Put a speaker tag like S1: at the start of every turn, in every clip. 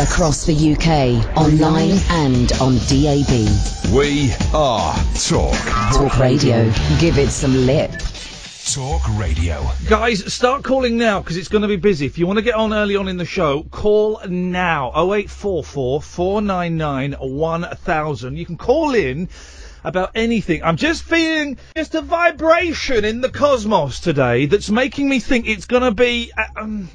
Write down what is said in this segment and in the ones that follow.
S1: across the UK, online and on DAB.
S2: We are Talk.
S1: Talk radio. Give it some lip.
S2: Talk Radio.
S3: Guys, start calling now because it's going to be busy. If you want to get on early on in the show, call now 0844 499 1000. You can call in about anything. I'm just feeling just a vibration in the cosmos today that's making me think it's going to be uh, um,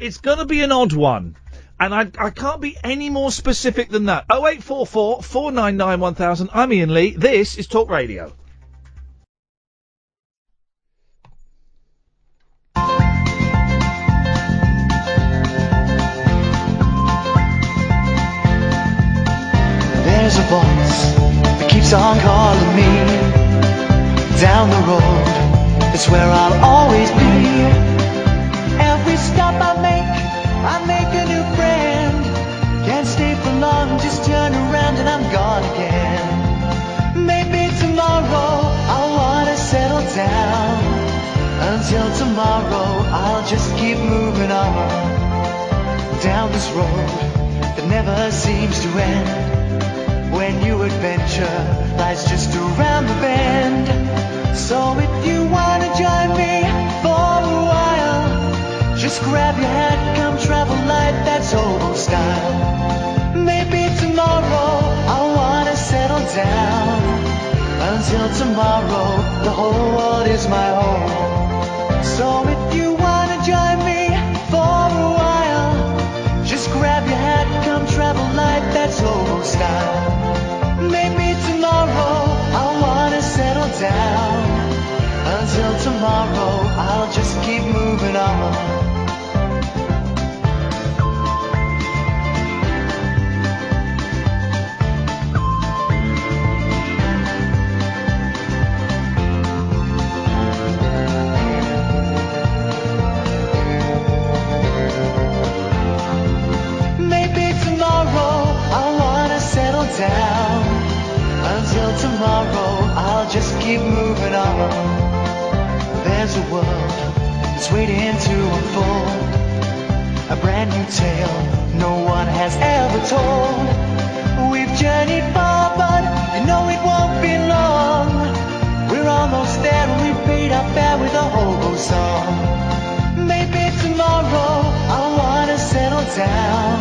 S3: it's going to be an odd one. And I, I can't be any more specific than that. 0844 499 1000. I'm Ian Lee. This is Talk Radio.
S4: There's a voice that keeps on calling me down the road. It's where I'll always be. Every stop I make, I make a new friend. Can't stay for long, just turn around and I'm gone again. Maybe tomorrow I'll wanna settle down. Until tomorrow, I'll just keep moving on down this road that never seems to end when new adventure lies just around the bend. So if you wanna join me for a while, just grab your hat, come travel light, that's old style. Maybe tomorrow I wanna settle down. Until tomorrow, the whole world is my home. So if you wanna join me for a while, just grab your hat, come travel light, that's old style. Maybe tomorrow I wanna settle down. Until tomorrow, I'll just keep moving on. Maybe tomorrow I wanna settle down. Until tomorrow I'll just keep moving on. There's a world that's waiting to unfold. A brand new tale no one has ever told. We've journeyed far, but you know it won't be long. We're almost there and we paid our fare with a hobo song. Maybe tomorrow I wanna settle down.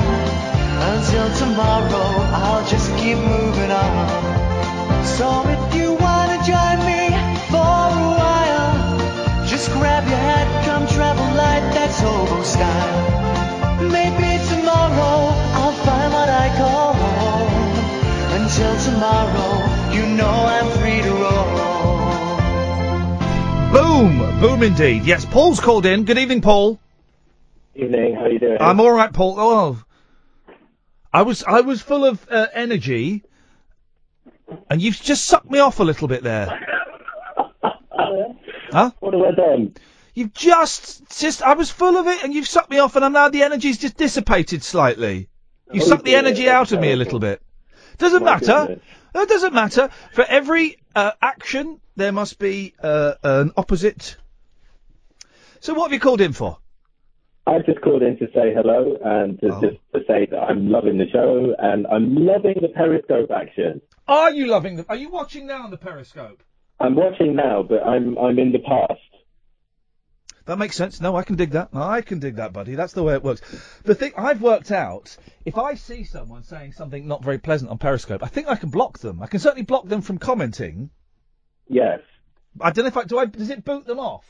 S4: Until tomorrow I'll just keep moving on. So if you wanna join me for a while, just grab your hat, come travel light, that's hobo style. Maybe tomorrow I'll find what I call home. Until tomorrow, you know I'm free to roam.
S3: Boom! Boom indeed. Yes, Paul's called in. Good evening, Paul.
S5: Evening, how you doing?
S3: I'm all right, Paul. Oh, I was I was full of uh, energy, and you've just sucked me off a little bit there. huh?
S5: What have I done?
S3: You've just just I was full of it, and you've sucked me off, and I'm now the energy's just dissipated slightly. You
S5: Oh,
S3: sucked the
S5: dear,
S3: energy out
S5: that's
S3: of me a
S5: terrible.
S3: little bit. Doesn't
S5: My
S3: matter.
S5: goodness.
S3: It doesn't matter. For every uh, action, there must be uh, an opposite. So what have you called in for?
S5: I just called in to say hello and
S3: Oh.
S5: to just to say that I'm loving the show and I'm loving the Periscope action.
S3: Are you loving them? Are you watching now on the Periscope?
S5: I'm watching now, but I'm I'm in the past.
S3: That makes sense. No, I can dig that. I can dig that, buddy. That's the way it works. The thing I've worked out, if I see someone saying something not very pleasant on Periscope, I think I can block them. I can certainly block them from commenting.
S5: Yes,
S3: I don't know if I do. I does it boot them off?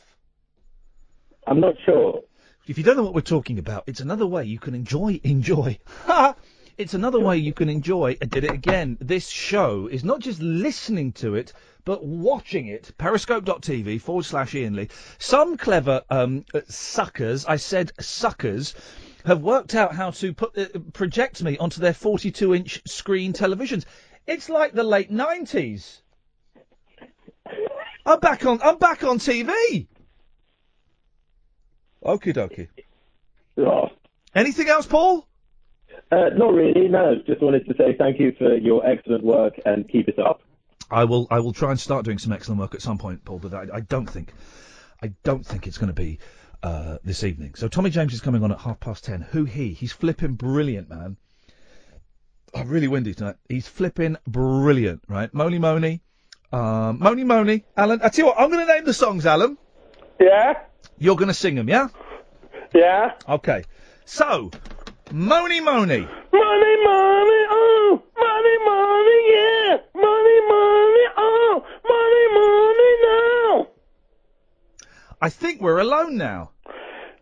S5: I'm not sure.
S3: If you don't know what we're talking about, it's another way you can enjoy enjoy. Ha! It's another way you can enjoy. I did it again. This show is not just listening to it, but watching it. Periscope.tv forward slash Ian Lee. Some clever um, uh, suckers, I said suckers, have worked out how to put, uh, project me onto their 42 inch screen televisions. It's like the late 90s. I'm back on. I'm back on TV. Okie dokie.
S5: Oh,
S3: Anything else, Paul?
S5: Uh, not really. No, just wanted to say thank you for your excellent work and keep it up.
S3: I will. I will try and start doing some excellent work at some point, Paul. But I, I don't think. I don't think it's going to be uh, this evening. So Tommy James is coming on at half past ten. Who he? He's flipping brilliant, man. I'm really windy tonight. He's flipping brilliant, right? Moni Moni, um, Moni Moni, Alan. I tell you what, I'm going to name the songs, Alan.
S6: Yeah.
S3: You're going to sing them, yeah?
S6: Yeah.
S3: Okay. So, Moni Moni.
S6: Money, money, oh, money, money, yeah, money, money, oh, money, money now.
S3: I think we're alone now.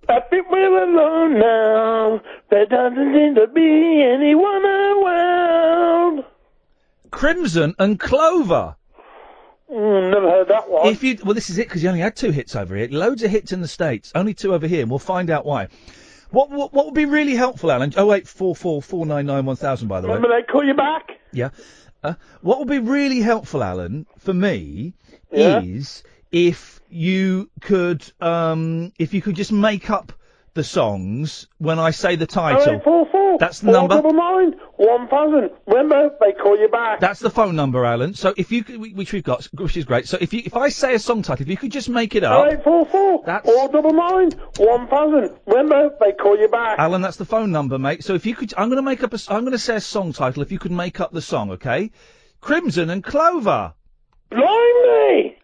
S6: I think we're alone now. There doesn't seem to be anyone around.
S3: Crimson and Clover.
S6: Mm, never heard that one.
S3: If you well, this is it because you only had two hits over here. Loads of hits in the states, only two over here, and we'll find out why. What what, what would be really helpful, Alan? Oh eight four four four nine nine one thousand. By the way,
S6: Remember they call you back?
S3: yeah. Uh, what would be really helpful, Alan, for me,
S6: Yeah.
S3: is if you could um if you could just make up the songs when I say the
S6: Oh,
S3: title.
S6: 0844.
S3: That's the number.
S6: Double nine, one thousand. Remember they call you back.
S3: That's the phone number, Alan. So if you could, which we've got, which is great. So if you if I say a song title, if you could just make it up.
S6: 0844. That's... Or double nine, one thousand. Remember they call you back.
S3: Alan, that's the phone number, mate. So if you could, I'm going to make up a, s- I'm going to say a song title. If you could make up the song, okay? Crimson and Clover.
S6: Blimey!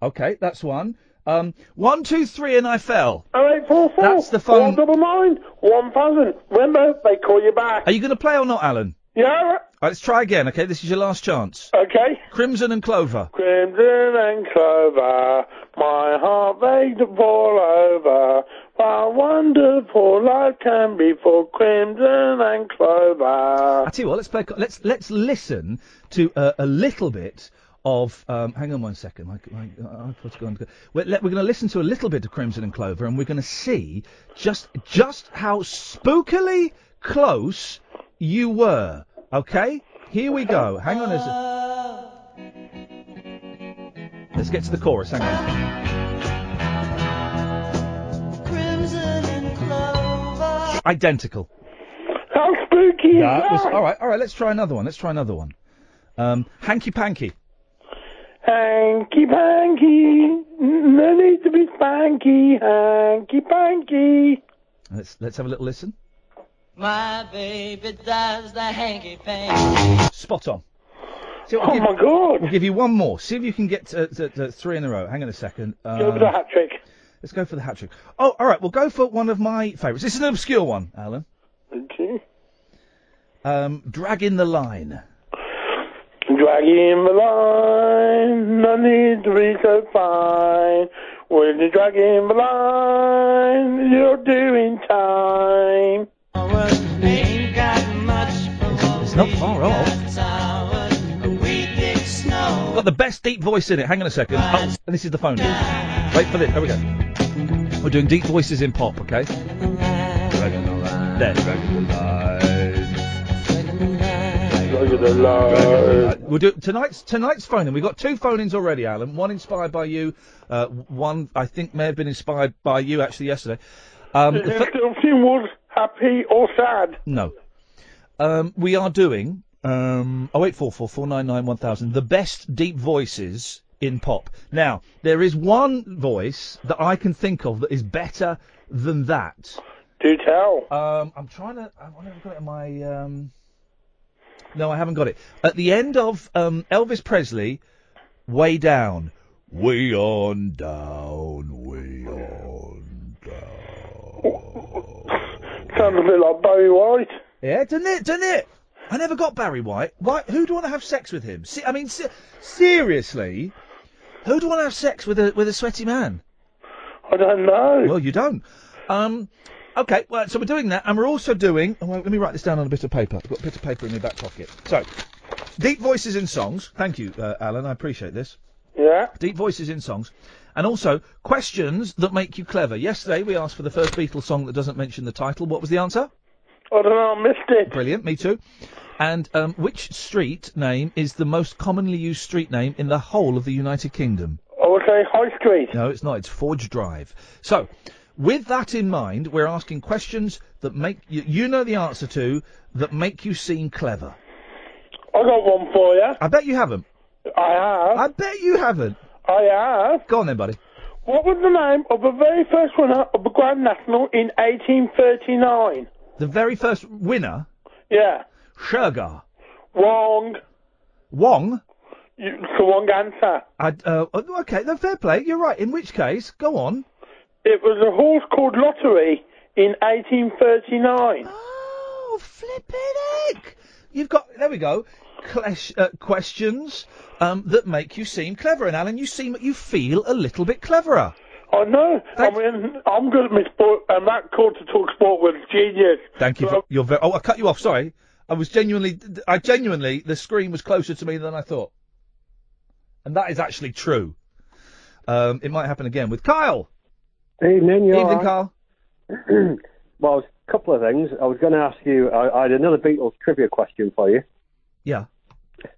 S3: Okay, that's one. Um, one, two, three, and I fell.
S6: 0844.
S3: Uh, That's the phone.
S6: Or double nine, one thousand. Remember they call you back.
S3: Are you going to play or not, Alan?
S6: Yeah.
S3: All right, let's try again. Okay, this is your last chance.
S6: Okay.
S3: Crimson and Clover.
S6: Crimson and clover, my heart begs to fall over. What wonderful life can be for crimson and clover.
S3: I tell you what, let's play. Let's let's listen to uh, a little bit of. Um, hang on one second. My, my, I- I've got to go on. We're, let- we're going to listen to a little bit of Crimson and Clover, and we're going to see just just how spookily close you were. Okay, here we go. Hang on. A, let's get to the chorus. Hang on.
S4: Crimson and clover.
S3: Identical.
S6: How spooky is
S3: That
S6: that?
S3: was all right. All right. Let's try another one. Let's try another one. Um, hanky panky.
S6: Hanky panky, no need to be spanky. Hanky panky.
S3: Let's let's have a little listen.
S4: My baby does the hanky panky.
S3: Spot on. See what
S6: Oh
S3: we
S6: my
S3: did? We'll
S6: god!
S3: give you one more. See if you can get to, to, to three in a row. Hang on a second.
S6: Go for the
S3: Uh,
S6: hat trick.
S3: let's go for the hat trick. Oh, all right. We'll go for one of my favourites. This is an obscure one, Alan.
S6: Okay.
S3: Um, dragging the line.
S6: Dragging the line, no need to be so fine. When you're dragging the line, you're doing time.
S4: Oh, Ain't got much for
S3: It's not far off.
S4: towers. We dig snow.
S3: Got the best deep voice in it. Hang on a second. Oh, and this is the phone. Wait for this. There we go. We're doing deep voices in pop. Okay. Dragging the line. There. Dragging the
S6: Dragging
S3: line.
S6: the line.
S3: We'll do tonight's tonight's phone in. We've got two phone ins already, Alan. One inspired by you. Uh, one I think may have been inspired by you actually yesterday. Um, the fir-
S6: Something was happy or sad.
S3: No. Um, we are doing um, 0844 499 1000, the best deep voices in pop. Now, there is one voice that I can think of that is better than that.
S6: Do tell.
S3: Um, I'm trying to. I wonder if I've got it in my. Um... No, I haven't got it. At the end of um, Elvis Presley, Way Down. Way on down, way on down.
S6: Sounds a bit like Barry White.
S3: Yeah, didn't it? Didn't it? I never got Barry White. Why? Who do I want to have sex with him? Se- I mean, se- seriously, who do I want to have sex with a with a sweaty man?
S6: I don't know.
S3: Well, you don't. Um, okay. Well, so we're doing that, and we're also doing. Oh, well, let me write this down on a bit of paper. I've got a bit of paper in my back pocket. So, deep voices in songs. Thank you, uh, Alan. I appreciate this.
S6: Yeah.
S3: Deep voices in songs, and also questions that make you clever. Yesterday we asked for the first Beatles song that doesn't mention the title. What was the answer?
S6: I don't know. I missed it.
S3: Brilliant, me too. And um, which street name is the most commonly used street name in the whole of the United Kingdom?
S6: I would say High Street.
S3: No, it's not. It's Forge Drive. So, with that in mind, we're asking questions that make you, you know the answer to that make you seem clever.
S6: I got one for you.
S3: I bet you haven't.
S6: I have.
S3: I bet you haven't.
S6: I have.
S3: Go on then, buddy.
S6: What was the name of the very first winner of the Grand National in 1839?
S3: The very first winner,
S6: Yeah.
S3: Shergar.
S6: Wrong.
S3: Wong?
S6: You, it's the wrong answer.
S3: I, uh, okay, no, fair play. You're right. In which case, go on.
S6: It was a horse called Lottery in 1839.
S3: Oh, flipping heck! You've got there we go. Clash, uh, questions um, that make you seem clever, and Alan, you seem you feel a little bit cleverer.
S6: I know. I mean, I'm good at my sport, and that call uh, to talk sport was genius.
S3: Thank you. For, you're very. Oh, I cut you off. Sorry. I was genuinely. I genuinely. The screen was closer to me than I thought, and that is actually true. Um, it might happen again with Kyle.
S5: Evening, you
S3: Evening,
S5: alright?
S3: Carl.
S5: well, a couple of things. I was going to ask you. I, I had another Beatles trivia question for you,
S3: Yeah.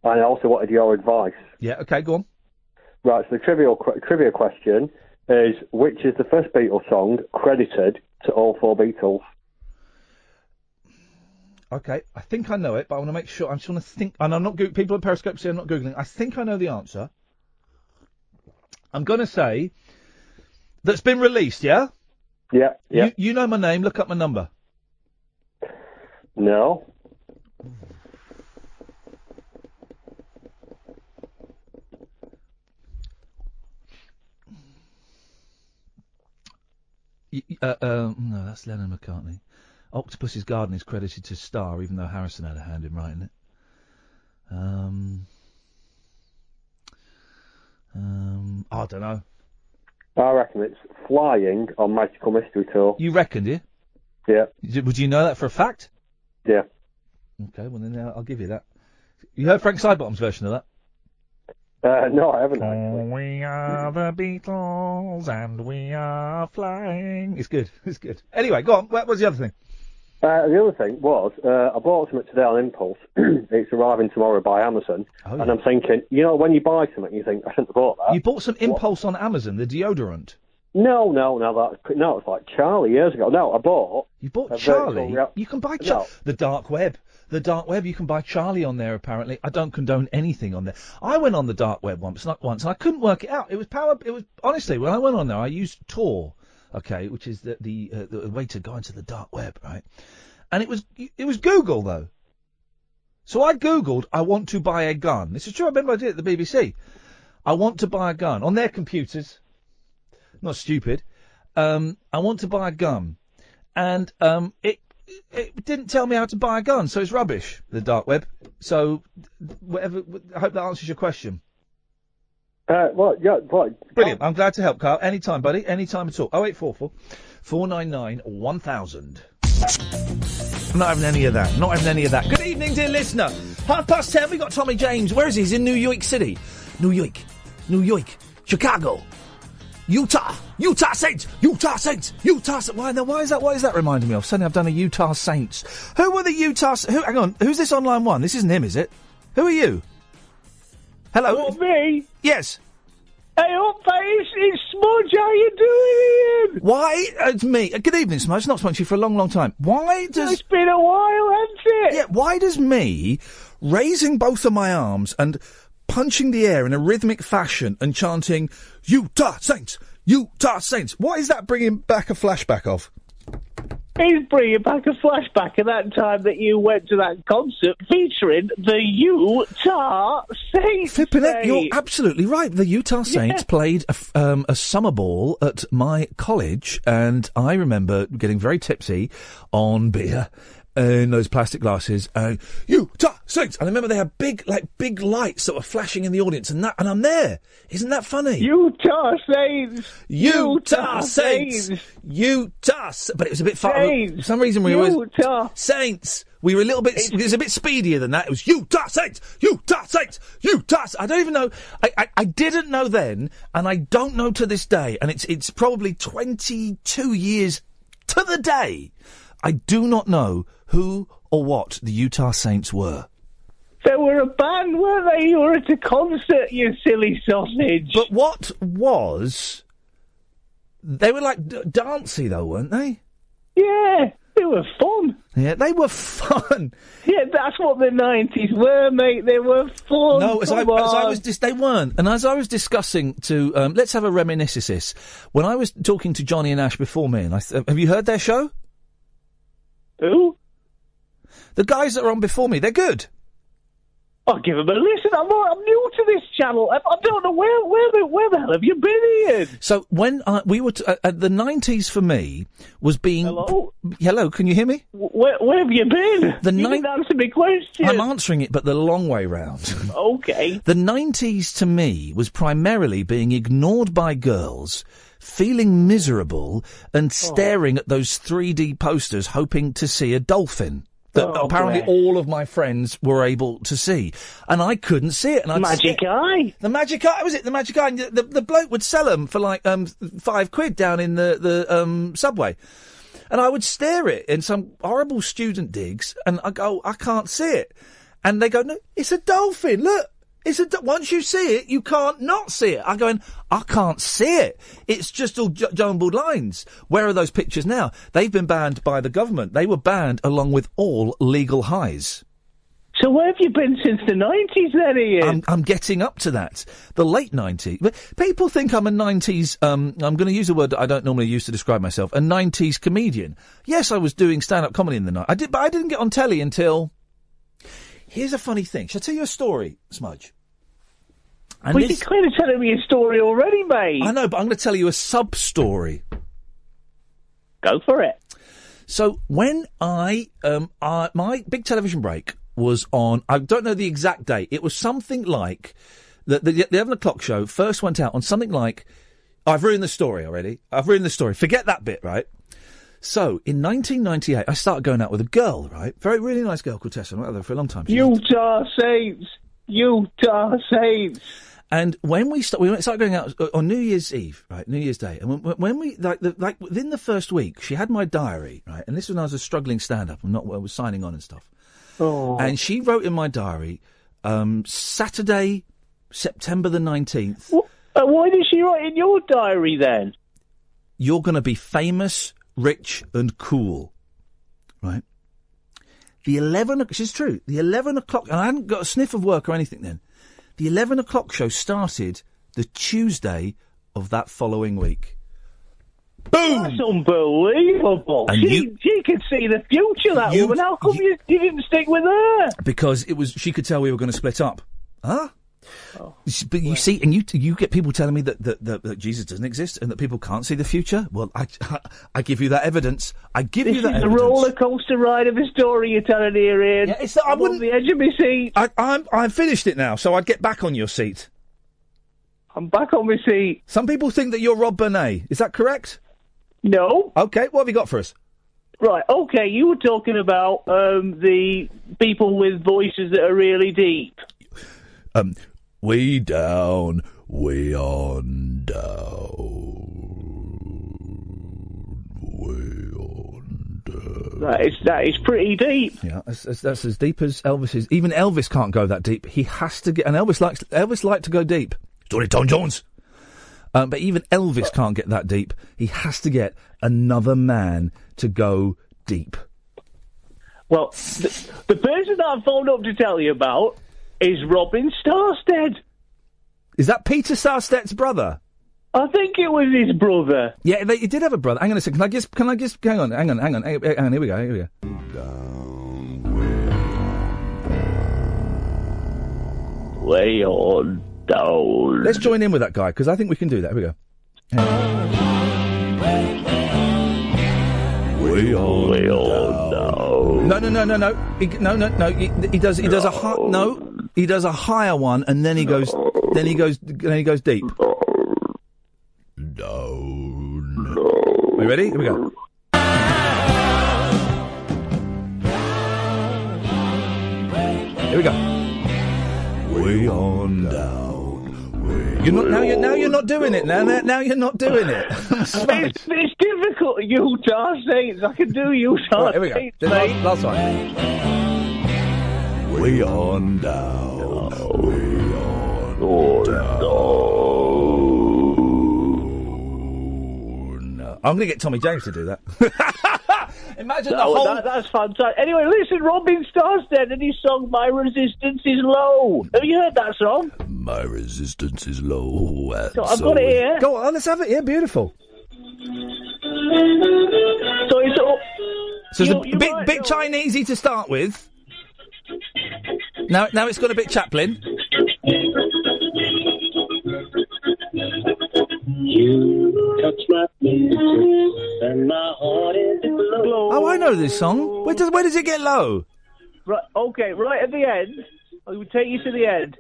S5: and I also wanted your advice.
S3: Yeah. Okay. Go on.
S5: Right. So the trivial qu- trivia question is: Which is the first Beatles song credited to all four Beatles?
S3: Okay, I think I know it, but I want to make sure. I'm just want to think, and I'm not. Go- people at Periscope say I'm not googling. I think I know the answer. I'm going to say that's been released. Yeah.
S5: Yeah. Yeah.
S3: You, you know my name. Look up my number.
S5: No.
S3: Y- y- Uh, um, no, that's Lennon McCartney. Octopus's Garden is credited to Starr, even though Harrison had a hand in writing it. Um, um, I don't know.
S5: I reckon it's "Flying" on Magical Mystery Tour.
S3: You reckoned, yeah?
S5: Yeah.
S3: Y- Would you know that for a fact?
S5: Yeah.
S3: Okay, well then uh, I'll give you that. You heard Frank Sidebottom's version of that? Oh,
S5: Uh, no, I haven't. Actually.
S3: We are the Beatles and we are flying. It's good. It's good. Anyway, go on. What was the other thing?
S5: Uh, the other thing was, uh, I bought something today on impulse. it's arriving tomorrow by Amazon,
S3: Oh,
S5: and
S3: yeah.
S5: I'm thinking, you know, when you buy something, you think I shouldn't have bought that.
S3: You bought some impulse on Amazon, the deodorant.
S5: No, no, no, that no, it's like Charlie years ago. No, I bought.
S3: You bought
S5: a virtual
S3: Charlie.
S5: rea-
S3: You can buy Char-
S5: No.
S3: the dark web. The dark web. You can buy Charlie on there. Apparently, I don't condone anything on there. I went on the dark web once, not once, and I couldn't work it out. It was power. It was honestly when I went on there, I used Tor, okay, which is the the, uh, the way to go into the dark web, right? And it was it was Google though. So I googled, I want to buy a gun. This is true. I remember I did it at the BBC. I want to buy a gun on their computers. Not stupid. Um, I want to buy a gun and um, it it didn't tell me how to buy a gun, so it's rubbish. The dark web. So whatever. I hope that answers your question.
S5: Uh, what? Yeah, what?
S3: Brilliant. I'm glad to help, Carl. Anytime, buddy. Anytime at all. 0844 499 1000. I'm not having any of that. Not having any of that. Good evening, dear listener. Half past ten, we got Tommy James. Where is he? He's in New York City. New York. New York. Chicago. Utah. Utah Saints. Utah Saints. Utah Saints. Why, now, why is that? Why is that reminding me of? Suddenly I've done a Utah Saints. Who were the Utah... S- Who, hang on. Who's this online one? This isn't him, is it? Who are you? Hello?
S7: me?
S3: Yes.
S7: Hey, up, face! It's Smudge. How you doing, Ian?
S3: Why? uh, It's me. Uh, Good evening, Smudge. Not spoken to you for a long, long time. Why does? It's
S7: been a while, hasn't it?
S3: Yeah. Why does me raising both of my arms and punching the air in a rhythmic fashion and chanting Utah Saints, Utah Saints? What is that bringing back a flashback of?
S7: He's bringing back a flashback of that time that you went to that concert featuring the Utah Saints.
S3: Flipping heck,
S7: mate.
S3: you're absolutely right. The Utah Saints played a, f- um, a summer ball at my college, and I remember getting very tipsy on beer in those plastic glasses. And Utah Saints, and I remember they had big, like big lights that were flashing in the audience, and that, and I'm there. Isn't that funny?
S7: Utah Saints.
S3: Utah Saints. Utah, S- but it was a bit far. For
S7: Saints.
S3: some reason we were
S7: Utah.
S3: Saints. We were a little bit. It was a bit speedier than that. It was Utah Saints, Utah Saints, Utah. S- I don't even know. I, I, I didn't know then, and I don't know to this day. And it's it's probably twenty two years to the day. I do not know who or what the Utah Saints were.
S7: They were a band, weren't they? You were at a concert, you silly sausage.
S3: But what was? They were like d- dancey though, weren't they?
S7: Yeah.
S5: They were fun.
S3: Yeah, they were fun.
S5: Yeah, that's what the nineties were, mate. They were fun.
S3: No, as I, as
S5: Come
S3: I
S5: on.
S3: was, dis- they weren't. And as I was discussing to, um, let's have a reminiscences. When I was talking to Johnny and Ash before me, and I th- have you heard their show?
S5: Who?
S3: The guys that are on before me, they're good.
S5: I'll Oh, give them a listen. I'm, all- I'm new to this channel. I, I don't know where where the, where the hell have you been, Ian?
S3: So when I, we were t- uh, uh, the nineties for me was being hello. hello, can you hear me?
S5: Where, where have you been?
S3: The
S5: You
S3: nine-
S5: didn't answer my question.
S3: I'm answering it, but the long way round.
S5: okay.
S3: The 90s to me was primarily being ignored by girls, feeling miserable,
S5: Oh.
S3: and staring at those 3D posters hoping to see a dolphin. That
S5: Oh,
S3: apparently
S5: bless.
S3: all of my friends were able to see, and I couldn't see it. And I'd
S5: Magic Eye.
S3: The Magic Eye was it? The Magic Eye. And the, the bloke would sell them for like um five quid down in the the um subway, and I would stare it. And some horrible student digs, and I go, I can't see it. And they go, No, it's a dolphin. Look, it's a. Do- Once you see it, you can't not see it. I go, in, I can't see it. It's just all j- jumbled lines. Where are those pictures now? They've been banned by the government. They were banned along with all legal highs.
S5: So where have you been since the nineties, then, Ian?
S3: I'm, I'm getting up to that. The late 90s. But people think I'm a 90s, um, I'm going to use a word that I don't normally use to describe myself, a 90s comedian. Yes, I was doing stand-up comedy in the night. I did, but I didn't get on telly until... Here's a funny thing. Shall I tell you a story, Smudge? And
S5: well,
S3: this-
S5: you're kind of telling me a story already, mate.
S3: I know, but I'm going to tell you a sub-story.
S5: Go for it.
S3: So when I um I, my big television break was on, I don't know the exact date. It was something like the the, the eleven o'clock show first went out on something like. I've ruined the story already. I've ruined the story. Forget that bit, right? So in 1998, I started going out with a girl, right? Very really nice girl called Tessa. I went out with her for a long time. She
S5: Utah Saints. Utah Saints.
S3: And when we start, we went- started going out uh, on New Year's Eve, right? New Year's Day. And when, when we like, the, like within the first week, she had my diary, right? And this was when I was a struggling stand-up. I'm not, I was signing on and stuff.
S5: Oh.
S3: And she wrote in my diary, um, Saturday, September the nineteenth.
S5: Uh, why did she write in your diary then?
S3: You're going to be famous, rich, and cool, right? The eleven. o- This is true. The eleven o'clock. And I hadn't got a sniff of work or anything then. The eleven o'clock show started the Tuesday of that following week. Boom!
S5: That's unbelievable.
S3: And
S5: she,
S3: you-
S5: she could see the future, that woman. How come you, you didn't stick with her?
S3: because it was she could tell we were going to split up. Huh?
S5: Oh,
S3: S- but you see, and you you get people telling me that, that, that, that Jesus doesn't exist and that people can't see the future. Well, I I give you that evidence. I give
S5: This
S3: you
S5: is
S3: that
S5: the
S3: evidence.
S5: roller coaster ride of a story you're telling here, Ian.
S3: Yeah, it's that I
S5: I'm
S3: wouldn't-
S5: on the edge of my seat.
S3: I, I'm I've finished it now, so I'd get back on your seat.
S5: I'm back on my seat.
S3: Some people think that you're Rob Bernay. Is that correct?
S5: No.
S3: Okay. What have you got for us?
S5: Right, okay, you were talking about um, the people with voices that are really deep.
S3: Um, we down, we on down.
S5: That is, that is pretty deep.
S3: Yeah, that's, that's, that's as deep as Elvis is. Even Elvis can't go that deep. He has to get, and Elvis likes Elvis liked to go deep. It's only Tom Jones. Um, but even Elvis can't get that deep. He has to get another man to go deep.
S5: Well, the, the person that I phoned up to tell you about is Robin Starstead.
S3: Is that Peter Sarstett's brother?
S5: I think it was his brother.
S3: Yeah, they, he did have a brother. Hang on a second. Can I just? Can I just? Hang on. Hang on. Hang on. Hang on. Here we go. Here we go.
S5: Way on down.
S3: Let's join in with that guy because I think we can do that. Here we go.
S5: Way on, way on down.
S3: No, no, no, no, no. He, no, no, no. He, he does. He does a hi- no. He does a higher one, and then he goes. Then he goes. Then he goes deep. Are you ready? Here we go. Here we go.
S8: Way on down. Way
S3: You're not now. You're now. You're not doing it. Now. Now, now you're not doing it.
S5: It's, it's difficult, Utah Saints. I can do Utah
S3: Right, here we go.
S5: Saints,
S3: This
S5: mate.
S3: last, last one.
S8: Way on down. Way on
S3: I'm going to get Tommy James to do that. Imagine the
S5: That-
S3: whole.
S5: that- that's fantastic. Anyway, listen, Robin Starstead and his song "My Resistance Is Low." Have you heard that song?
S9: My resistance is low. and
S5: So I've
S9: so
S5: got it
S9: is-
S5: here.
S10: Go on, let's have it. Yeah, beautiful.
S5: So it's all.
S3: So it's
S5: you-
S3: a
S5: you
S3: bit,
S5: might
S3: bit
S5: know-
S3: Chinesey to start with. Now, now it's got a bit Chaplin.
S11: You touch my fingers and my heart is blue.
S3: Oh, I know this song. Where does where does it get low?
S5: Right, okay, right at the end. I will take you to the end.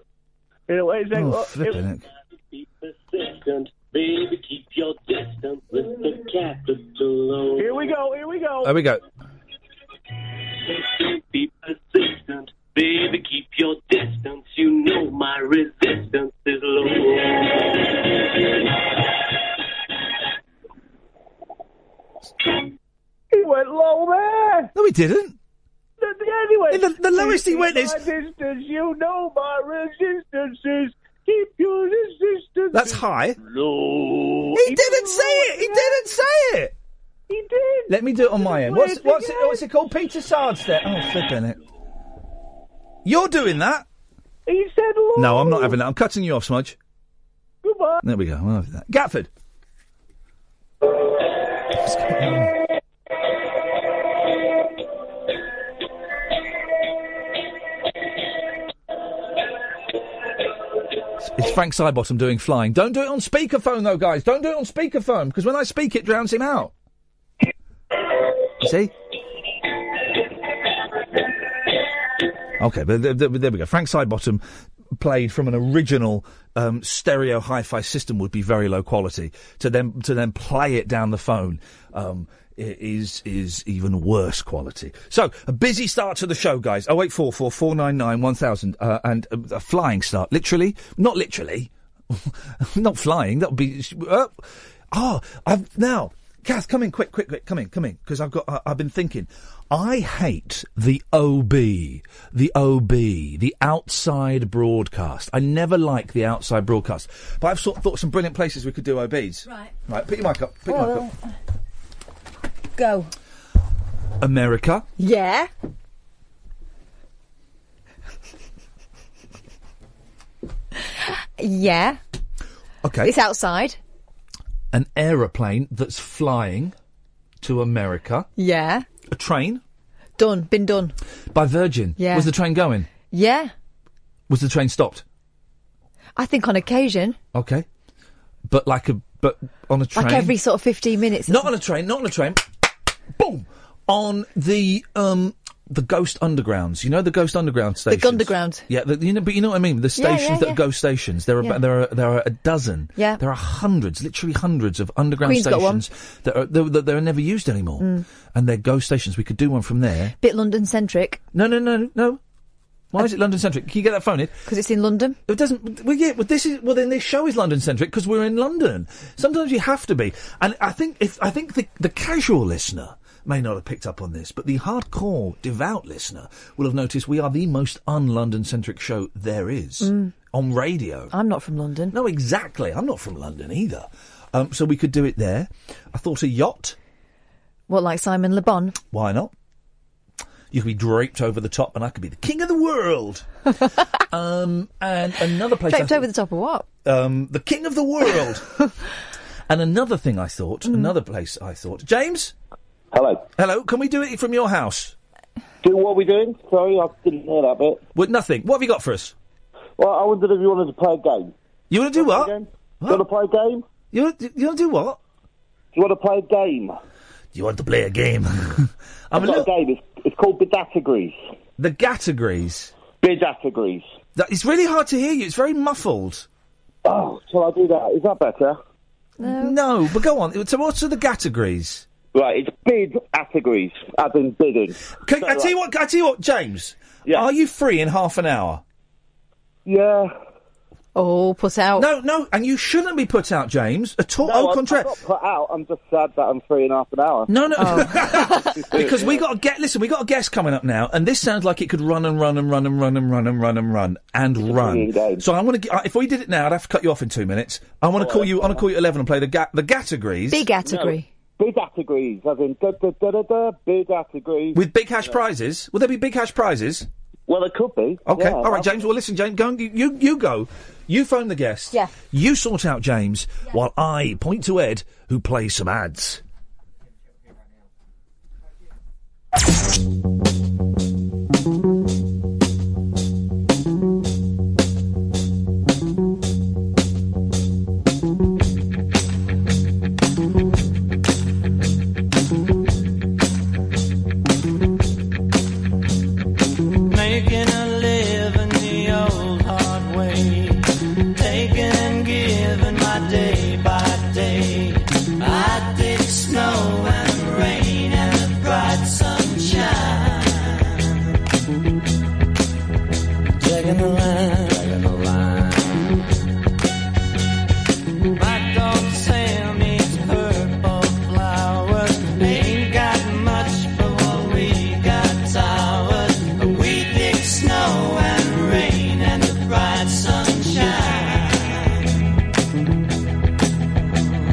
S5: You know, wait a second.
S3: Oh,
S5: Oh,
S3: flipping
S5: it-
S3: it.
S11: Persistent, baby, keep your distance with the capital O.
S5: Here we go, here we go.
S3: There we go.
S11: Be persistent, baby, keep your distance. You know my resistance is low.
S5: He went low there.
S3: No, he didn't.
S5: The, the, anyway,
S3: The- the lowest he went is-
S5: My distance, you know my resistance is keep your resistance.
S3: That's high.
S5: low.
S3: He didn't say it. He didn't say it.
S5: He did.
S3: Let me do it on my end. What's
S5: Wait,
S3: what's it,
S5: again.
S3: what's it called? Peter Sardstep. Oh, flipping it. You're doing that?
S5: He said low.
S3: No, I'm not having that. I'm cutting you off, Smudge.
S5: Goodbye.
S3: There we go. I'll have that. Gatford. It's Frank Sidebottom doing flying. Don't do it on speakerphone, though, guys. Don't do it on speakerphone because when I speak, it drowns him out. You see? Okay, but th- th- there we go. Frank Sidebottom played from an original um, stereo hi-fi system would be very low quality. To then to then play it down the phone um, i- is is even worse quality. So a busy start to the show, guys. Oh eight four four four nine nine one thousand uh, and a, a flying start, literally, not literally, not flying. That would be. Uh, oh, I've now. Kath, come in quick, quick, quick, come in, come in, because I've got, I, I've been thinking. I hate the OB, the OB, the outside broadcast. I never like the outside broadcast, but I've sort of thought some brilliant places we could do OBs.
S1: Right.
S3: Right, pick your mic up, pick
S1: Oh,
S3: your mic
S1: Go.
S3: up. America,
S1: Yeah. yeah.
S3: okay.
S1: It's outside.
S3: An aeroplane that's flying to America.
S1: Yeah.
S3: A train
S1: Done. Been done.
S3: by Virgin.
S1: Yeah.
S3: Was the train going?
S1: Yeah.
S3: Was the train stopped?
S1: I think on occasion,
S3: Okay. But like a, but on a train.
S1: like every sort of 15 minutes.
S3: Not on a train. Not on a train. Boom. On the um the Ghost Undergrounds. You know the Ghost Underground stations.
S1: Gunderground.
S3: Yeah, the, you know, but you know what I mean. The
S1: Yeah, yeah,
S3: stations that
S1: yeah.
S3: are ghost stations. There are
S1: Yeah.
S3: there are there are a dozen.
S1: Yeah.
S3: There are hundreds, literally hundreds of underground
S1: Queen's got one.
S3: stations that are that, that are never used anymore,
S1: Mm.
S3: and they're ghost stations. We could do one from there.
S1: Bit London centric.
S3: No, no, no, no. Why is it London centric? Can you get that phone in?
S1: Because Uh, it's in London.
S3: It doesn't. Well, yeah. Well, this is. Well, then this show is London centric because we're in London. Sometimes you have to be. And I think if I think the the casual listener may not have picked up on this, but the hardcore devout listener will have noticed we are the most un-London centric show there is
S1: Mm.
S3: on radio.
S1: I'm not from London.
S3: No, exactly. I'm not from London either. Um, so we could do it there. I thought a yacht.
S1: What, like Simon Le Bon?
S3: Why not? You could be draped over the top, and I could be the king of the world. um, and another place. I
S1: Draped
S3: thought-
S1: over the top of what?
S3: um, the king of the world. and another thing I thought, another place I thought, James.
S12: Hello.
S3: Hello. Can we do it from your house?
S12: Do what are we doing? Sorry, I didn't hear that bit.
S3: With nothing. What have you got for us?
S12: Well, I wondered if you wanted to play a game.
S3: You want to do what?
S12: Do you want to play a game?
S3: You want, you want to do what?
S12: Do you want to play a game?
S3: You want to play a game? I'm
S12: I've got a game. It's, it's called Bidategrees.
S3: The categories.
S12: Bidategrees.
S3: That, it's really hard to hear you. It's very muffled.
S12: Oh, shall I do that? Is that better?
S3: No. but go on. So what are the categories?
S12: Right, it's bid categories, as in uh, bidding.
S3: Can, I tell you what. I tell you what, James. Are you free in half an hour?
S12: Yeah.
S1: Oh, put out.
S3: No, no, and you shouldn't be put out, James. At all.
S12: No,
S3: au
S12: I'm, I'm
S3: contraire.
S12: not put out. I'm just sad that I'm free in half an hour.
S3: No, no.
S1: Oh,
S3: because we got a get. Listen, we got a guest coming up now, and this sounds like it could run and run and run and run and run and run and run and run. So I want to. If we did
S5: Oh,
S3: it now, I'd have to cut you off in two minutes. I want to call you. I want to call you at eleven and play the ga- the categories.
S1: Big category.
S5: Bid categories, as in da da da da da, bid categories.
S13: With big cash prizes? Will there be big cash prizes?
S5: Well, there could be.
S13: Okay.
S5: yeah,
S13: All right, James. Well, listen, James. Go and, you- you you go. You phone the guest.
S5: Yeah.
S13: You sort out James while I point to Ed, who plays some ads.
S4: Making a living the old hard way. Taking and giving my day by day. I did snow and rain and the bright sunshine. Dragging the line. Dragging the line. My dog Sam eats purple flowers. Ain't got much for what we got towers. We dig snow and rain and the bright sunshine.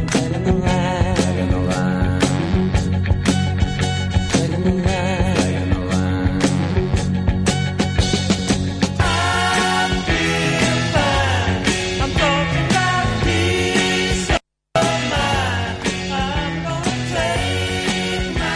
S4: Dragging the line. Dragging the line. Dragging the line. Dragging the line. I feel fine. I'm talking about peace of mind. I'm gonna take my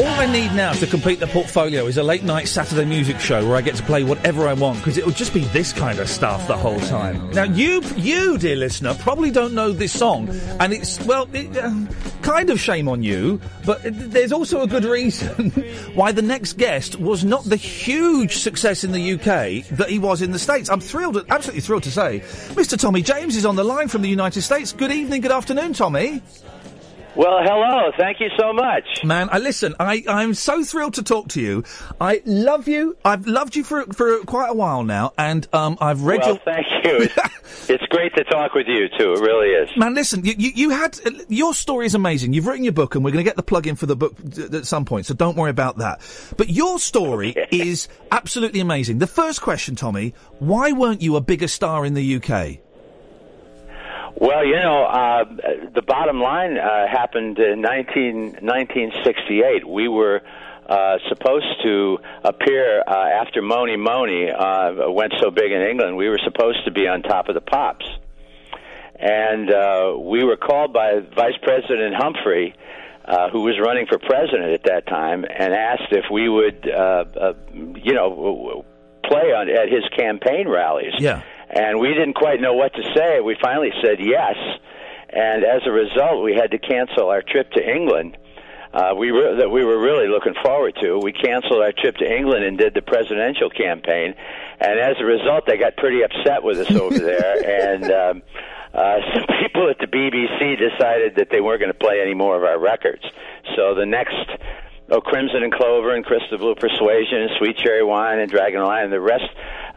S3: All I need now to complete the portfolio is a late night Saturday music show where I get to play whatever I want because it will just be this kind of stuff the whole time. Now you, you dear listener, probably don't know this song, and it's well, it, um, kind of shame on you, but it- there's also a good reason why the next guest was not the huge success in the UK that he was in the States. I'm thrilled, absolutely thrilled to say, Mr. Tommy James is on the line from the United States. Good evening, good afternoon, Tommy.
S14: Well, hello. Thank you so much.
S3: Man, I listen. I I'm so thrilled to talk to you. I love you. I've loved you for for quite a while now, and um, I've read
S14: well,
S3: your.
S14: thank you. It's, it's great to talk with you too. It really is.
S3: Man, listen. You, you you had uh, your story is amazing. You've written your book, and we're going to get the plug in for the book d- at some point. So don't worry about that. But your story is absolutely amazing. The first question, Tommy, why weren't you a bigger star in the UK?
S14: Well, you know, uh, the bottom line uh, happened in 19, 1968. We were uh, supposed to appear uh, after Moni Moni uh, went so big in England. We were supposed to be on top of the pops, and uh, we were called by Vice President Humphrey. Uh, who was running for president at that time and asked if we would, uh, uh, you know, w- w- play on at his campaign rallies
S13: Yeah.
S14: and we didn't quite know what to say. We finally said yes, and as a result, we had to cancel our trip to England. Uh, we were, that we were really looking forward to. We canceled our trip to England and did the presidential campaign, and as a result, they got pretty upset with us over there. And um, uh, some people at the BBC decided that they weren't going to play any more of our records. So the next Oh, Crimson and Clover and Crystal Blue Persuasion and Sweet Cherry Wine and Dragon Line and the rest,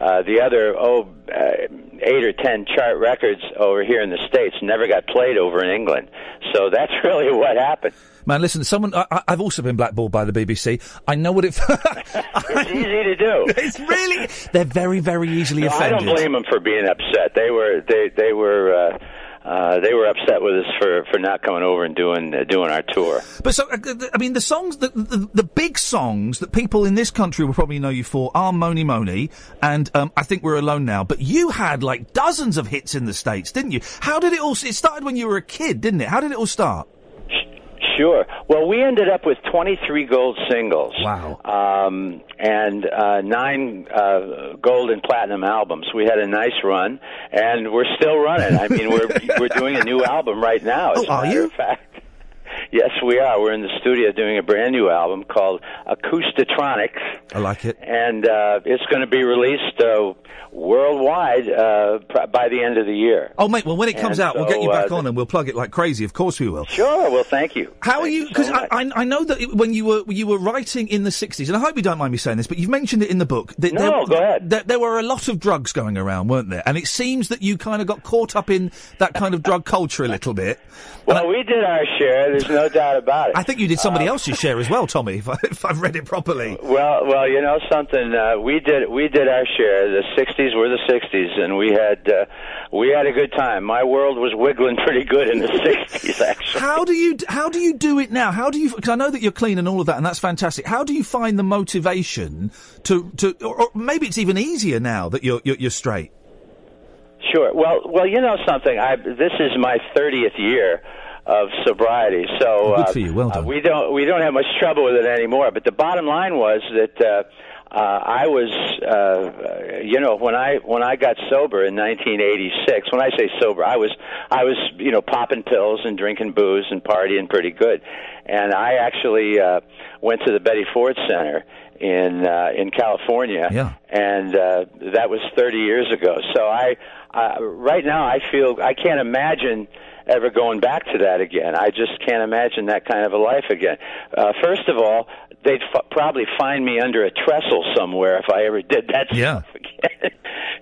S14: uh, the other, oh, uh, eight or ten chart records over here in the States never got played over in England. So that's really what happened.
S3: Man, listen. Someone I, I- I've also been blackballed by the BBC. I know what it.
S14: It's easy to do.
S3: it's really. They're very very easily
S14: No, I
S3: offended.
S14: don't blame them for being upset. They were, they, they were, uh, uh, they were upset with us for, for not coming over and doing, uh, doing our tour.
S3: But so, uh, th- th- I mean, the songs, the, the, the big songs that people in this country will probably know you for are Moni Moni, and um, I think we're alone now. But you had like dozens of hits in the states, didn't you? How did it all? It started when you were a kid, didn't it? How did it all start?
S14: Sure. Well, we ended up with 23 gold singles.
S3: Wow.
S14: Um, and uh, nine uh, gold and platinum albums. We had a nice run, and we're still running. I mean, we're we're doing a new album right now. As
S3: Oh,
S14: a
S3: are
S14: matter
S3: you?
S14: Of fact, yes, we are. We're in the studio doing a brand new album called Acoustatronics
S3: I like it.
S14: and uh, it's going to be released uh, worldwide uh, pr- by the end of the year.
S3: Oh mate, well when it
S14: And
S3: comes out, we'll
S14: so,
S3: get you back
S14: uh,
S3: on and we'll plug it like crazy. Of course we will.
S14: Sure. Well, thank you.
S3: How are you? Because I, I, I know that it- when you were you were writing in the '60s, and I hope you don't mind me saying this, but you've mentioned it in the book. That
S14: No,
S3: there,
S14: go ahead.
S3: That there were a lot of drugs going around, weren't there? And it seems that you kind of got caught up in that kind of drug culture a little bit.
S14: Well, we did our share. There's no doubt about it. Um,
S3: I think you did somebody else's share as well, Tommy. If, I, if I've read it properly.
S14: Well, well, you know something. Uh, we did we did our share. The '60s were the '60s, and we had uh, we had a good time. My world was wiggling pretty good in the '60s, actually.
S3: How do you how do you do it now? How do you? Because I know that you're clean and all of that, and that's fantastic. How do you find the motivation to to? Or, or maybe it's even easier now that you're you're, you're straight.
S14: Sure. Well, well, you know something. I this is my 30th year of sobriety, so
S3: Good
S14: uh,
S3: for you. Well
S14: uh,
S3: done.
S14: we don't we don't have much trouble with it anymore. But the bottom line was that uh, uh, I was, uh, you know, when I when I got sober in 1986. When I say sober, I was I was you know popping pills and drinking booze and partying pretty good, and I actually uh, went to the Betty Ford Center in uh, in California, and uh, that was 30 years ago. So I uh, right now I feel I can't imagine ever going back to that again. I just can't imagine that kind of a life again. Uh, first of all, they'd f- probably find me under a trestle somewhere if I ever did that.
S4: Yeah.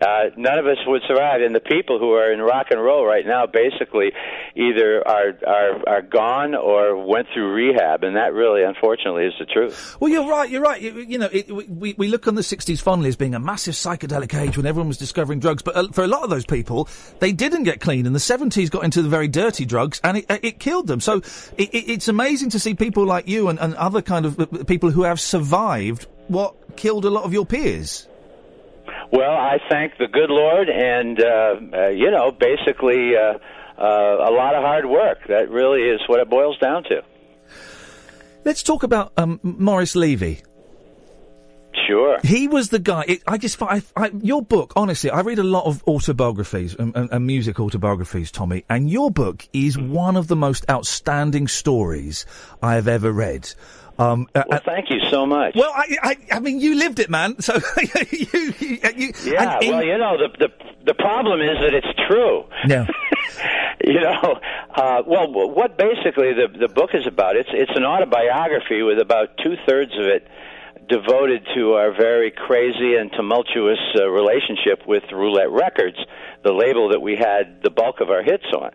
S14: Uh, none of us would survive, and the people who are in rock and roll right now basically either are are are gone or went through rehab, and that really, unfortunately, is the truth.
S3: Well, you're right. You're right. You, you know, it, we we look on the '60s fondly as being a massive psychedelic age when everyone was discovering drugs. But uh, for a lot of those people, they didn't get clean, and the '70s got into the very dirty drugs, and it uh, it killed them. So it, it, it's amazing to see people like you and, and other kind of uh, people who have survived what killed a lot of your peers.
S14: Well, I thank the good Lord, and uh, uh, you know, basically, uh, uh, a lot of hard work. That really is what it boils down to.
S3: Let's talk about um, Morris Levy.
S14: Sure.
S3: He was the guy. It, I just, fi- I, I, your book, honestly, I read a lot of autobiographies and, and, and music autobiographies, Tommy, and your book is
S14: Mm-hmm.
S3: one of the most outstanding stories I have ever read. Um, uh,
S14: Well, thank you so much.
S3: Well, I, I, I mean, you lived it, man. So you, you, uh, you
S14: Yeah,
S3: and in-
S14: well, you know, the, the the problem is that it's true.
S3: Yeah.
S14: you know, uh, well, what basically the the book is about? It's it's an autobiography with about two thirds of it devoted to our very crazy and tumultuous uh, relationship with Roulette Records, the label that we had the bulk of our hits on,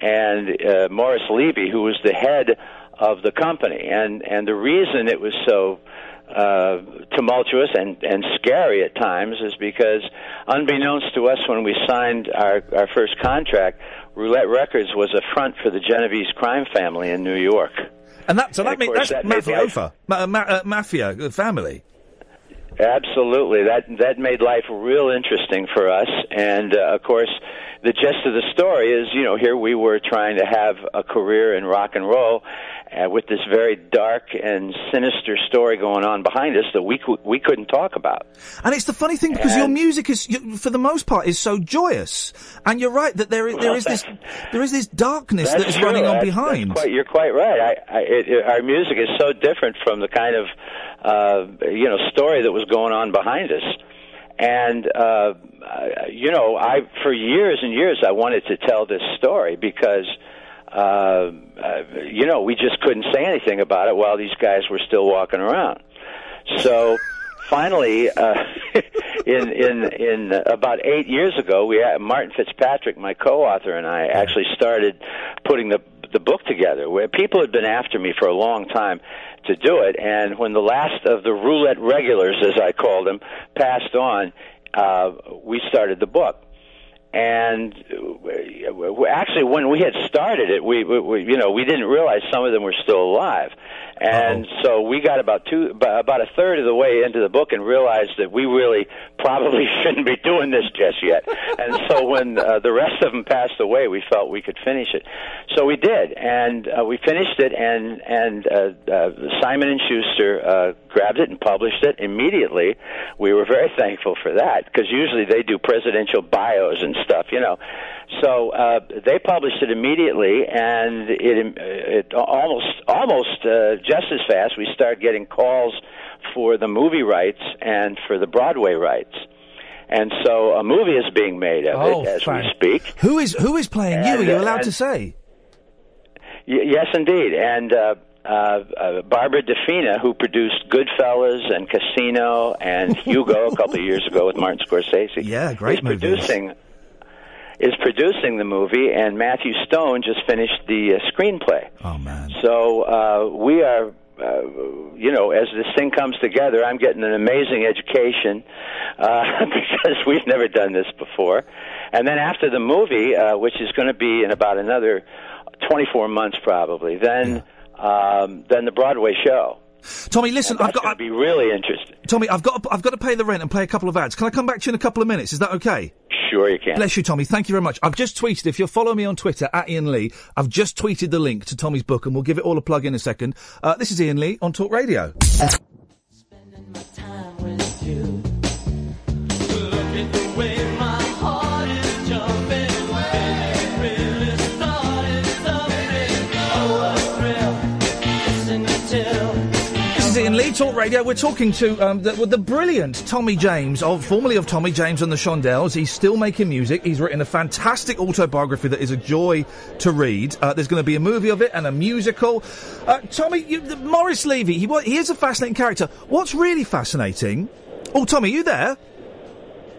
S14: and uh, Morris Levy, who was the head of the company, and and the reason it was so uh, tumultuous and, and scary at times is because, unbeknownst to us when we signed our, our first contract, Roulette Records was a front for the Genovese crime family in New York.
S3: and that, so
S14: and
S3: that
S14: of
S3: means
S14: course
S3: that's
S14: that made
S3: mafiofa, ma- uh, ma- uh, mafia uh, family.
S14: Absolutely, that that made life real interesting for us. And uh, of course, the gist of the story is, you know, here we were trying to have a career in rock and roll, uh, with this very dark and sinister story going on behind us that we cou- we couldn't talk about.
S3: And it's the funny thing because your music is, you, for the most part, is so joyous. And you're right that there is there is this there is this darkness that
S14: That's
S3: is running
S14: true.
S3: on
S14: That's-
S3: behind.
S14: that's quite- you're quite right. I, I, it, it, our music is so different from the kind of uh, you know story that was going on behind us. And uh, uh, you know, I for years and years I wanted to tell this story because uh, uh, you know we just couldn't say anything about it while these guys were still walking around. So finally, uh, in in in about eight years ago, we had, Martin Fitzpatrick, my co-author, and I actually started putting the the book together. Where people had been after me for a long time to do it, and when the last of the roulette regulars, as I called them, passed on, uh, we started the book and uh, we- we- actually when we had started it we, we, we you know we didn't realize some of them were still alive and so we got about two about- about a third of the way into the book and realized that we really probably shouldn't be doing this just yet and so when uh, the rest of them passed away we felt we could finish it so we did and uh, we finished it and and uh, uh, Simon and Schuster uh, grabbed it and published it immediately we were very thankful for that because usually they do presidential bios and stuff, you know. So uh, they published it immediately, and it uh, it almost almost uh, just as fast we start getting calls for the movie rights and for the Broadway rights, and so a movie is being made of
S3: Oh,
S14: it as
S3: fine.
S14: we speak.
S3: Who is who is playing you?
S14: And,
S3: Are you
S14: uh,
S3: allowed
S14: and-
S3: to say?
S14: Y- yes, indeed. And uh, uh, uh, Barbara DeFina, who produced Goodfellas and Casino and Hugo a couple of years ago with Martin Scorsese, yeah,
S3: great
S14: is
S3: movies.
S14: producing is producing the movie, and Matthew Stone just finished the uh, screenplay. Oh man! So uh, we are uh, you know, as this thing comes together, I'm getting an amazing education uh, because we've never done this before. And then after the movie, uh, which is going to be in about another 24 months probably, then um, then the Broadway show.
S3: Tommy, listen, I've got
S14: to be really interesting.
S3: Tommy, I've got to, I've got to pay the rent and play a couple of ads. Can I come back to you in a couple of minutes? Is that okay?
S14: Sure, you can.
S3: Bless you, Tommy. Thank you very much. I've just tweeted, if you're following me on Twitter, at Ian Lee, I've just tweeted the link to Tommy's book, and we'll give it all a plug in a second. Uh, this is Ian Lee on Talk Radio. This is Ian Lee, Talk Radio. We're talking to um, the, with the brilliant Tommy James, of formerly of Tommy James and the Shondells. He's still making music. He's written a fantastic autobiography that is a joy to read. Uh, there's going to be a movie of it and a musical. Uh, Tommy, you, the, Morris Levy, he, wa- he is a fascinating character. What's really fascinating? Oh, Tommy, you there?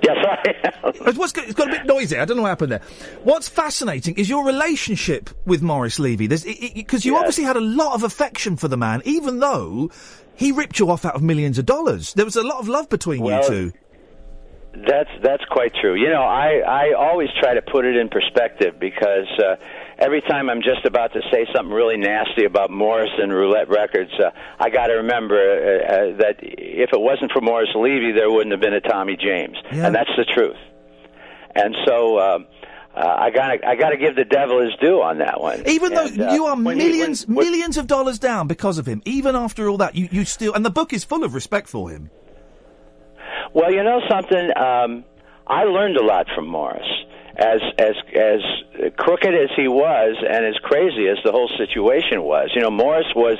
S14: Yes, I am.
S3: It's, what's, go- it's got a bit noisy. I don't know what happened there. What's fascinating is your relationship with Morris Levy. Because you obviously had a lot of affection for the man, even though he ripped you off out of millions of dollars. There was a lot of love between
S14: Well,
S3: you two.
S14: That's that's quite true. You know, I I always try to put it in perspective because uh, every time I'm just about to say something really nasty about Morris and Roulette Records, uh, I got to remember uh, uh, that if it wasn't for Morris Levy, there wouldn't have been a Tommy James, and that's the truth. And so. Um, uh, I got to I got to give the devil his due on that one.
S3: Even though
S14: And, uh,
S3: you are
S14: when he-
S3: millions,
S14: when- when-
S3: millions of dollars down because of him, even after all that, you, you still, and the book is full of respect for him.
S14: Well, you know something. Um, I learned a lot from Morris. As as as crooked as he was, and as crazy as the whole situation was, you know, Morris was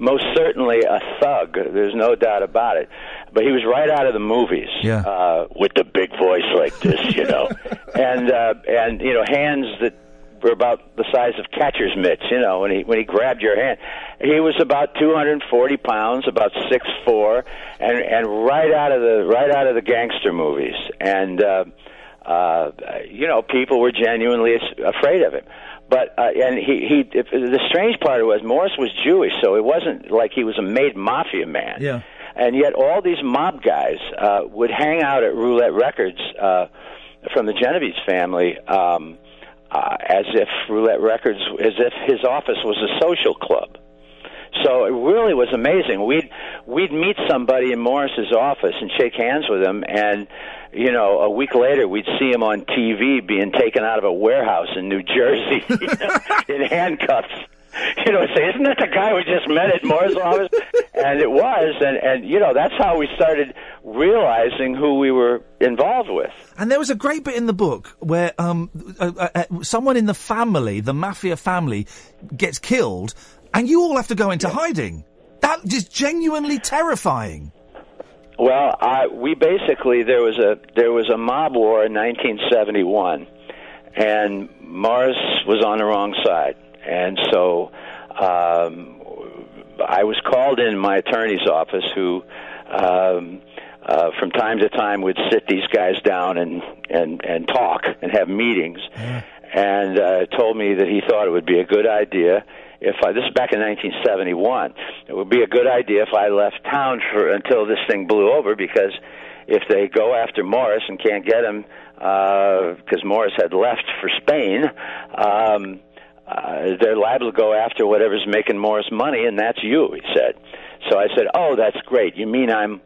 S14: most certainly a thug. There's no doubt about it. But he was right out of the movies
S5: Yeah.
S14: uh, with the big voice like this, you know, and uh, and you know hands that were about the size of catcher's mitts. You know, when he when he grabbed your hand, he was about 240 pounds, about six four, and and right out of the right out of the gangster movies, and uh, uh, you know people were genuinely as- afraid of him. But uh, and he he if, the strange part was Morris was Jewish, so it wasn't like he was a made mafia man
S3: Yeah.
S14: and yet all these mob guys uh, would hang out at Roulette Records uh, from the Genovese family, um, uh, as if Roulette Records, as if his office was a social club. So it really was amazing. We'd we'd meet somebody in Morris's office and shake hands with him, and you know, a week later we'd see him on TV being taken out of a warehouse in New Jersey in handcuffs. You know, say, isn't that the guy we just met at Morris's office? And it was, and and you know, that's how we started realizing who we were involved with.
S3: And there was a great bit in the book where um, uh, uh, uh, someone in the family, the mafia family, gets killed, and you all have to go into hiding. That is genuinely terrifying.
S14: Well, I, we basically there was a there was a mob war in 1971, and Morris was on the wrong side, and so um, I was called in my attorney's office, who um, uh, from time to time would sit these guys down and and and talk and have meetings, and uh, told me that he thought it would be a good idea if I, this is back in 1971, it would be a good idea if I left town for until this thing blew over because if they go after Morris and can't get him because Morris had left for Spain, um, uh, they're liable to go after whatever's making Morris money, and that's you, he said. So I said, "Oh, that's great. You mean I'm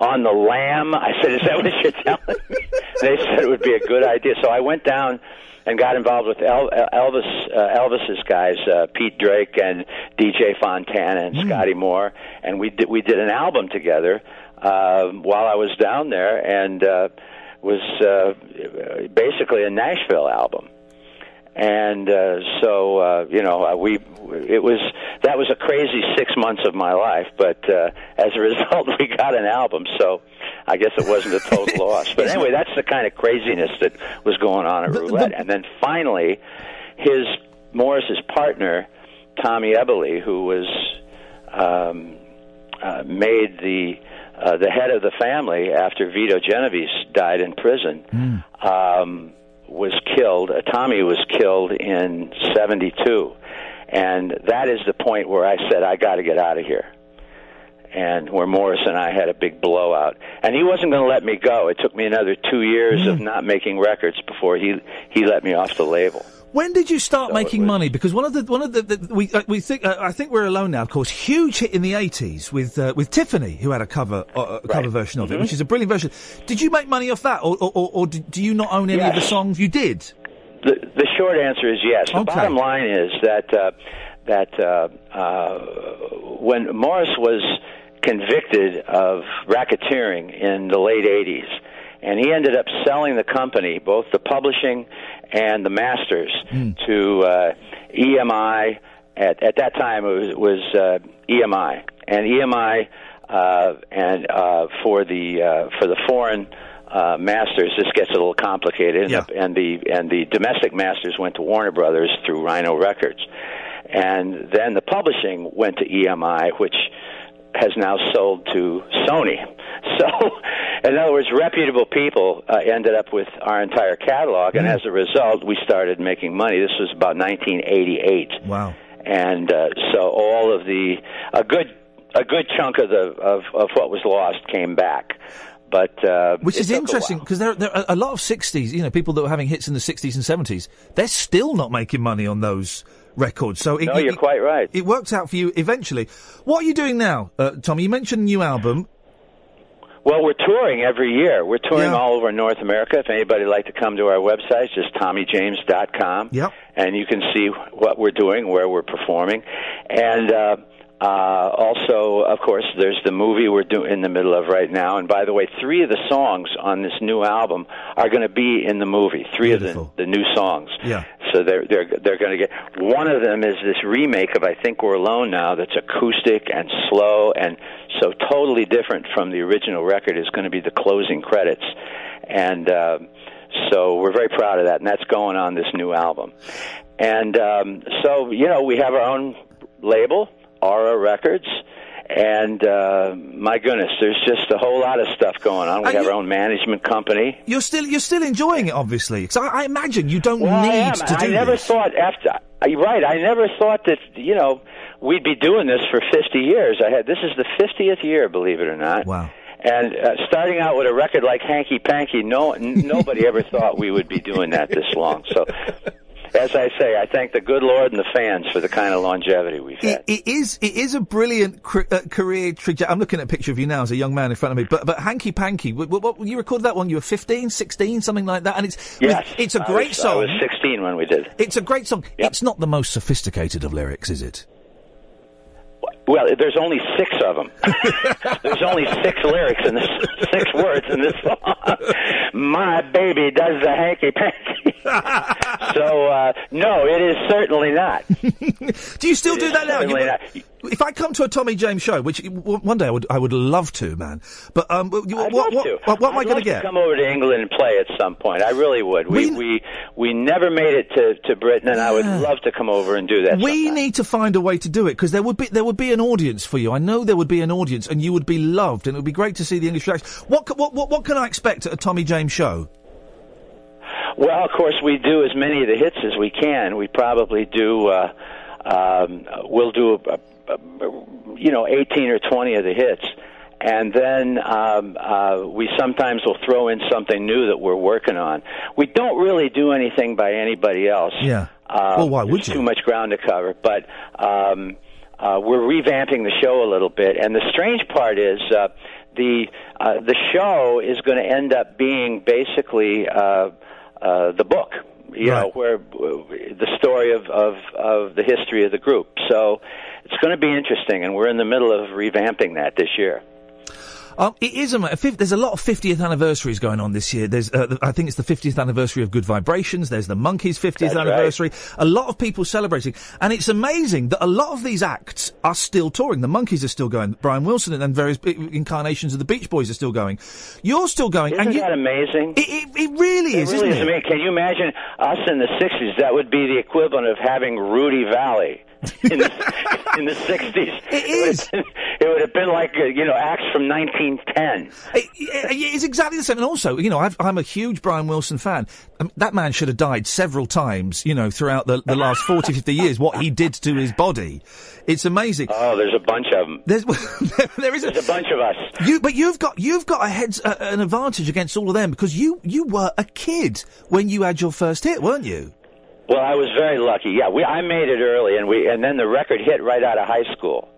S14: on the lam?" I said, "Is that what you're telling me?" they said it would be a good idea. So I went down and got involved with El- Elvis, uh, Elvis's guys, uh, Pete Drake and DJ Fontana and Scotty Moore, and we did, we did an album together uh, while I was down there, and uh, was uh, basically a Nashville album. And uh, so uh, you know, uh, we it was that was a crazy six months of my life, but uh, as a result, we got an album. So. I guess it wasn't a total loss, but anyway, that's the kind of craziness that was going on at Roulette. and then finally, his Morris's partner, Tommy Eberly, who was um, uh, made the uh, the head of the family after Vito Genovese died in prison,
S3: Hmm.
S14: um, was killed. Uh, Tommy was killed in '72, and that is the point where I said I got to get out of here. and where Morris and I had a big blowout. And he wasn't going to let me go. It took me another two years of not making records before he he let me off the label.
S3: When did you start making money? Because one of the one of the, the we uh, we think uh, I think we're alone now. Of course, huge hit in the eighties with uh, with Tiffany, who had a cover uh, a cover version of it,
S14: Mhm.
S3: which is a brilliant version. Did you make money off that, or or, or, or did- do you not own any of the
S14: Yes.
S3: songs? You did.
S14: The, the short answer is yes. The bottom line is that uh, that uh, uh, when Morris was convicted of racketeering in the late '80s, and he ended up selling the company, both the publishing and the masters, to uh, EMI. At at that time, it was, was uh, EMI, and EMI uh, and uh, for the uh, for the foreign uh, masters, this gets a little complicated, and, the, and the and the domestic masters went to Warner Brothers through Rhino Records, and then the publishing went to EMI, which has now sold to Sony. So, in other words, reputable people uh, ended up with our entire catalog,
S3: Hmm.
S14: and as a result, we started making money. This was about 1988
S3: Wow.
S14: and uh, so all of the a good a good chunk of the of, of what was lost came back. But uh,
S3: Which
S14: it
S3: is
S14: took a
S3: interesting because there, there are a lot of sixties. You know, people that were having hits in the sixties and seventies, they're still not making money on those records. So it,
S14: No, you're quite right.
S3: It worked out for you eventually. What are you doing now, uh, Tommy? You mentioned a new album.
S14: Well, we're touring every year. We're touring all over North America. If anybody'd like to come to our website, it's just TommyJames.com.
S3: Yep.
S14: And you can see what we're doing, where we're performing. And uh, uh, also, of course, there's the movie we're do- in the middle of right now. And by the way, three of the songs on this new album are going to be in the movie, three of the, the new songs.
S3: Yeah.
S14: So they're they're they're going to get one of them is this remake of I think we're alone now that's acoustic and slow and so totally different from the original record is going to be the closing credits and uh, so we're very proud of that and that's going on this new album and um, so you know we have our own label Aura Records. And uh, my goodness, there's just a whole lot of stuff going on. We have our own management company.
S3: You're still you're still enjoying it, obviously. 'cause I, I imagine you don't
S14: Well, I
S3: need
S14: am.
S3: to do
S14: I never
S3: this.
S14: thought after. I- Right, I never thought that you know we'd be doing this for 50 years. I had this is the 50th year, believe it or not.
S3: Wow.
S14: And uh, starting out with a record like Hanky Panky, no n- nobody ever thought we would be doing that this long. So, as I say, I thank the good Lord and the fans for the kind of longevity we've had.
S3: It, it is it is a brilliant cr- uh, career trajectory. I'm looking at a picture of you now as a young man in front of me. But but hanky panky, what, what, you recorded that one? You were 15, 16, something like that. And it's
S14: Yes,
S3: it's a
S14: I
S3: great
S14: was-
S3: song.
S14: I was 16 when we did.
S3: It's a great song. It's not the most sophisticated of lyrics, is it?
S14: Well, there's only six of them. there's only six lyrics in this, six words in this song. My baby does the hanky panky. so uh, no, it is certainly not.
S3: Do you still
S14: It
S3: do
S14: is
S3: that now? You-
S14: certainly not.
S3: if I come to a Tommy James show, which w- one day I would I would love to, man. But um, w- you- what what, what what am I
S14: I'd
S3: going
S14: like
S3: to get?
S14: Come over to England and play at some point. I really would. We we we never made it to to Britain, and I would
S3: Yeah.
S14: love to come over and do that.
S3: we need to find a way to do it because there would be there would be an audience for you. I know there would be an audience, and you would be loved, and it would be great to see the English reaction. What c- what what, what can I expect at a Tommy James show?
S14: Well, of course, we do as many of the hits as we can. We probably do. Uh, um, we'll do, a, a, a, you know, eighteen or twenty of the hits, and then um, uh, we sometimes will throw in something new that we're working on. We don't really do anything by anybody else.
S3: Yeah.
S14: Um,
S3: Well, why would
S14: there's Too much ground to cover, but um, uh, we're revamping the show a little bit. And the strange part is uh, the uh, the show is going to end up being basically uh, uh, the book, you know, where uh, the story of, of of the history of the group. So it's going to be interesting, and we're in the middle of revamping that this year.
S3: Um, it is a ma- fif- there's a lot of 50th anniversaries going on this year. There's uh, the- I think it's the 50th anniversary of Good Vibrations. There's the Monkeys 50th
S14: That's right.
S3: anniversary. A lot of people celebrating, and it's amazing that a lot of these acts are still touring. The Monkeys are still going. Brian Wilson and then various bi- incarnations of the Beach Boys are still going. You're still going.
S14: Isn't
S3: and you,
S14: that amazing?
S3: It, it, it really is,
S14: It really
S3: isn't it?
S14: amazing. Can you imagine us in the '60s? That would be the equivalent of having Rudy Valley in the, in the '60s. It is. It would, would have been like uh, you know acts from 1910.
S3: Yeah, yeah, it's exactly the same. And also, you know, I've, I'm a huge Brian Wilson fan. Um, that man should have died several times, you know, throughout the, the last 40, 50 years, what he did to his body. It's amazing.
S14: Oh, there's a bunch of them.
S3: There's, there is a,
S14: bunch of us.
S3: You, but you've got you've got a heads uh, an advantage against all of them because you you were a kid when you had your first hit, weren't you?
S14: Well, I was very lucky. Yeah, we I made it early, and we and then the record hit right out of high school.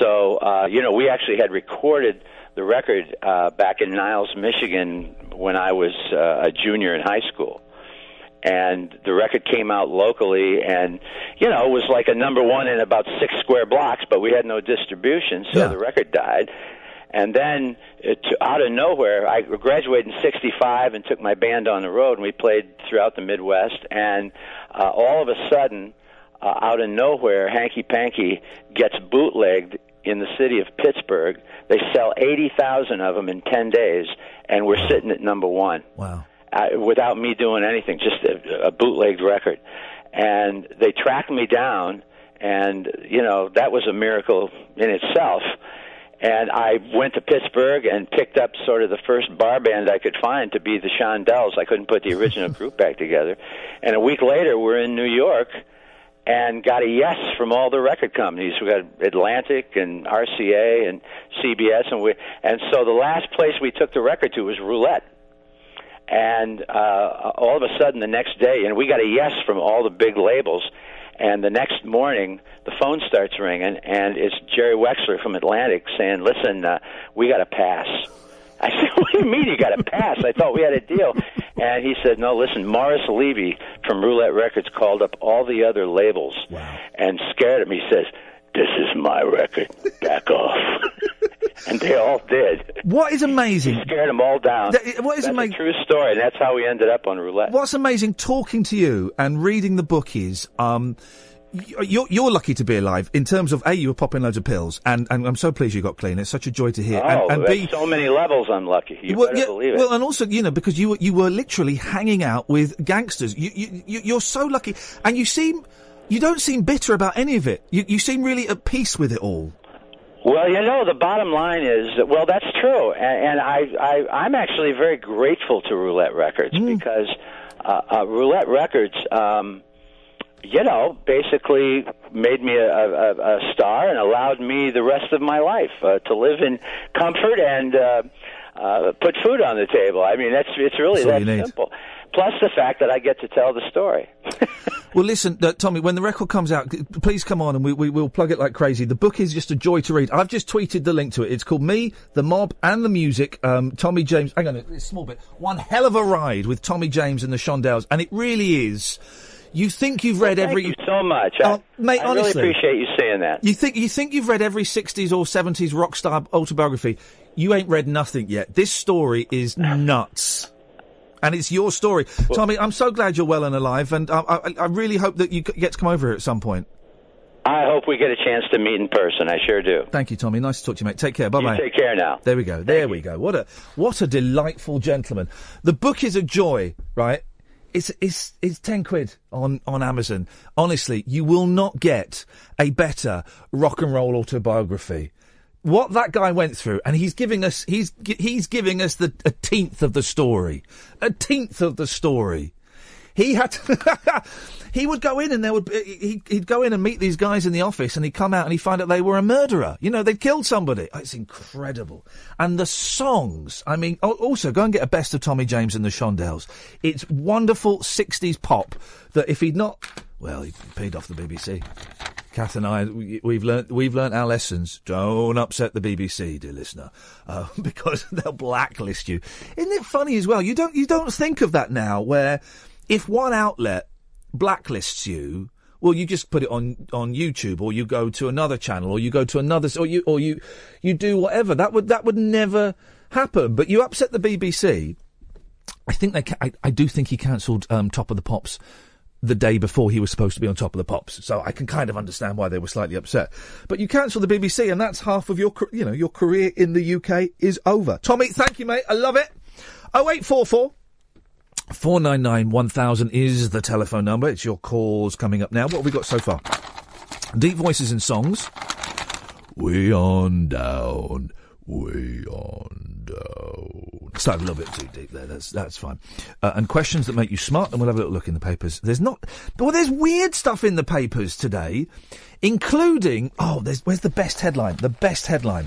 S14: So uh, you know, we actually had recorded the record uh, back in Niles, Michigan, when I was uh, a junior in high school. And the record came out locally, and you know it was like a number one in about six square blocks, but we had no distribution, so the record died. And then, it, out of nowhere, I graduated in '65 and took my band on the road, and we played throughout the Midwest. And uh, all of a sudden, uh, out of nowhere, Hanky Panky gets bootlegged in the city of Pittsburgh. They sell 80,000 of them in 10 days, and we're sitting at number one.
S3: Wow.
S14: Uh, without me doing anything, just a, a bootlegged record. And they tracked me down, and, you know, that was a miracle in itself. And I went to Pittsburgh and picked up sort of the first bar band I could find to be the Shondells. I couldn't put the original group back together. And a week later, we're in New York and got a yes from all the record companies. We got Atlantic and RCA and CBS, and we and so the last place we took the record to was Roulette. And uh, all of a sudden, the next day, and we got a yes from all the big labels. And the next morning, the phone starts ringing, and it's Jerry Wexler from Atlantic saying, "Listen, uh, we got to pass." I said, "What do you mean you got to pass? I thought we had a deal." And he said, "No, listen, Morris Levy from Roulette Records called up all the other labels and scared him." He says, "This is my record. Back off." and they all did.
S3: What is amazing?
S14: He scared them all down.
S3: That- what is
S14: that's
S3: amazing-
S14: A true story, and that's how we ended up on Roulette.
S3: What's amazing talking to you and reading the book is, um, y- you're, you're lucky to be alive in terms of A, you were popping loads of pills, and, and I'm so pleased you got clean. It's such a joy to hear.
S14: oh,
S3: and, and
S14: that's
S3: B,
S14: so many levels I'm lucky. You
S3: well,
S14: better
S3: yeah,
S14: believe it.
S3: well, and also, you know, because you were, you were literally hanging out with gangsters. You, you, you, you're so lucky. And you seem, you don't seem bitter about any of it. You, you seem really at peace with it all.
S14: Well, you know, the bottom line is, that- well, that's true, and, and I, I, I'm actually very grateful to Roulette Records because uh, uh, Roulette Records, um, you know, basically made me a, a, a a star and allowed me the rest of my life uh, to live in comfort and uh, uh, put food on the table. I mean, that's it's really
S3: That's all you
S14: that
S3: need.
S14: simple. Plus the fact that I get to tell the story.
S3: Well, listen, uh, Tommy, when the record comes out, g- please come on and we, we will plug it like crazy. The book is just a joy to read. I've just tweeted the link to it. It's called Me, the Mob, and the Music. Um, Tommy James. Hang on a a small bit. One hell of a ride with Tommy James and the Shondells. And it really is. You think you've read
S14: Thank
S3: every.
S14: you so much. I-
S3: Oh, mate,
S14: I
S3: honestly.
S14: really appreciate you saying that.
S3: You think you think you've read every '60s or '70s rock star autobiography? You ain't read nothing yet. This story is nuts, and it's your story, Tommy. I'm so glad you're well and alive, and I, I, I really hope that you get to come over here at some point.
S14: I hope we get a chance to meet in person. I sure do.
S3: Thank you, Tommy. Nice to talk to you, mate. Take care. Bye bye.
S14: You take care now.
S3: There we go. There we go. What a what a delightful gentleman. The book is a joy, right? It's it's it's ten quid on on Amazon. Honestly, you will not get a better rock and roll autobiography. What that guy went through, and he's giving us he's gi- he's giving us the a tenth of the story, a tenth of the story. He had to, he would go in and there would be, he, he'd go in and meet these guys in the office and he'd come out and he'd find out they were a murderer. You know, they'd killed somebody. Oh, It's incredible. And the songs, I mean, al- also go and get a best of Tommy James and the Shondells. It's wonderful 60s pop that if he'd not, well, he paid off the BBC. Kath and I, we- we've learnt we've learnt our lessons. Don't upset the BBC, dear listener, uh, because they'll blacklist you. Isn't it funny as well? You don't you don't think of that now, where if one outlet blacklists you, well, you just put it on on YouTube, or you go to another channel, or you go to another, s- or you or you you do whatever. That would that would never happen. But you upset the BBC. I think they. Ca- I, I do think he cancelled um, Top of the Pops the day before he was supposed to be on Top of the Pops, so I can kind of understand why they were slightly upset. But you cancel the BBC, and that's half of your, car- you know, your career in the UK is over. Tommy, thank you, mate. I love it. 0844 499 1000 is the telephone number. It's your calls coming up now. What have we got so far? Deep voices and songs.
S15: Way on down. Way on down.
S3: Started a little bit too deep there. That's that's fine. Uh, and questions that make you smart, and we'll have a little look in the papers. There's not, well, there's weird stuff in the papers today, including oh, there's where's the best headline? The best headline.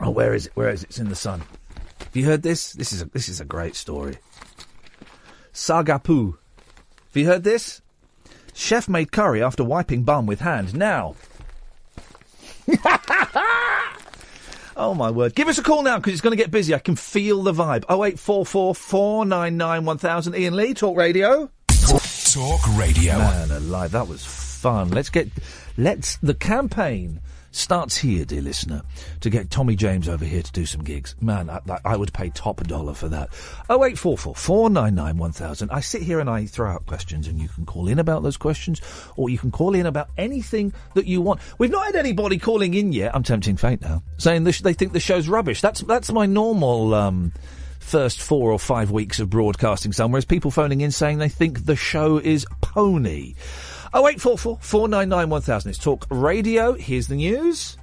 S3: Oh, where is it? Where is it? It's in the sun. Have you heard this? This is a, this is a great story. Sagapu. Have you heard this? Chef made curry after wiping bum with hand. Now. oh my word. Give us a call now because it's going to get busy. I can feel the vibe. 0844 499 1000. Ian Lee, Talk Radio.
S16: Talk radio.
S3: Man alive, that was fun. Let's get. Let's. The campaign starts here, dear listener, to get Tommy James over here to do some gigs. Man, I, I- I would pay top dollar for that. Oh, 0844 499 1000. I sit here and I throw out questions, and you can call in about those questions, or you can call in about anything that you want. We've not had anybody calling in yet. I'm tempting fate now, saying this, they think the show's rubbish. That's, that's my normal. Um, First four or five weeks of broadcasting somewhere is people phoning in saying they think the show is pony. 0844 499 1000. It's Talk Radio. Here's the news.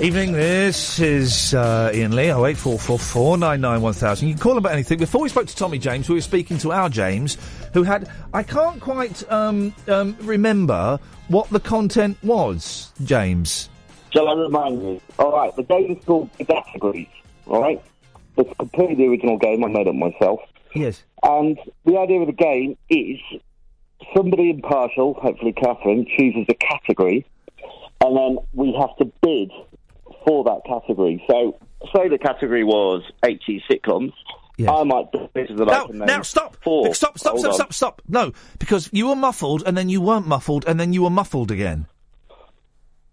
S3: Evening, this is uh, Ian Lee, 0844 499 1000. You can call about anything. Before we spoke to Tommy James, we were speaking to our James, who had. I can't quite um, um, remember what the content was, James.
S5: Shall I remind you? All right, the game is called Categories. All right, it's completely the original game. I made up myself.
S3: Yes.
S5: And the idea of the game is somebody impartial, hopefully Catherine, chooses a category, and then we have to bid for that category. So, say the category was 80 sitcoms. I might bid for the
S3: No,
S5: like and then
S3: now stop.
S5: Four.
S3: Stop, stop,
S5: Hold
S3: stop,
S5: on.
S3: stop, stop. No, because you were muffled, and then you weren't muffled, and then you were muffled again.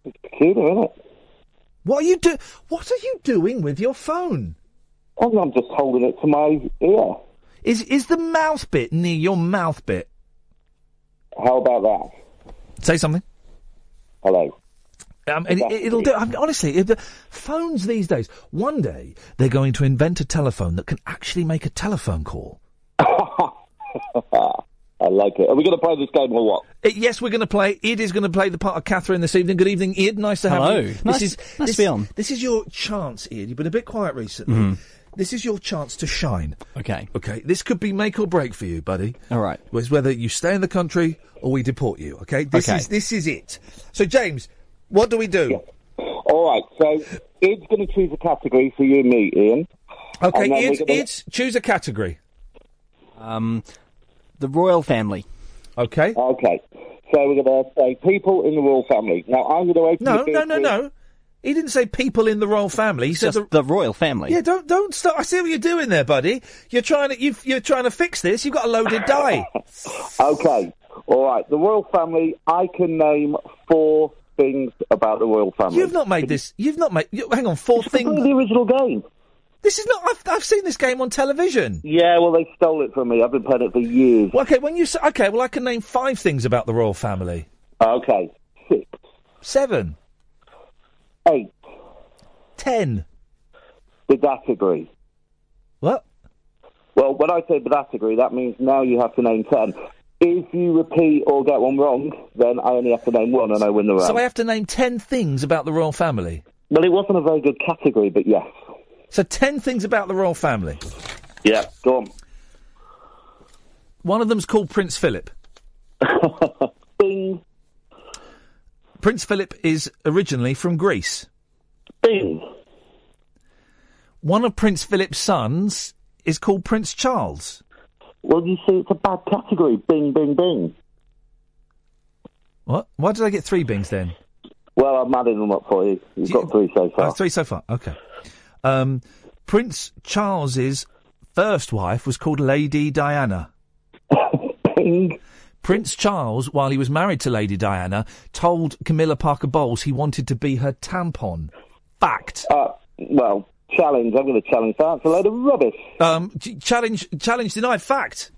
S5: It's peculiar, isn't it?
S3: What are you do? What are you doing with your phone?
S5: Oh, I'm just holding it to my ear.
S3: Is is the mouth bit near your mouth bit?
S5: How about that?
S3: Say something.
S5: Hello.
S3: Um, and it, it'll do. I'm, honestly, if the phones these days. One day they're going to invent a telephone that can actually make a telephone call.
S5: Ah, I like it. Are we going to play this game or what?
S3: Uh, yes, we're going to play. Id is going to play the part of Catherine this evening. Good evening, Id. Nice to have
S17: Hello.
S3: you. This
S17: Nice-
S3: is,
S17: nice to
S3: this,
S17: be on.
S3: This is your chance, Id. You've been a bit quiet recently.
S17: Mhm.
S3: This is your chance to shine.
S17: Okay.
S3: Okay. This could be make or break for you, buddy.
S17: All right.
S3: Was whether you stay in the country or we deport you. Okay. This
S17: Okay.
S3: is this is it. So, James, what do we do?
S5: All right, so Id's going to choose a category for you and me, Ian.
S3: Okay,
S5: And then
S3: Id,
S5: we're gonna-
S3: Id, choose a category.
S17: Um, the royal family.
S3: Okay.
S5: Okay. So we're going to say people in the royal family. Now I'm going to open.
S3: No,
S5: the
S3: no, no,
S5: bid
S3: no. He didn't say people in the royal family. He said
S17: Just the royal family.
S3: Yeah, don't don't stop. I see what you're doing there, buddy. You're trying to you've, you're trying to fix this. You've got a loaded die.
S5: with- Okay. All right. The royal family. I can name four things about the royal family.
S3: You've not made this. You've not made. You, hang on, four things.
S5: The original game.
S3: This is not. I've, I've seen this game on television.
S5: Yeah, well, they stole it from me. I've been playing it for years.
S3: Okay, when you say okay, well, I can name five things about the royal family.
S5: Okay, six,
S3: seven,
S5: eight,
S3: ten.
S5: The category.
S3: What?
S5: Well, when I say the category, that means now you have to name ten. If you repeat or get one wrong, then I only have to name one and I win the round.
S3: So I have to name ten things about the royal family.
S5: Well, it wasn't a very good category, but yes.
S3: So ten things about the royal family.
S5: Yeah, go on.
S3: One of them's called Prince Philip.
S5: Bing.
S3: Prince Philip is originally from Greece.
S5: Bing.
S3: One of Prince Philip's sons is called Prince Charles.
S5: Well, you see, it's a bad category. Bing, bing, bing.
S3: What? Why did I get three bings then?
S5: Well, I'm adding them up for you. You've got three so far.
S3: Oh, three so far. Okay. Um, Prince Charles's first wife was called Lady Diana. Prince Charles, while he was married to Lady Diana, told Camilla Parker Bowles he wanted to be her tampon. Fact.
S5: Uh, well, challenge. I'm going to challenge that. It's a load of rubbish.
S3: Um, ch- challenge, challenge denied. Fact.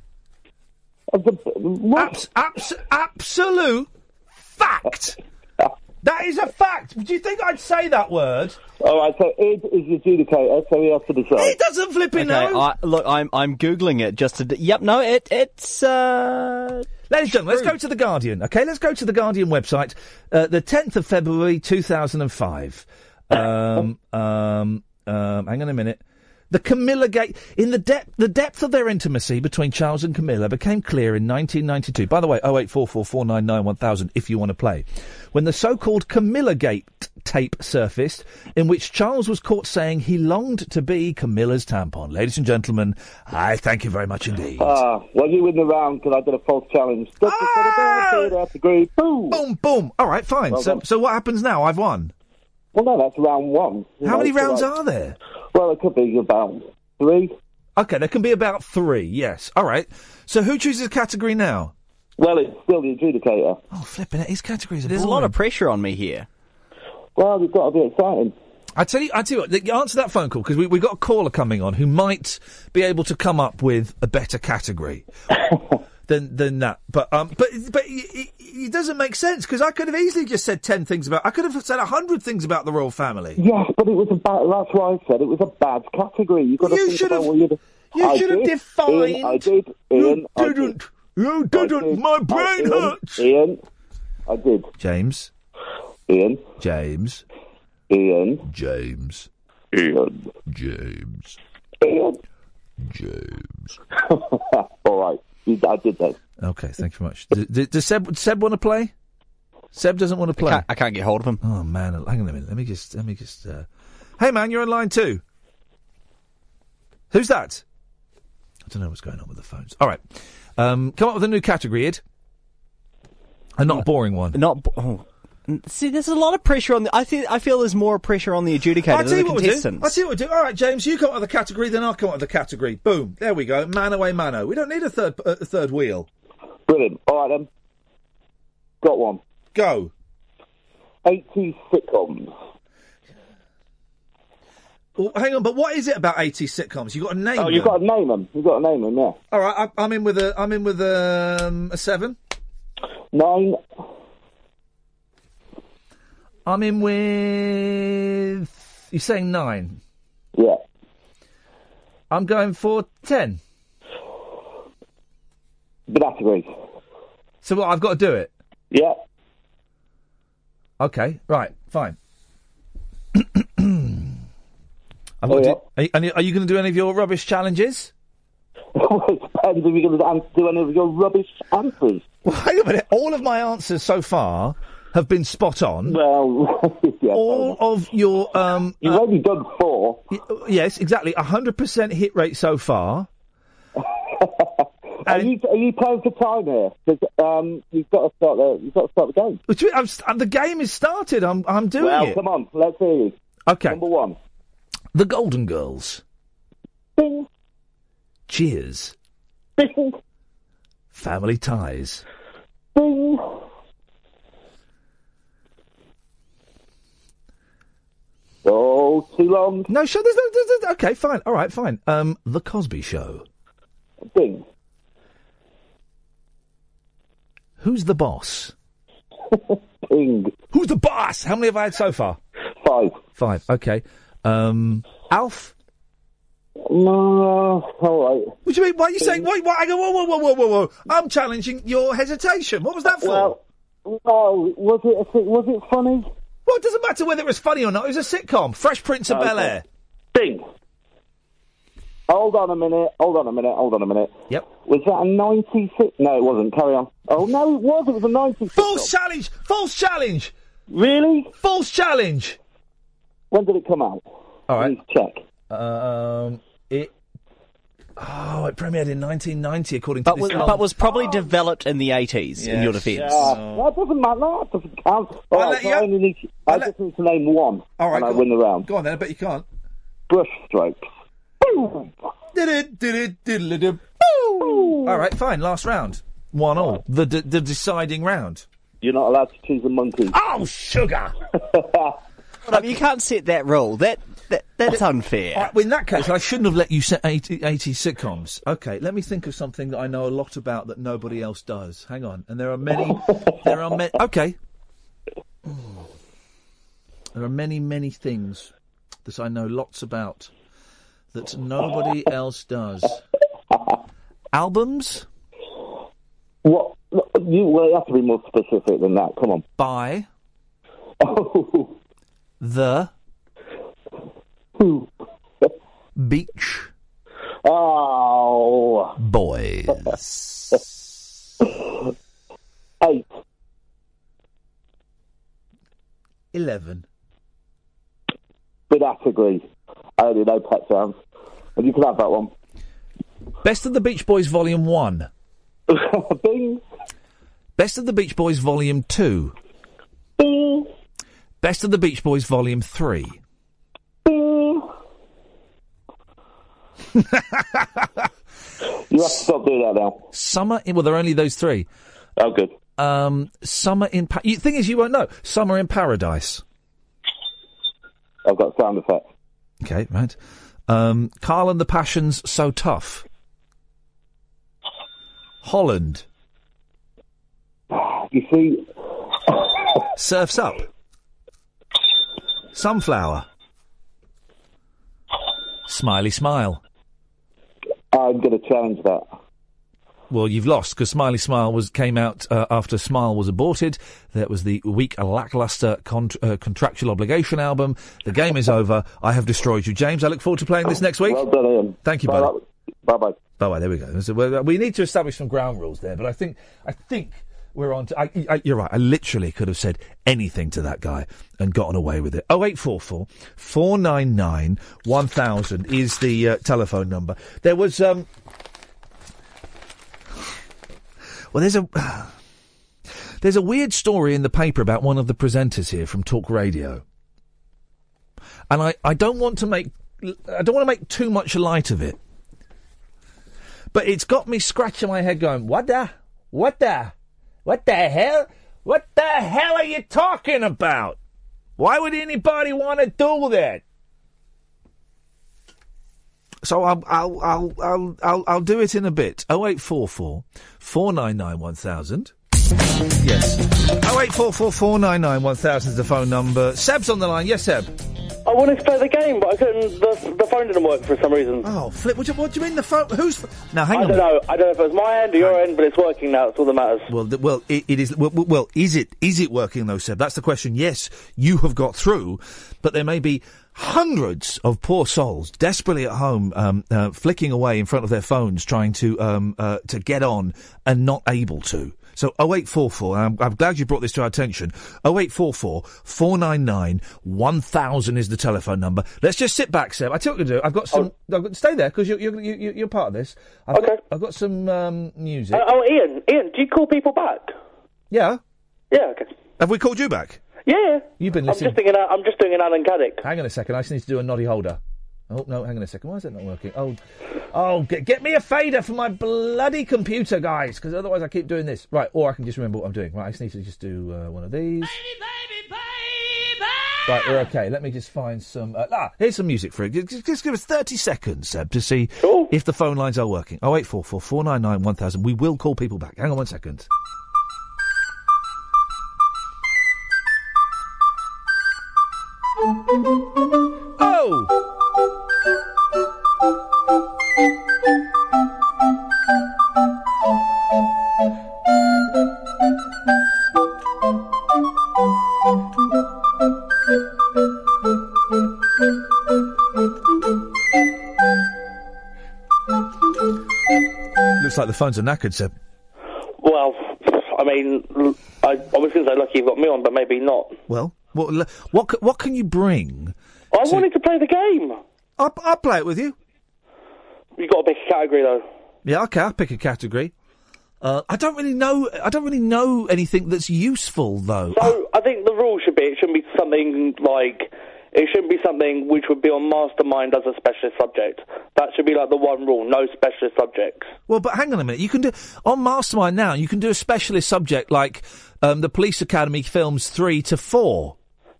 S3: Abs- abs- absolute fact. that is a fact. Do you think I'd say that word?
S5: All right, so Id is the adjudicator, so he has to decide.
S3: He doesn't flip
S17: Okay, I, look, I'm I'm googling it just to. d- Yep, no, it it's. Uh,
S3: Ladies and gentlemen, let's go to The Guardian, okay? Let's go to The Guardian website, uh, the 10th of February, 2005. Um, um, um, hang on a minute. The Camilla Gate. In the depth, the depth of their intimacy between Charles and Camilla became clear in 1992. By the way, 08444991000 if you want to play. When the so-called Camilla Gate tape surfaced, in which Charles was caught saying he longed to be Camilla's tampon. Ladies and gentlemen, I thank you very much indeed.
S5: Ah, when you win the round, because I did a false challenge.
S3: Boom, Oh! boom, All right, fine.
S5: Well
S3: so,
S5: done.
S3: so what happens now? I've won.
S5: Well, no, that's round one. You
S3: How
S5: know,
S3: many
S5: so
S3: rounds
S5: like-
S3: are there?
S5: Well, it could be about three.
S3: Okay, there can be about three. Yes. All right. So who chooses category now?
S5: Well, it's still the adjudicator.
S3: Oh, flipping it! His categories are
S17: There's a lot of pressure on me here.
S5: Well, you've got to be exciting.
S3: I tell you, I tell you, what, th- answer that phone call because we we got a caller coming on who might be able to come up with a better category than than that. But um, but but it, it, it doesn't make sense because I could have easily just said ten things about. I could have said hundred things about the royal family.
S5: Yes, but it was a bad. That's why I said it was a bad category. You've got to
S3: You
S5: think
S3: should
S5: about
S3: have-
S5: what you'd-
S3: you
S5: I
S3: should have
S5: did, Ian, I
S3: defined-
S5: did.
S3: You
S5: Ian, I did.
S3: didn't. You didn't. My brain
S5: Ian,
S3: hurts.
S5: Ian, I did.
S3: James.
S5: Ian.
S3: James.
S5: Ian.
S3: James.
S5: Ian.
S3: James.
S5: Ian. James. All right, You- I did that.
S3: Okay, thank you very much. D- d- does Seb, Seb want to play? Seb doesn't want to play.
S17: I can't get hold of him.
S3: Oh man, hang on a minute. Let me just. Let me just. Uh... Hey man, you're on line two. Who's that? I don't know what's going on with the phones. All right, um, come up with a new category, Ed. And not a boring one.
S17: Mm. Not. bo- Oh. N- See, there's a lot of pressure on. The, I think I feel there's more pressure on the adjudicator
S3: I'll tell
S17: than
S3: you
S17: the
S3: what we'll do.
S17: contestants.
S3: I'll tell you what we'll do. All right, James, you come up with a category, then I'll come up with a category. Boom. There we go. Man away, mano. We don't need a third, uh, a third wheel.
S5: Brilliant. All right, then. Got one.
S3: Go.
S5: 80 sitcoms.
S3: Well, hang on, but what is it about 80 sitcoms? You've got to name
S5: oh, you've
S3: them.
S5: got to name them. You've got to name them. Yeah.
S3: All right, I, I'm in with a. I'm in with um, a seven.
S5: Nine.
S3: I'm in with. You're saying nine.
S5: Yeah.
S3: I'm going for ten.
S5: Categories.
S3: So what? I've got to do it.
S5: Yeah.
S3: Okay. Right. Fine. I've
S5: Oh,
S3: got to do, are, you- are you going to do any of your rubbish challenges?
S5: Well, it depends if you're going to do any of your rubbish answers.
S3: Well, hang on a minute. All of my answers so far have been spot on.
S5: Well,
S3: all of your um, uh,
S5: you've only done four.
S3: yes, exactly. hundred percent hit rate so far.
S5: Are you, are you playing for time here? Because um, you've got to start the you've got to start the game.
S3: Which means I'm, st- the game is started. I'm I'm doing
S5: well,
S3: it.
S5: come on, let's hear you.
S3: Okay.
S5: Number one.
S3: The Golden Girls.
S5: Bing.
S3: Cheers.
S5: Bing.
S3: Family ties.
S5: Bing. Oh, too long.
S3: No, sure. There's no. There's, there's- okay, fine. All right, fine. Um, The Cosby Show.
S5: Bing.
S3: Who's the boss?
S5: Bing.
S3: Who's the boss? How many have I had so far?
S5: Five.
S3: Five. Okay. Um, Alf.
S5: No, all right.
S3: What do you mean? Why are you saying? Why? Why? I go. Whoa! Whoa! Whoa! Whoa! Whoa! Whoa! I'm challenging your hesitation. What was that for?
S5: Well, no, was it a, thi- was it funny?
S3: Well, it doesn't matter whether it was funny or not. It was a sitcom. Fresh Prince of
S5: Okay.
S3: Bel Air.
S5: Bing. Hold on a minute. Hold on a minute. Hold on a minute.
S3: Yep.
S5: Was that a 96? No, it wasn't. Carry on. Oh, no, it was. It was a 96.
S3: False challenge. False challenge.
S5: Really?
S3: False challenge.
S5: When did it come out?
S3: All right.
S5: check.
S3: Um, it. Oh, it premiered in 1990, according to
S17: but
S3: this
S17: was,
S3: column.
S17: but was probably developed in the 80s. In your Oh.
S3: Yes.
S17: defence,
S5: Yeah, Oh, that doesn't matter. That doesn't count. All right, so I, only need to, I just need to name one,
S3: All right,
S5: and I
S3: go
S5: win the round.
S3: Go on then. I bet you can't.
S5: Brush strokes.
S3: Did it? Did it? Did it? Did All right, fine. Last round. One all. The d- the deciding round.
S5: You're not allowed to choose a monkey.
S3: Oh, sugar!
S17: I mean, you can't set that rule. That, that that's unfair.
S3: All right, well, in that case, I shouldn't have let you set 80, 80 sitcoms. Okay, let me think of something that I know a lot about that nobody else does. Hang on, and there are many. there are many. Okay. Mm. There are many, many things that I know lots about that nobody else does. Albums.
S5: What? Look, Well, you, well, you have to be more specific than that. Come on.
S3: By Oh. the beach
S5: Oh.
S3: boys.
S5: Eight.
S3: Eleven.
S5: Bid agree. I only know pet sounds. And you can have that one.
S3: Best of the Beach Boys Volume 1.
S5: Bing.
S3: Best of the Beach Boys Volume 2.
S5: Bing.
S3: Best of the Beach Boys Volume 3.
S5: Bing. you have to stop doing that now.
S3: Summer in. Well, there are only those three.
S5: Oh, good.
S3: Um, Summer in. Pa- you, thing is, you won't know. Summer in Paradise.
S5: I've got sound effects.
S3: Okay, right. Um, Carl and the Passions, so tough. Holland.
S5: You see.
S3: Surfs up. Sunflower. Smiley smile.
S5: I'm going to challenge that.
S3: Well, you've lost because Smiley Smile was came out uh, after Smile was aborted. That was the weak, lackluster con- uh, contractual obligation album. The game is over. I have destroyed you, James. I look forward to playing this next week.
S5: Well done, Ian.
S3: Thank you,
S5: Bye
S3: buddy.
S5: Bye bye.
S3: Bye bye. There we go. So, well, we need to establish some ground rules there, but I think I think we're on. To, I, I, you're right. I literally could have said anything to that guy and gotten away with it. 0844 499 1000 is the uh, telephone number. There was um. Well, there's a there's a weird story in the paper about one of the presenters here from Talk Radio, and I, I don't want to make I don't want to make too much light of it, but it's got me scratching my head, going, "What the, what the, what the hell, what the hell are you talking about? Why would anybody want to do that?" So I'll I'll I'll I'll I'll, I'll do it in a bit. 0844 499 1000. Yes. 0844 499 1000 is the phone number. Seb's on the line. Yes, Seb.
S18: I wanted to play the game, but I couldn't. The, the phone didn't work for some reason.
S3: Oh, flip! What do you, what do you mean the phone? Who's? Now hang
S18: I
S3: on.
S18: don't know. I don't know if it was my end or your end, but it's working now. It's all that matters.
S3: Well, th- well, it, it is. Well, well- well, is it is it working though, Seb? That's the question. Yes, you have got through, but there may be hundreds of poor souls desperately at home, um, uh, flicking away in front of their phones, trying to um, uh, to get on and not able to. So 0844, and I'm, I'm glad you brought this to our attention. 0844 499 1000 is the telephone number. Let's just sit back, Seb. I tell you what to do. I've got some. I've got, stay there because you're, you're, you you're part of this. I've okay. Got, I've got some um, music.
S18: Uh, oh, Ian, Ian, do you call people back?
S3: Yeah.
S18: Yeah. Okay.
S3: Have we called you back?
S18: Yeah.
S3: You've been
S18: I'm just
S3: listening.
S18: thinking. uh, I'm just doing an Alan Caddick.
S3: Hang on a second. I just need to do a noddy holder. Oh no! Hang on a second. Why is it not working? Oh, oh! Get, get me a fader for my bloody computer, guys, because otherwise I keep doing this. Right, or I can just remember what I'm doing. Right, I just need to just do uh, one of these. Right, we're okay. Let me just find some. Uh, ah, here's some music for it. Just, just- just give us 30 seconds, Seb, to see if the phone lines are working. 0844 499 1000. We will call people back. Hang on one second. Oh! Looks like the phones are knackered, Seb.
S18: Well, I mean, l- I, I was going to say lucky you've got me on, but maybe not.
S3: Well, what what c- what can you bring?
S18: I wanted to play the game.
S3: I'll, I'll play it with you.
S18: You've got a big category though.
S3: Yeah, okay, I'll pick a category. Uh, I don't really know. I don't really know anything that's useful though. Uh,
S18: So I think the rule should be it shouldn't be something like it shouldn't be something which would be on Mastermind as a specialist subject. That should be like the one rule: no specialist subjects.
S3: Well, but hang on a minute. You can do on Mastermind now. You can do a specialist subject like um, the Police Academy films three to four.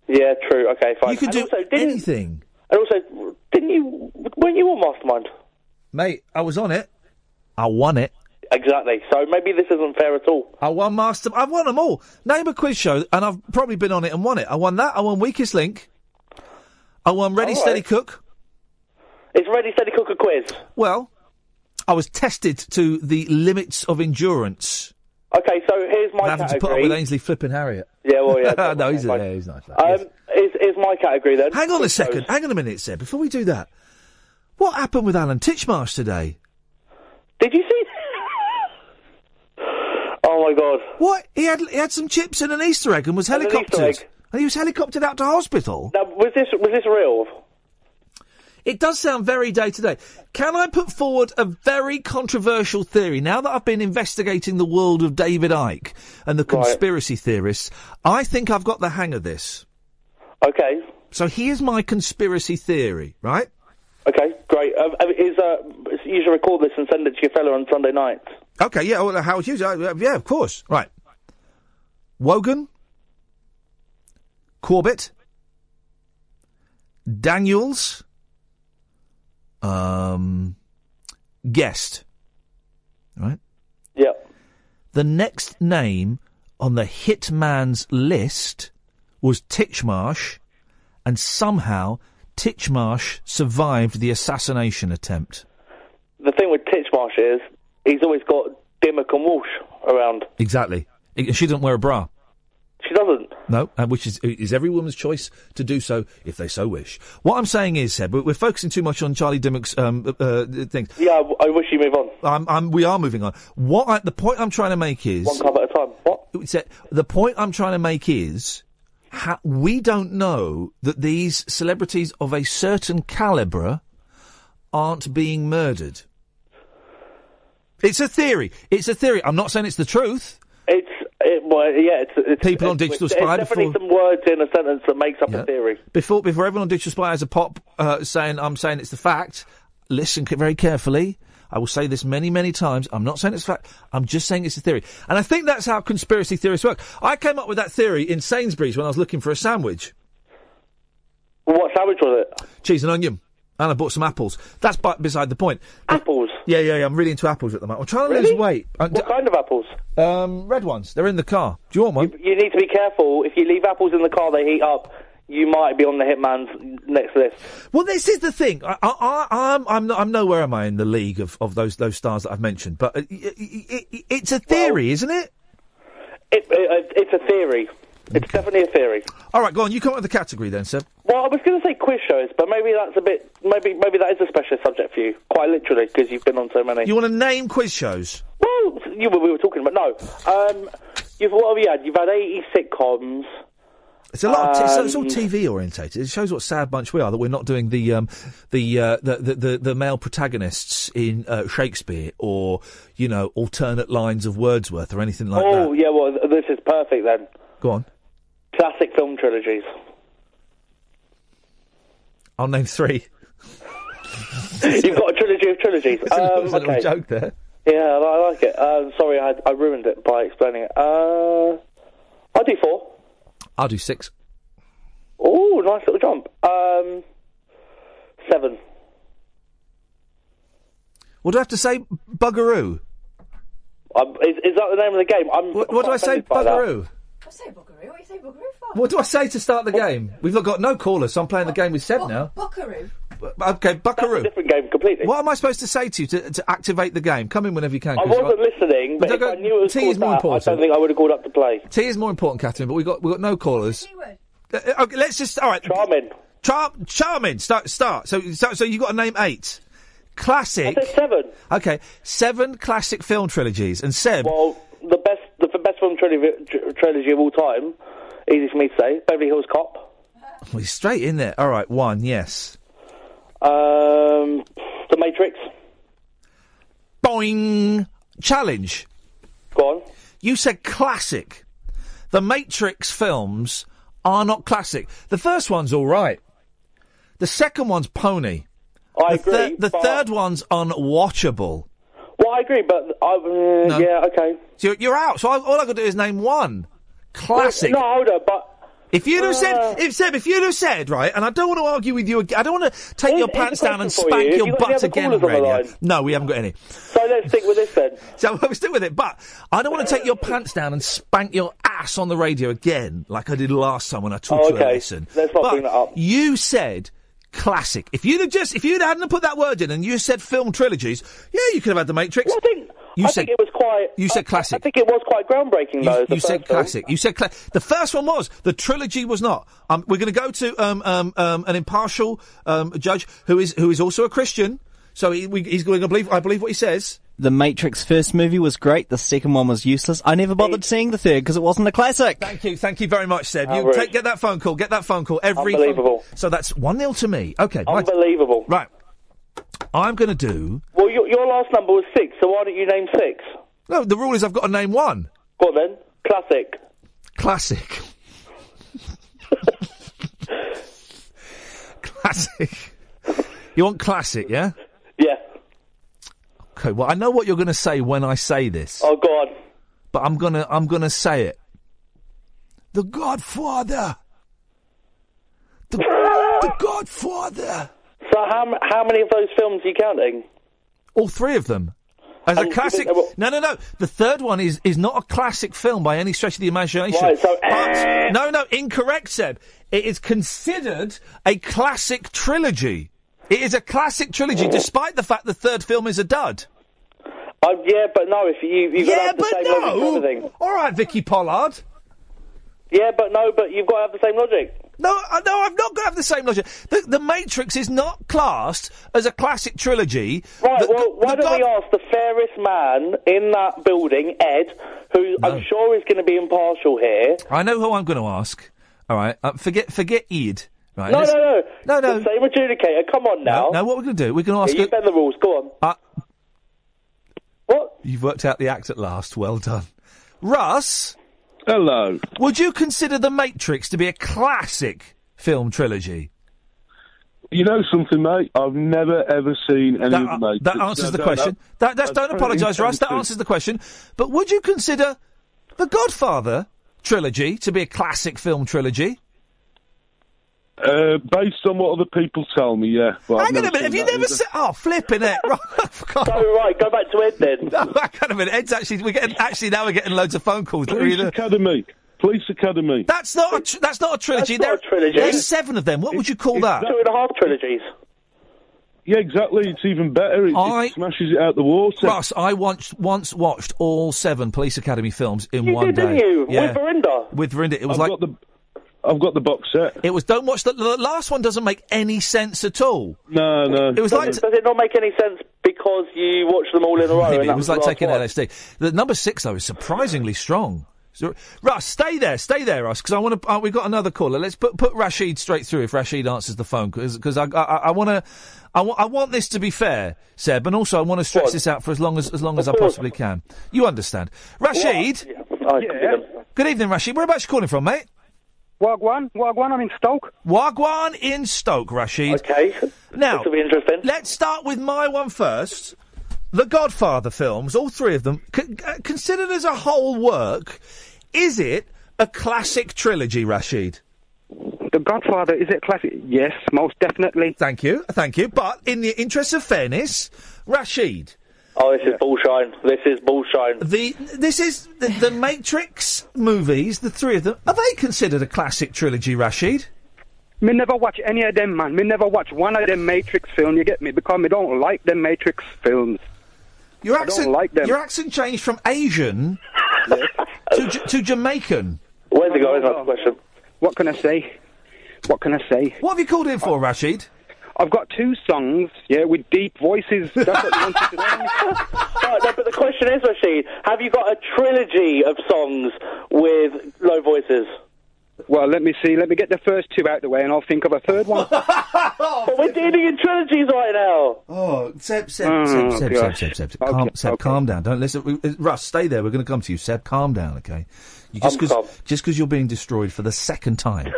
S18: Yeah, true. Okay, fine.
S3: You can
S18: and
S3: do
S18: also, didn't,
S3: anything,
S18: and also, didn't you? Weren't you on Mastermind?
S3: mate. I was on it. I won it.
S18: Exactly. So maybe this isn't fair at all.
S3: I won Master. I've won them all. Name a quiz show, and I've probably been on it and won it. I won that. I won Weakest Link. I won Ready
S18: All right.
S3: Steady Cook.
S18: It's ready, steady, cook a quiz.
S3: Well, I was tested to the limits of endurance.
S18: Okay, so here's my
S3: having to
S18: category.
S3: put up with Ainsley flipping Harriet.
S18: Yeah, well, yeah.
S3: no, he's yeah, he's nice. lad.
S18: Um, is, is my category then?
S3: Hang on a second. Hang on a minute, Seb. Before we do that, what happened with Alan Titchmarsh today?
S18: Did you see? oh my God!
S3: What he had? He had some chips and an Easter egg and was
S18: And an Easter
S3: helicoptered.
S18: egg.
S3: And he was helicoptered out to hospital.
S18: Now, was this was this real?
S3: It does sound very day to day. Can I put forward a very controversial theory? Now that I've been investigating the world of David Icke and the conspiracy theorists, I think I've got the hang of this.
S18: Okay.
S3: So here's my conspiracy theory, right?
S18: Okay, great. Um, um, is uh, you should record this and send it to your fella on Sunday night.
S3: Okay, yeah, well, Howard Hughes, uh, yeah, of course. Right. Wogan, Corbett, Daniels, um, Guest. Right?
S18: Yep.
S3: The next name on the hitman's list was Titchmarsh, and somehow Titchmarsh survived the assassination attempt.
S18: The thing with Titchmarsh is he's always got Dimmock and Walsh around.
S3: Exactly. I- She didn't wear a bra.
S18: She doesn't.
S3: No, uh, which is is every woman's choice to do so if they so wish. What I'm saying is, Seb, we're, we're focusing too much on Charlie Dimmock's um, uh, uh, things.
S18: Yeah, I w- I wish you move on.
S3: I'm, I'm, we are moving on. What I, the point I'm trying to make is
S18: One cup at a time. What?
S3: It's a- the point I'm trying to make is ha- we don't know that these celebrities of a certain calibre aren't being murdered. It's a theory. It's a theory. I'm not saying it's the truth.
S18: It's it, well, yeah. It's, it's
S3: People
S18: it's,
S3: on Digital
S18: it's,
S3: Spy
S18: It's definitely
S3: before-
S18: some words in a sentence that makes up a theory.
S3: Before, before everyone on Digital Spy has a pop uh, saying I'm saying it's the fact, listen c- very carefully. I will say this many, many times. I'm not saying it's fact. I'm just saying it's a theory. And I think that's how conspiracy theorists work. I came up with that theory in Sainsbury's when I was looking for a sandwich.
S18: What sandwich was it?
S3: Cheese and onion. And I bought some apples. That's b- beside the point.
S18: Apples?
S3: Yeah, yeah, yeah. I'm really into apples at the moment. I'm trying to lose weight. what
S18: kind of apples?
S3: Um, red ones. They're in the car. Do you want one?
S18: You need to be careful. If you leave apples in the car, they heat up. You might be on the hitman's next list.
S3: Well, this is the thing. I, I, I, I'm, I'm, not, I'm nowhere am I in the league of, of those those stars that I've mentioned, but uh, y- y- y- y- it's a theory, isn't it?
S18: It, it, it's a theory. It's definitely a theory.
S3: All right, go on. You come up with the category then, Seb.
S18: Well, I was going to say quiz shows, but maybe that's a bit. Maybe maybe that is a special subject for you, quite literally, because you've been on so many.
S3: You want to name quiz shows?
S18: Well, you were, we were talking about no. Um, you've what have you had? You've had eighty sitcoms.
S3: It's a lot. Of t- so it's all
S18: Um,
S3: TV orientated. It shows what sad bunch we are that we're not doing the um, the, uh, the, the the the male protagonists in uh, Shakespeare or you know alternate lines of Wordsworth or anything like that.
S18: oh yeah, well th- this is perfect then.
S3: Go on.
S18: Classic film trilogies.
S3: I'll name three.
S18: you've got a trilogy of trilogies.
S3: It's a little-
S18: Um,
S3: it's a little
S18: okay.
S3: joke there.
S18: Yeah, I I like it. Um, sorry, I, I ruined it by explaining it. Uh, I do four.
S3: I'll do six.
S18: Oh, nice little jump. Um, seven.
S3: What do I have to say? Buggeroo.
S18: Um, is, is that the name of the game? I'm,
S3: What, what do I say? Buggeroo.
S19: I say buckaroo. What do you say buckaroo for?
S3: What do I say to start the game? We've not got no caller, so I'm playing the game with Seb now.
S19: Buckaroo.
S3: Okay, Buckaroo.
S18: different game completely.
S3: What am I supposed to say to you to, to activate the game? Come in whenever you can.
S18: I
S3: 'cause
S18: wasn't listening, but
S3: Don't
S18: if
S3: go-
S18: I knew it was
S3: tea
S18: called
S3: is more
S18: that, I
S3: important.
S18: don't think I would have called up to play.
S3: Tea is more important, Catherine, but we got we got no callers. Uh, uh, okay, let's just all right.
S18: Charmin.
S3: Char- Charmin. Start start. So so, so you got to name eight. Classic.
S18: I said seven.
S3: Okay, seven classic film trilogies, and Seb.
S18: Well, the best, the, the best film trilogy, trilogy of all time, easy for me to say, Beverly Hills Cop.
S3: Oh, He's straight in there. All right, one. Yes.
S18: Um, the Matrix.
S3: Boing. Challenge.
S18: Go on.
S3: You said classic. The Matrix films are not classic. The first one's all right. The second one's pony.
S18: I
S3: the
S18: agree,
S3: the
S18: but-
S3: third one's unwatchable.
S18: Well, I agree, but I, uh, yeah, okay.
S3: So you're, you're out. So I, all I got to do is name one classic.
S18: No, hold on, but uh,
S3: If you'd have said, if Seb, if you'd have said, right, and I don't want to argue with you, ag- I don't want to take your
S18: here's a
S3: pants down and
S18: question for you.
S3: spank
S18: Have
S3: your
S18: you got any
S3: butt
S18: other
S3: again on
S18: callers on the
S3: radio.
S18: line?
S3: No, we haven't got any.
S18: So let's stick with this then.
S3: So we'll stick with it, but I don't want to take your pants down and spank your ass on the radio again, like I did last time when I taught
S18: Oh,
S3: you a
S18: okay.
S3: lesson.
S18: Let's not
S3: but
S18: bring that up.
S3: You said classic. If you'd have just, if you'd hadn't have put that word in and you said film trilogies, yeah, you could have had The Matrix.
S18: I think
S3: You
S18: I
S3: said-
S18: think it was quite.
S3: you said
S18: I-
S3: classic.
S18: I think it was quite groundbreaking, though.
S3: You,
S18: as the
S3: you said
S18: first film.
S3: classic. You said cla- the first one was the trilogy was not. Um, we're going to go to um, um, um, an impartial um, judge who is who is also a Christian. So he, we, he's going to believe. I believe what he says.
S17: The Matrix first movie was great. The second one was useless. I never bothered seeing the third because it wasn't a classic.
S3: Thank you, thank you very much, Seb.
S17: Oh,
S3: You
S17: Ruth.
S3: take, get that phone call. Get that phone call. Every phone-
S18: Unbelievable.
S3: so that's one 0 to me. Okay, right.
S18: Unbelievable.
S3: Right, I'm going to do.
S18: Well, your, your last number was six, so why don't you name six?
S3: No, the rule is I've got to name one
S18: Go on then. Classic.
S3: classic. classic. You want classic, yeah?
S18: Yeah.
S3: Okay. Well, I know what you're going to say when I say this.
S18: Oh God.
S3: But I'm gonna I'm gonna say it. The Godfather. The, the Godfather.
S18: So how m- how many of those films are you counting?
S3: All three of them. As
S18: And
S3: a
S18: you
S3: classic.
S18: think they were-
S3: No, no, no. The third one is, is not a classic film by any stretch of the imagination.
S18: Right, so- eh.
S3: But- no, no, incorrect, Seb. It is considered a classic trilogy. It is a classic
S18: Oh.
S3: trilogy, despite the fact the third film is a dud.
S18: Um, yeah, but no. If you you've got to have the same logic for everything.
S3: All right, Vicky Pollard.
S18: Yeah, but no. But you've got to have the same logic.
S3: No, I- no, I'm not going to have the same logic. The, the Matrix is not classed as a classic trilogy.
S18: Right, well, why don't we ask the fairest man in that building, Ed, who I'm sure is going to be impartial here.
S3: I know who I'm going to ask. All right, uh, forget forget Eid. Right,
S18: no,
S3: let's-
S18: no, no,
S3: no, no.
S18: The same adjudicator. Come on now.
S3: No, no, what we're going to do? We're going to ask.
S18: Yeah, you bend the rules. Go on.
S3: Uh,
S18: what?
S3: You've worked out the act at last. Well done, Russ. Hello. Would you consider the Matrix to be a classic film trilogy?
S20: You know something, mate? I've never ever seen any of the Matrix.
S3: That answers
S20: No,
S3: the
S20: no,
S3: question.
S20: no.
S3: That, that's, don't
S20: pretty
S3: apologise, Russ. That
S20: intense.
S3: answers the question. But would you consider the Godfather trilogy to be a classic film trilogy?
S20: Uh, based on what other people tell me, yeah. But I've
S3: Hang on a
S20: never
S3: minute. Have
S20: seen
S3: you
S20: that
S3: never
S20: either.
S3: seen? Oh, flipping it! Right,
S18: so right, go back to Ed then.
S3: No, hang on a minute. Ed's actually we're getting actually now we're getting loads of phone calls.
S20: Police Academy. Police Academy.
S3: That's not a tr- that's not a trilogy.
S20: not
S3: there,
S20: a trilogy.
S3: There's seven of them. What would you call that?
S18: Two and a half trilogies.
S20: Yeah, exactly. It's even better. It,
S3: I-
S20: it smashes it out the water.
S3: Russ, I once once watched all seven Police Academy films in
S20: You
S3: one
S20: did,
S3: day.
S20: didn't you? With
S3: Yeah.
S18: Verinda?
S3: With Verinda, it was
S20: I've
S3: like
S20: got I've got the box set.
S3: It was don't watch the, the last one. Doesn't make any sense at all.
S20: No, no.
S3: It was like
S18: does, it, does it not make any sense because you watch them all in a row?
S3: Maybe
S18: and that
S3: it was like
S18: the last
S3: taking
S18: one?
S3: LSD. The number six though is surprisingly strong. So, Russ, stay there, stay there, Russ, because I want to. Uh, we've got another caller. Let's put put Rashid straight through if Rashid answers the phone, because I I, I want to. I, wa- I want this to be fair, Seb, and also I want to stretch this out for as long as as long as I possibly can. You understand, Rashid? Good evening, Rashid. Whereabouts you calling from, mate?
S21: Wagwan, Wagwan, I'm in Stoke.
S3: Wagwan in Stoke, Rashid.
S18: Okay.
S3: Now,
S18: This'll be interesting.
S3: Let's start with my one first. The Godfather films, all three of them, c- uh, considered as a whole work, is it a classic trilogy, Rashid?
S21: The Godfather, is it classic? Yes, most definitely.
S3: Thank you, thank you. But in the interest of fairness, Rashid,
S18: Oh, this is bullshine. This is bullshine.
S3: the this is the, the Matrix movies, the three of them, are they considered a classic trilogy, Rashid?
S21: Me never watch any of them, man. Me never watch one of them Matrix film. You get me? Because me don't like them Matrix films.
S3: Your
S21: I
S3: accent,
S21: don't like them.
S3: your accent changed from Asian to, J- to Jamaican.
S18: Where's the guy? That's the question.
S21: What can I say? What can I say?
S3: What have you called in for, Rashid?
S21: I've got two songs, yeah, with deep voices. That's what you wanted to know.
S18: Right, no, but the question is, Rashid, have you got a trilogy of songs with low voices?
S21: Well, let me see. Let me get the first two out the way, and I'll think of a third one.
S18: but we're dealing in trilogies right now. Mm.
S3: Oh, Seb, Seb,
S21: Oh,
S3: Seb, Seb, Seb,
S21: gosh.
S3: Seb, Seb, Calm, Seb, calm down. Don't listen. We, uh, Russ, stay there. We're going to come to you. Seb, calm down, okay? You just because just because you're being destroyed for the second time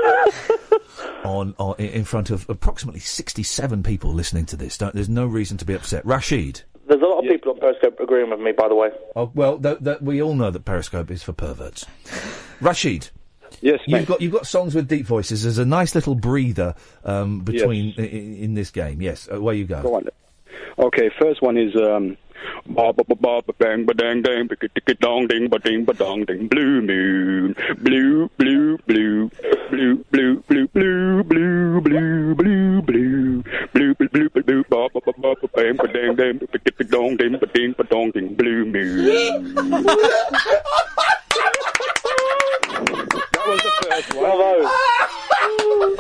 S3: on, on in in front of approximately 67 people listening to this, don't, there's no reason to be upset. Rashid.
S18: There's a lot of people on Periscope agreeing with me, by the way.
S3: Oh, well, th- th- we all know that Periscope is for perverts. Rashid.
S20: Yes,
S3: you've got you've got songs with deep voices. There's a nice little breather um, between i in, in this game. Yes, away you go.
S21: Go on. Okay, first one is um, ba ba ba ba ba bang ba dang dang ba ticka dong ding ba ding ba dong ding blue moon blue blue blue blue blue blue blue blue blue blue blue blue blue blue blue blue ba ba ba ba ba
S6: ding, ba ding, ding, ba ding, ba dong, ding, ba ding, ba dong, ding, blue moon.
S5: That was the first one.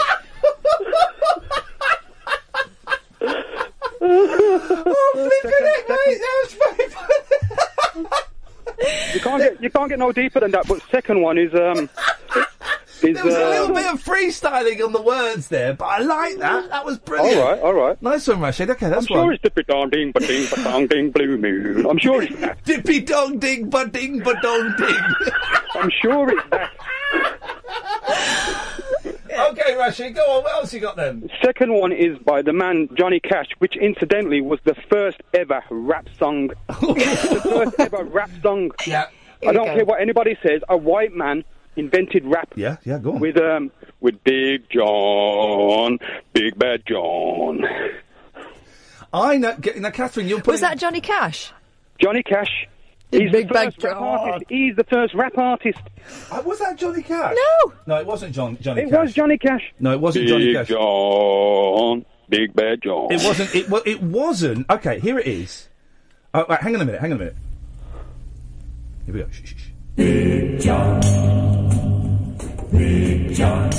S5: Bravo.
S3: Oh,
S22: You can't get you can't get no deeper than that. But second one is um is
S3: There was a
S22: uh,
S3: little bit of freestyling on the words there, but I like that. That was brilliant.
S22: All right, all right.
S3: Nice one, Rashid. Okay, that's
S22: I'm sure
S3: one.
S22: it's dippy dong ding ba ding ba dong ding blue moon. I'm sure it's that.
S3: Dippy dong ding ba ding ba dong ding.
S22: I'm sure it's that.
S3: Okay, Rashid, go on. What else you got then?
S22: Second one is by the man Johnny Cash, which incidentally was the first ever rap song. the first ever rap song.
S3: Yeah.
S22: I don't care what anybody says. A white man invented rap.
S3: Yeah, yeah, go on.
S22: With um, with Big John, Big Bad John.
S3: I know. Get, now, Catherine, you're putting.
S1: Was that Johnny Cash?
S22: Johnny Cash. He's the first rap artist. He's the first rap artist.
S3: Uh, was that Johnny Cash?
S1: No.
S3: No, it wasn't John, Johnny
S22: It
S3: Cash.
S22: was Johnny Cash.
S3: No, it wasn't
S22: Big
S3: Johnny Cash.
S22: John, Big Bad John.
S3: It wasn't. It, wa- it wasn't. Okay, here it is. Oh, right, hang on a minute. Hang on a minute. Here we go. Shh, shh, shh.
S5: Big John. Big John.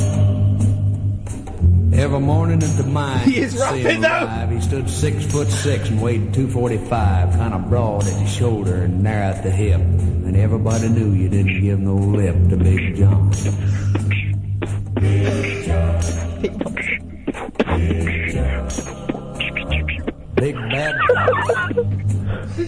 S14: Every morning at the mine,
S5: He is rapping
S14: seeing
S5: now.
S14: live, He stood six foot six and weighed two forty five, kind of broad at the shoulder and narrow at the hip. And everybody knew you didn't give no lip to Big John. Big bad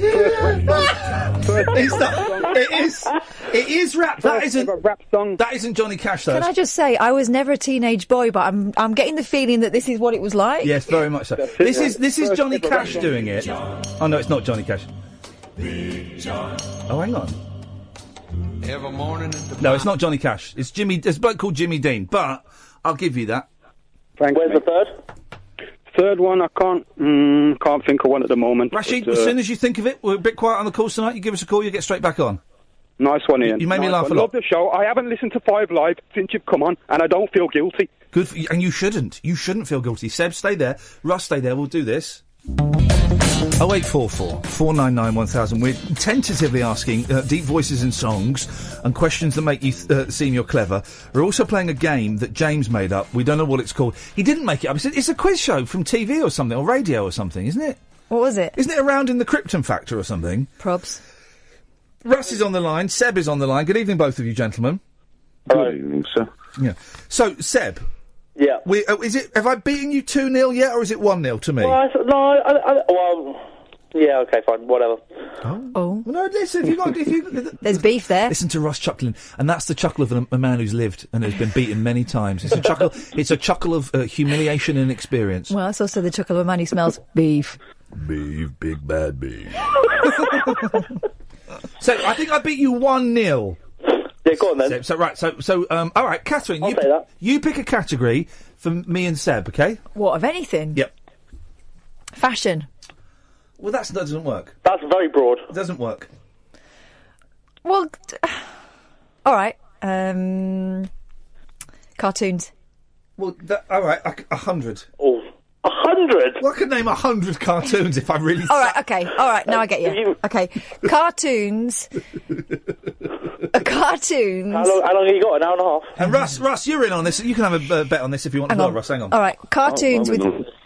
S3: it's not, it is. It is rap. That isn't
S22: rap song.
S3: That isn't Johnny Cash though.
S1: Can I just say, I was never a teenage boy, but I'm I'm getting the feeling that this is what it was like.
S3: Yes, very much so.
S1: That's it,
S3: This
S1: yeah.
S3: is this is
S1: First
S3: Johnny
S1: ever
S3: Cash
S1: rap.
S3: doing it. Oh no, it's not Johnny Cash. Oh, hang on.
S14: Every morning at the
S3: No, it's not Johnny Cash. It's Jimmy. There's a bloke called Jimmy Dean, but I'll give you that.
S22: Frank, Where's the third? Third one, I can't mm, can't think of one at the moment.
S3: Rashid,
S22: but, uh,
S3: as soon as you think of it, we're a bit quiet on the calls tonight. You give us a call, you get straight back on.
S22: Nice one, Ian.
S3: You made me
S22: Nice
S3: laugh
S22: one.
S3: a lot.
S22: Love the show. I haven't listened to Five Live since you've come on, and I don't feel guilty.
S3: Good, for you, and you shouldn't. You shouldn't feel guilty. Seb, stay there. Russ, stay there. We'll do this. 0844 499 1000. We're tentatively asking uh, deep voices and songs and questions that make you th- uh, seem you're clever. We're also playing a game that James made up. We don't know what it's called. He didn't make it up. He said it's a quiz show from TV or something, or radio or something, isn't it?
S1: What was it?
S3: Isn't it around in the Krypton Factor or something?
S1: Probs.
S3: Russ is on the line. Seb is on the line. Good evening, both of you gentlemen.
S22: Good evening, sir.
S3: Yeah. So, Seb.
S22: Yeah.
S3: We, oh, is it? Have I beaten you two 0 yet, or is it one 0 to me?
S18: Well, I, no, I, I, I- well, yeah, okay, fine, whatever.
S1: Oh.
S3: No, listen, if you got, if you,
S1: There's beef there.
S3: Listen to Russ chuckling, and that's the chuckle of a, a man who's lived and has been beaten many times. It's a chuckle. it's a chuckle of uh, humiliation and experience.
S1: Well, that's also the chuckle of a man who smells beef.
S3: Beef, big bad beef. so I think I beat you one 0
S18: Yeah, go on then.
S3: So, so right, so so um, all right, Catherine, you p- you pick a category for me and Seb, okay?
S1: What of anything?
S3: Yep.
S1: Fashion.
S3: Well, that's, that doesn't work.
S18: That's very broad.
S3: It doesn't work.
S1: Well, t- all right. Um, cartoons.
S3: Well, that, all right, a, a hundred. Oh, a hundred? Well, I could name a hundred cartoons if I really.
S1: All right. Okay. All right. Now I get you. Okay. Cartoons. uh, cartoons.
S18: How long, how long have you got? An hour and a half?
S3: And Russ, Russ, you're in on this. You can have a uh, bet on this if you want
S1: Hang
S3: to,
S1: on.
S3: Russ. Hang on.
S1: All right. Cartoons with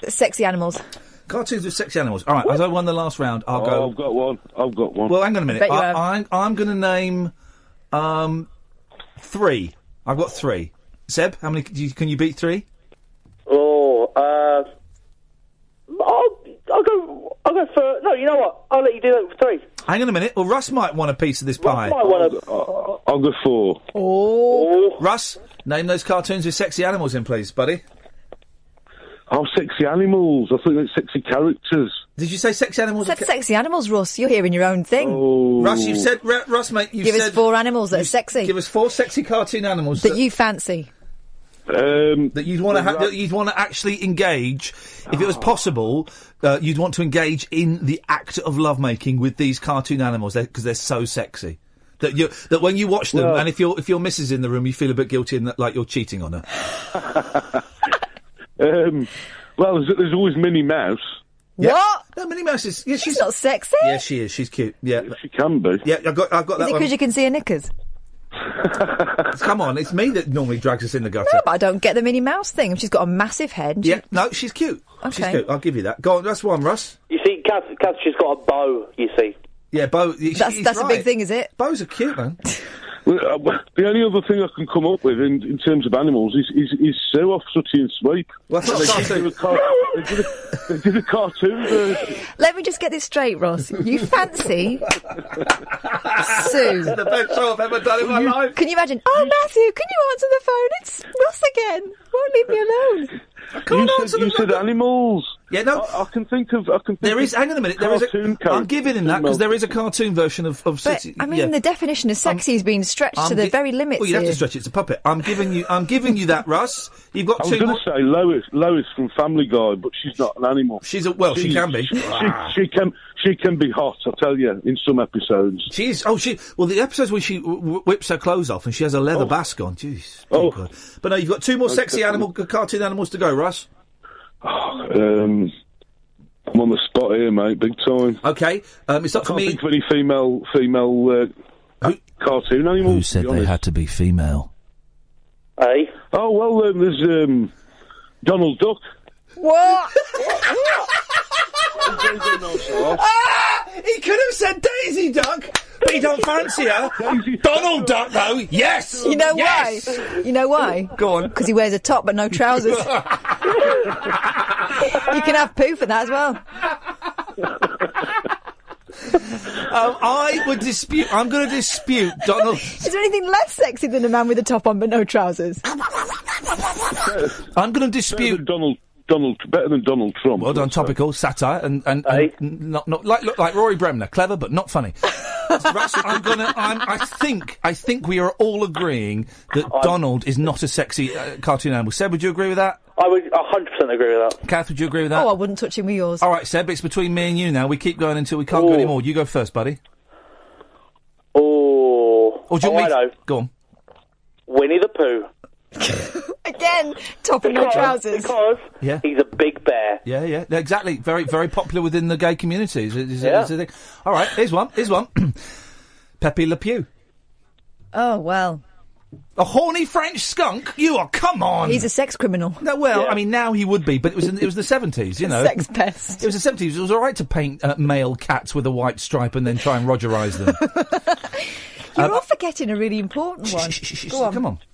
S1: sexy animals.
S3: Cartoons with sexy animals. All right, as I won the last round, I'll go. Oh, I've got one. I've got one. Well, hang on a minute.
S1: Bet you
S3: I,
S1: have.
S3: I'm, I'm going to name um, three. I've got three. Seb, how many do you, can you beat? Three.
S18: Oh, uh, I'll, I'll go. I'll go for. No, you know what? I'll let you do that for three.
S3: Hang on a minute. Well, Russ might want a piece of this pie.
S18: might want to.
S3: I'll go four.
S1: Oh.
S3: Russ, name those cartoons with sexy animals in, please, buddy.
S20: Oh, sexy animals. I thought it was sexy characters.
S3: Did you say sexy animals?
S1: Said sexy animals, Russ. You're hearing your own
S3: Oh,
S1: thing.
S3: Russ, you've said Ru- Russ, mate. You've
S1: Give
S3: said
S1: us four animals that are sexy
S3: give us four sexy cartoon animals
S1: that you fancy.
S3: Um, that you'd want to ha- that you'd want to actually engage, if it was possible, uh, you'd want to engage in the act of lovemaking with these cartoon animals because they're so sexy. That you that when you watch them,
S20: Well-
S3: and if your if your missus is in the room, you feel a bit guilty and that, like you're cheating on her.
S20: Um, well, there's, there's always Minnie Mouse.
S1: What?
S23: No, Minnie Mouse is. Yeah, she's,
S1: not sexy.
S3: Yeah, she is. She's cute. Yeah, she can be. Yeah, I got. I've got
S1: Is
S3: that
S1: it
S3: one.
S1: because you can see her knickers?
S3: Come on, it's me that normally drags us in the gutter.
S1: No, but I don't get the Minnie Mouse thing. She's got a massive head. and she-
S3: Yeah, no, she's cute. She's
S1: Okay.
S3: cute. I'll give you that. Go on, that's one, Russ.
S18: You see, Kath, Kath, she's got a bow. You see.
S3: Yeah, Bo.
S1: That's, that's a big thing, is it?
S3: Bows are cute, man.
S20: Well, uh, well, the only other thing I can come up with in, in terms of animals is is, is Sue off Sooty and Sweep.
S3: Well,
S20: they, did a car- they, did a, they did a cartoon version.
S1: Let me just get this straight, Ross. You fancy Sue?
S3: the best show I've ever done in my life.
S1: Can you imagine? Oh, Matthew, can you answer the phone? It's Ross again. Won't leave me alone.
S20: you said, you said animals.
S3: Yeah, no.
S20: I, I can think of. I can. Think
S3: There
S20: of
S3: is. Hang on a minute. There is.
S20: cartoon
S3: A, I'm
S20: characters
S3: giving him that because
S20: most-
S3: there is a cartoon version of of
S1: But
S3: City.
S1: I mean,
S3: yeah.
S1: the definition of sexy is being stretched
S3: I'm
S1: to the
S3: gi-
S1: very limits
S3: Well, you have
S1: here.
S3: to stretch it. It's a puppet. I'm giving you. I'm giving you that, Russ. You've got
S20: I was
S3: two.
S20: going
S3: more-
S20: to say Lois. Lois from Family Guy, but she's not an animal.
S3: She's a well. she can be. Ah.
S20: She, she can. She can be hot. I tell you, in some episodes.
S3: She is. Oh, she. Well, the episodes where she w- w- whips her clothes off and she has a leather basque on. Jeez. Oh. God. But no, you've got two more
S20: Oh,
S3: sexy animal cartoon animals to go, Russ.
S20: Um, I'm on the spot here, mate. Big time.
S3: Okay. Um, it's
S20: I
S3: up for
S20: can't
S3: me-
S20: Think of any female female uh, cartoon animals.
S3: Who said they had to be female?
S20: Hey. Oh well, um, there's um, Donald Duck.
S1: What?
S3: Ah! he could have said Daisy Duck, but he don't fancy her. Donald Duck, though. Yes.
S1: You know
S3: Yes!
S1: why? You know why?
S3: Go on.
S1: Because he wears a top but no trousers. you can have poo for that as well.
S3: Um, I would dispute. I'm going to dispute Donald.
S1: Is there anything less sexy than a man with a top on but no trousers?
S3: I'm going to dispute
S20: Donald. Donald better than Donald Trump.
S3: Well done, topical satire and and, and n- not not like look like Rory Bremner, clever but not funny. Russ, I'm gonna. I'm, I think I think we are all agreeing that Donald is not a sexy uh, cartoon animal. Seb, would you agree with that?
S18: I would 100% agree with that.
S3: Kath, would you agree with that?
S1: Oh, I wouldn't touch him with yours.
S3: All right, Seb, it's between me and you now. We keep going until we can't go anymore. You go first, buddy.
S18: Oh.
S3: Or do you
S18: oh,
S3: want
S18: I
S3: me
S18: know.
S3: to- Go on.
S18: Winnie the Pooh. Oh,
S1: Again, top and no
S18: Because-
S1: trousers.
S18: Because
S3: Yeah.
S18: he's a big bear.
S3: Yeah, yeah, yeah, exactly. Very, very popular within the gay community. Is, is,
S18: Yeah.
S3: is the thing. All right, here's one. Here's one. Pepe Le Pew.
S1: Oh, well.
S3: A horny French skunk? You are, come on.
S1: He's a sex criminal.
S3: No, well, I mean, now he would be, but it was in, it was the seventies, you know.
S1: Sex pest.
S3: It was the seventies. It was all right to paint uh, male cats with a white stripe and then try and Rogerize them.
S1: You're
S3: Um,
S1: all forgetting a really important one. Go on.
S3: Come on,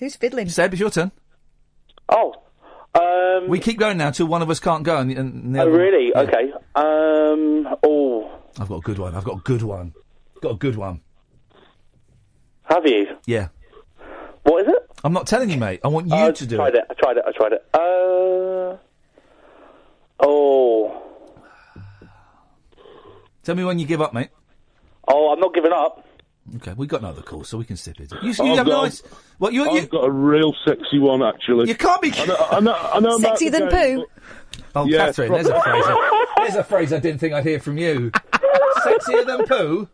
S1: Who's fiddling?
S3: Seb, it's your turn.
S18: Oh. Um,
S3: we keep going now till one of us can't go. And, and the
S18: Oh,
S3: other one-
S18: really?
S3: Yeah.
S18: Okay. Um. Oh.
S3: I've got a good one. I've got a good one. Got a good one.
S18: Have you?
S3: Yeah.
S18: What is it?
S3: I'm not telling you, mate. I want you
S18: I
S3: to do
S18: tried
S3: it.
S18: it. I tried it. I tried it. Uh. Oh.
S3: Tell me when you give up, mate.
S18: Oh, I'm not giving up.
S3: Okay, we got another call, so we can sip it. You,
S20: I've
S3: you have
S20: got-
S3: nice. What you,
S20: I've got a real sexy one, actually.
S3: You can't be.
S20: I know, I know, I know I'm out
S1: Sexier
S20: the
S1: than
S20: game,
S1: poo.
S3: Oh,
S20: Yeah,
S3: Catherine,
S20: prob-
S3: there's a phrase. I- there's a phrase I didn't think I'd hear from you. Sexier than poo.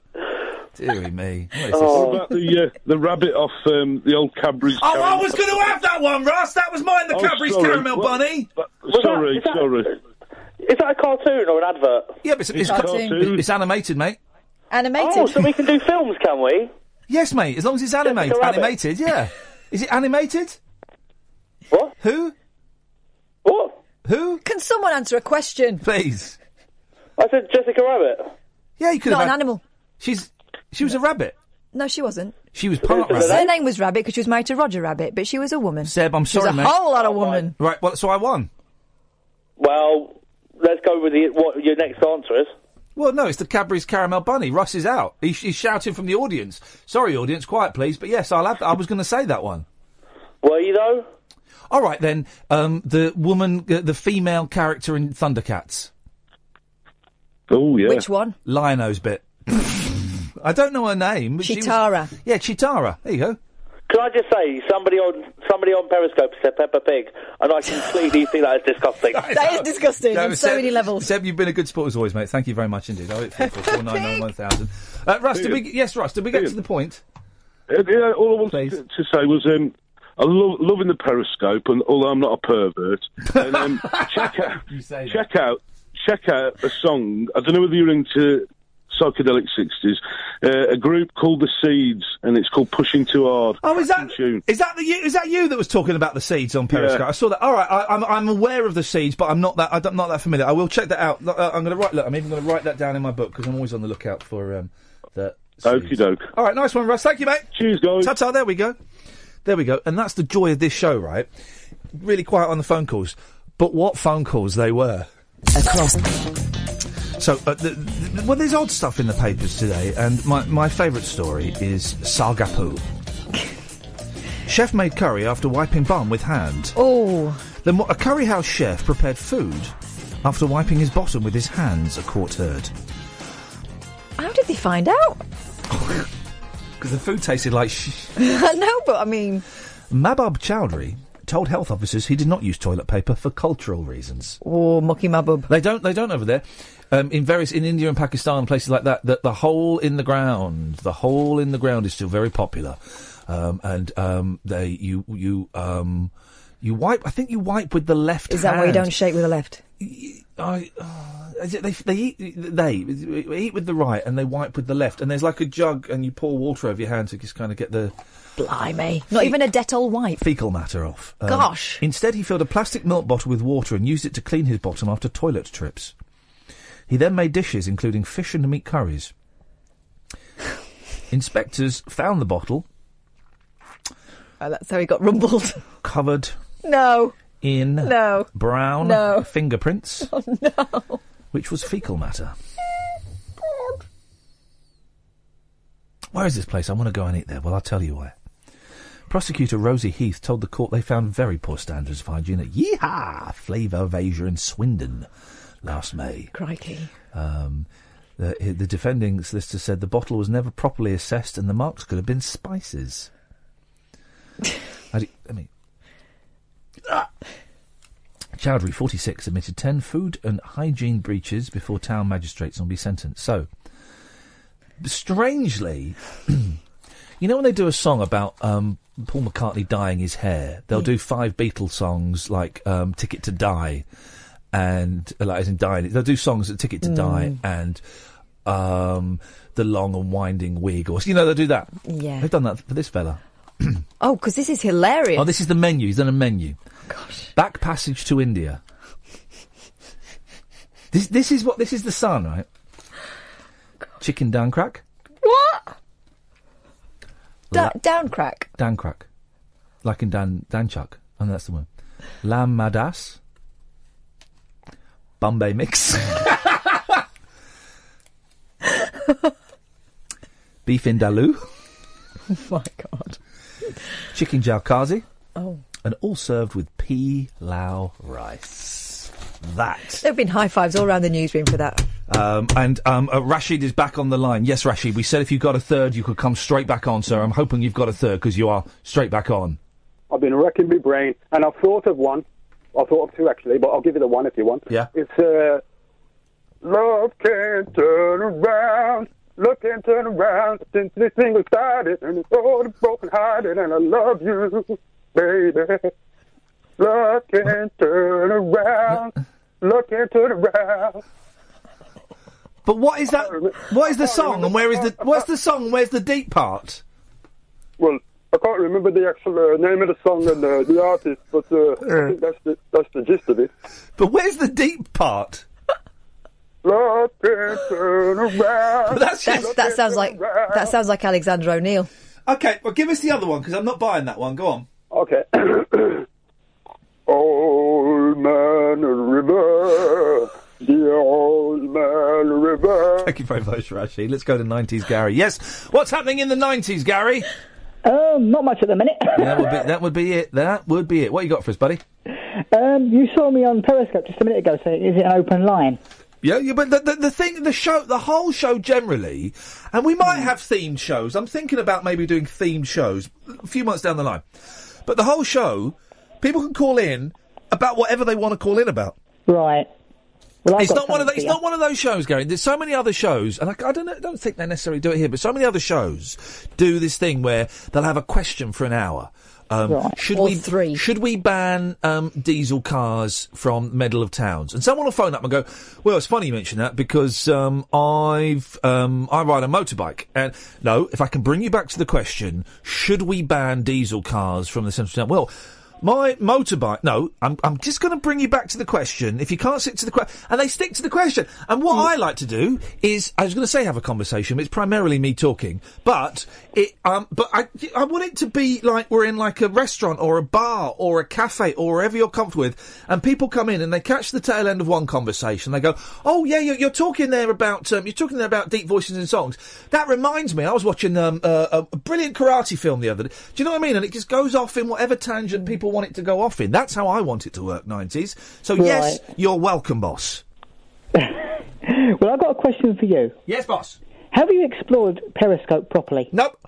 S3: Deary me. What is this?
S20: What about the uh, the rabbit off um, the old Cadbury's?
S3: Oh, I
S20: caramel?
S3: was going to have that one, Russ. That was mine, the
S20: Oh,
S3: Cadbury's
S20: sorry.
S3: Caramel
S20: What-
S3: Bunny.
S18: Was that-
S20: Sorry,
S18: is that-
S20: sorry.
S18: Is that a cartoon or an advert?
S3: Yeah, but it's, it's, it's, it's animated, mate.
S1: Animated.
S18: Oh, so we can do films, can we?
S3: Yes, mate. As long as it's animated,
S18: rabbit.
S3: animated, yeah. Is it animated?
S18: What?
S3: Who?
S18: What?
S3: Who?
S1: Can someone answer a question?
S3: Please.
S18: I said Jessica Rabbit.
S3: Yeah, you could.
S1: Not
S3: have
S1: an
S3: had-
S1: animal.
S3: She's she was a rabbit.
S1: No, she wasn't.
S3: She was part
S1: Her
S3: rabbit.
S1: surname was Rabbit because she was married to Roger Rabbit, but she was a woman.
S3: Seb, I'm
S1: she was
S3: sorry,
S1: a
S3: mate.
S1: whole lot of woman.
S3: Right. Well, so I won.
S18: Well, let's go with the what your next answer is.
S3: Well, no, it's the Cadbury's Caramel Bunny. Russ is out. He, he's shouting from the audience. Sorry, audience, quiet, please. But yes, I'll have, I was going to say that one.
S18: Were you though?
S3: All right then. Um, the woman, uh, the female character in Thundercats.
S20: Oh yeah.
S1: Which one?
S3: Lionel's bit. I don't know her name. But
S1: Chitara.
S3: She was, yeah, Chitara. There you go.
S18: Can I just say somebody on somebody on Periscope said Peppa Pig, and I completely think that is disgusting.
S1: That is disgusting
S3: No,
S1: on so
S3: Seb-
S1: many levels.
S3: Seb, you've been a good sport as always, mate. Thank you very much indeed. Oh eight four four four nine nine one thousand. Uh, Russ, did we? Yes, Russ, did we get to the point?
S20: Uh, yeah, all I wanted to, to say was um, I love loving the Periscope, and although I'm not a pervert, and, um, check out
S24: You say that.
S20: check out check out a song. I don't know whether you're into psychedelic sixties. Uh, a group called the Seeds, and it's called Pushing Too Hard.
S3: Oh, is that
S20: tune.
S3: is that the you, is that you that was talking about the seeds on Periscope?
S20: Yeah.
S3: I saw that. All right, I, I'm I'm aware of the seeds, but I'm not that I'm not that familiar. I will check that out. Look, uh, I'm going to write. Look, I'm even going to write that down in my book because I'm always on the lookout for um, the.
S20: Okie doke.
S3: All right, nice one, Russ. Thank you, mate.
S20: Cheers, guys.
S3: Ta ta. There we go. There we go. And that's the joy of this show, right? Really quiet on the phone calls, but what phone calls they were. Across. So, uh, the, the, well, there's odd stuff in the papers today, and my, my favourite story is Sargapu. chef made curry after wiping bum with hand.
S1: Oh.
S3: The, mo- a curry house chef prepared food after wiping his bottom with his hands, a court heard.
S1: How did they find out?
S3: Because the food tasted like sh-
S1: I know, but I mean,
S3: Mabab Chowdhury told health officers he did not use toilet paper for cultural reasons.
S1: Oh, mucky mabub.
S3: They don't. They don't over there. Um, in various in India and Pakistan, places like that, that the hole in the ground, the hole in the ground is still very popular, um, and um, they you you um, you wipe. I think you wipe with the left.
S1: is that why you
S3: hand.
S1: don't shake with the left?
S3: I, uh, is it- they, they eat they eat with the right and they wipe with the left and there's like a jug and you pour water over your hand to just kind of get the
S1: Blimey. Not even a Dettol wipe.
S3: fecal matter off. Um,
S1: Gosh.
S3: Instead, he filled a plastic milk bottle with water and used it to clean his bottom after toilet trips. He then made dishes, including fish and meat curries. Inspectors found the bottle
S1: Oh, that's how he got rumbled.
S3: covered
S1: No.
S3: in
S1: No.
S3: brown
S1: No.
S3: fingerprints,
S1: Oh, no.
S3: which was fecal matter. Where is this place? I want to go and eat there. Well, I'll tell you where. Prosecutor Rosie Heath told the court they found very poor standards of hygiene at Yeehaw! Flavour of Asia in Swindon last May.
S1: Crikey.
S3: Um, the, the defending solicitor said the bottle was never properly assessed and the marks could have been spices. I, d- I mean, Chowdhury, 46, admitted 10 food and hygiene breaches before town magistrates and will be sentenced. So, strangely, you know when they do a song about um, Paul McCartney dyeing his hair, they'll do five Beatles songs like um, "Ticket to Die" and uh, like as in dying. They'll do songs like "Ticket to Die" and um, "The Long and Winding Wig," or you know they'll do that.
S1: Yeah.
S3: they've done that for this fella.
S1: Oh, because this is hilarious.
S3: Oh, this is the menu. He's done a menu. Gosh. Back passage to India. this this is what this is the sun, right? Chicken dan crack,
S1: What? Da- down crack.
S3: dan crack, like in dan dan chuck, and that's the one. Lamb madas, Bombay mix, beef indaloo,
S1: Oh, my God.
S3: chicken jalkazi,
S1: Oh.
S3: and all served with pilau rice. That
S1: There have been high fives all around the newsroom for that.
S3: Um, and um, uh, Rashid is back on the line. Yes, Rashid, we said if you got a third, you could come straight back on, sir. I'm hoping you've got a third because you are straight back on.
S22: I've been wrecking my brain, and I've thought of one. I've thought of two actually, but I'll give you the one if you want.
S3: Yeah.
S22: It's uh, love can't turn around. Love can't turn around since this thing was started, and it's all broken hearted, and I love you, baby. Love can't turn around. Love can't turn around.
S3: But what is that? What is the song? And where is the? What's the song? Where's the deep part?
S22: Well, uh, I can't remember the actual uh, name of the song and uh, the artist, but uh, I think that's the, that's the gist of it.
S3: But where's the deep part?
S22: Love can turn around.
S1: That's- that sounds like that sounds like Alexander O'Neill.
S3: Okay, well, give us the other one because I'm not buying that one. Go on.
S22: Okay. old man river. The old man river.
S3: Thank you very much, Rashid. Let's go to 90s Gary. Yes, what's happening in the 90s, Gary?
S15: Um, not much at the minute.
S3: that would be that would be it. That would be it. What you got for us, buddy?
S15: Um, you saw me on Periscope just a minute ago saying, is it an open line?
S3: Yeah, yeah, but the, the the thing, the show, the whole show generally, and we might have themed shows. I'm thinking about maybe doing themed shows a few months down the line. But the whole show, people can call in about whatever they want to call in about.
S15: Right. Well, I've
S3: it's
S15: got
S3: not one
S15: something
S3: of the,
S15: for
S3: it's
S15: you.
S3: not one of those shows, Gary. There's so many other shows, and I, I don't know, don't think they necessarily do it here, but so many other shows do this thing where they'll have a question for an hour. Um,
S1: Right.
S3: Should
S1: Or
S3: we should we ban um, diesel cars from middle of towns? And someone will phone up and go, "Well, it's funny you mention that because um, I've um, I ride a motorbike." And no, if I can bring you back to the question, should we ban diesel cars from the central town? Well. My motorbike. No, I'm. I'm just going to bring you back to the question. If you can't stick to the question, and they stick to the question. And what I like to do is, I was going to say have a conversation. But it's primarily me talking. But it. Um. But I. I want it to be like we're in like a restaurant or a bar or a cafe or wherever you're comfortable with, and people come in and they catch the tail end of one conversation. They go, "Oh yeah, you're, you're talking there about. Um, you're talking there about deep voices and songs. That reminds me, I was watching um uh, a, a brilliant karate film the other day. Do you know what I mean? And it just goes off in whatever tangent people want it to go off in. That's how I want it to work. Nineties. So yes, you're welcome, boss.
S15: Well, I've got a question for you.
S3: Yes, boss.
S15: Have you explored Periscope properly?
S3: Nope.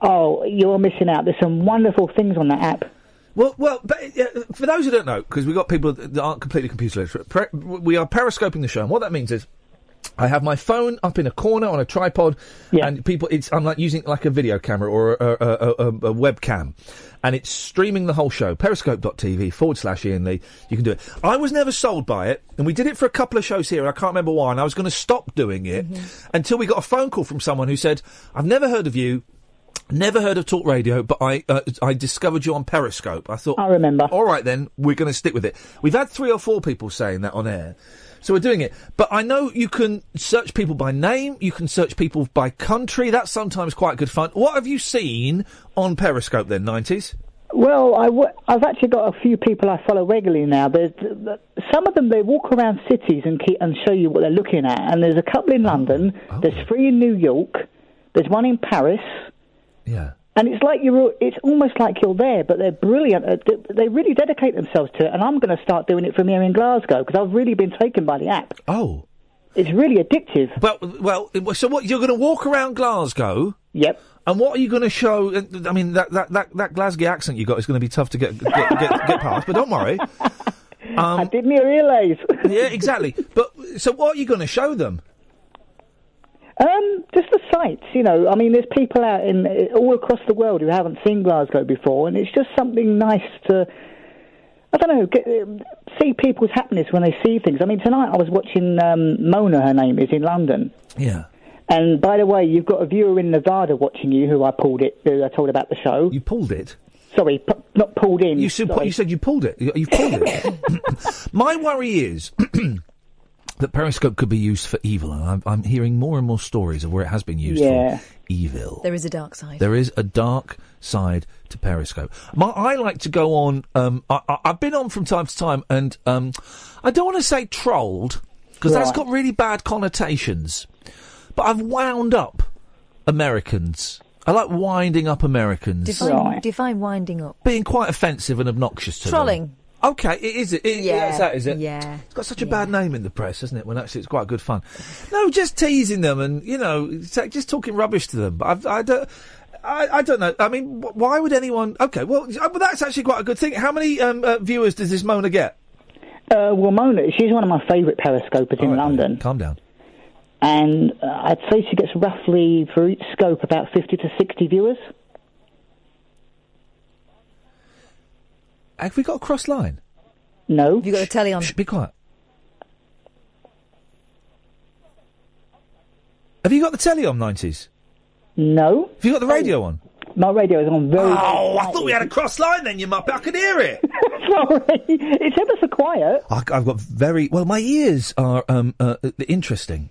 S15: Oh, you're missing out. There's some wonderful things on that app.
S3: Well, well, but, uh, for those who don't know, because we've got people that that aren't completely computer literate, pre- we are periscoping the show, and what that means is. I have my phone up in a corner on a tripod, and people. It's I'm like using like a video camera or a, a, a, a, a webcam, and it's streaming the whole show. Periscope.tv forward slash Ian Lee. You can do it. I was never sold by it, and we did it for a couple of shows here. and I can't remember why, and I was going to stop doing it until we got a phone call from someone who said, "I've never heard of you. Never heard of Talk Radio, but I uh, I discovered you on Periscope. I thought I
S15: remember.
S3: All right, then we're going to stick with it. We've had three or four people saying that on air, so we're doing it. But I know you can search people by name. You can search people by country. That's sometimes quite good fun. What have you seen on Periscope then? Nineties.
S15: Well, I w- I've actually got a few people I follow regularly now. There's th- th- some of them they walk around cities and keep, and show you what they're looking at. And there's a couple
S3: Oh,
S15: in London. There's three in New York. There's one in Paris.
S3: Yeah.
S15: And it's like you're. al- It's almost like you're there, but they're brilliant. Uh, th- They really dedicate themselves to it. And I'm going to start doing it from here in Glasgow because I've really been taken by the app.
S3: Oh.
S15: It's really addictive.
S3: Well, well. So what? You're going to walk around Glasgow.
S15: Yep.
S3: And what are you going to show? I mean, that that that, that Glasgow accent you got is going to be tough to get get, get, get past. But don't worry. Um, I
S15: didn't realise.
S3: yeah, exactly. But so, what are you going to show them?
S15: Um, just the sights, you know. I mean, there's people out in uh, all across the world who haven't seen Glasgow before, and it's just something nice to. I don't know, get, um, see people's happiness when they see things. I mean, tonight I was watching um, Mona, her name is, in London.
S3: Yeah.
S15: And by the way, you've got a viewer in Nevada watching you who I pulled it, who I told about the show.
S3: You pulled it?
S15: Sorry, pu- not pulled in.
S3: You said
S15: sorry.
S3: you said you pulled it. You- You've pulled it. My worry is that Periscope could be used for evil, and I'm, I'm hearing more and more stories of where it has been used
S1: Yeah.
S3: for evil.
S1: There is a dark side.
S3: There is a dark side to Periscope. My, I like to go on. Um, I, I, I've been on from time to time, and um, I don't want to say trolled because that's
S18: Right.
S3: got really bad connotations. But I've wound up Americans. I like winding up Americans.
S1: Define, define winding up.
S3: Being quite offensive and obnoxious to them.
S1: Trolling.
S3: Okay, it is it. it
S1: Yeah,
S3: yeah, it's that, is it?
S1: yeah,
S3: It's got such a bad name in the press, isn't it? When actually it's quite good fun. No, just teasing them and you know, it's like just talking rubbish to them. But I've, I don't. I, I don't know. I mean, wh- why would anyone? Okay, well, uh, well that's actually quite a good thing. How many um, uh, viewers does this Mona get?
S15: Uh, well, Mona, she's one of my favourite periscopers in London.
S3: Calm down.
S15: And uh, I'd say she gets roughly, for each scope, about 50 to 60 viewers.
S3: Have we got a cross line?
S15: No.
S1: Have you got a telly on?
S3: be quiet. Have you got the telly on nineties?
S15: No.
S3: Have you got the radio on?
S15: My radio is on very.
S3: Oh, I thought we had a cross line then, you muppet. I could hear it.
S15: Sorry, it's ever so quiet.
S3: I, I've got very well. My ears are um, uh, uh, interesting.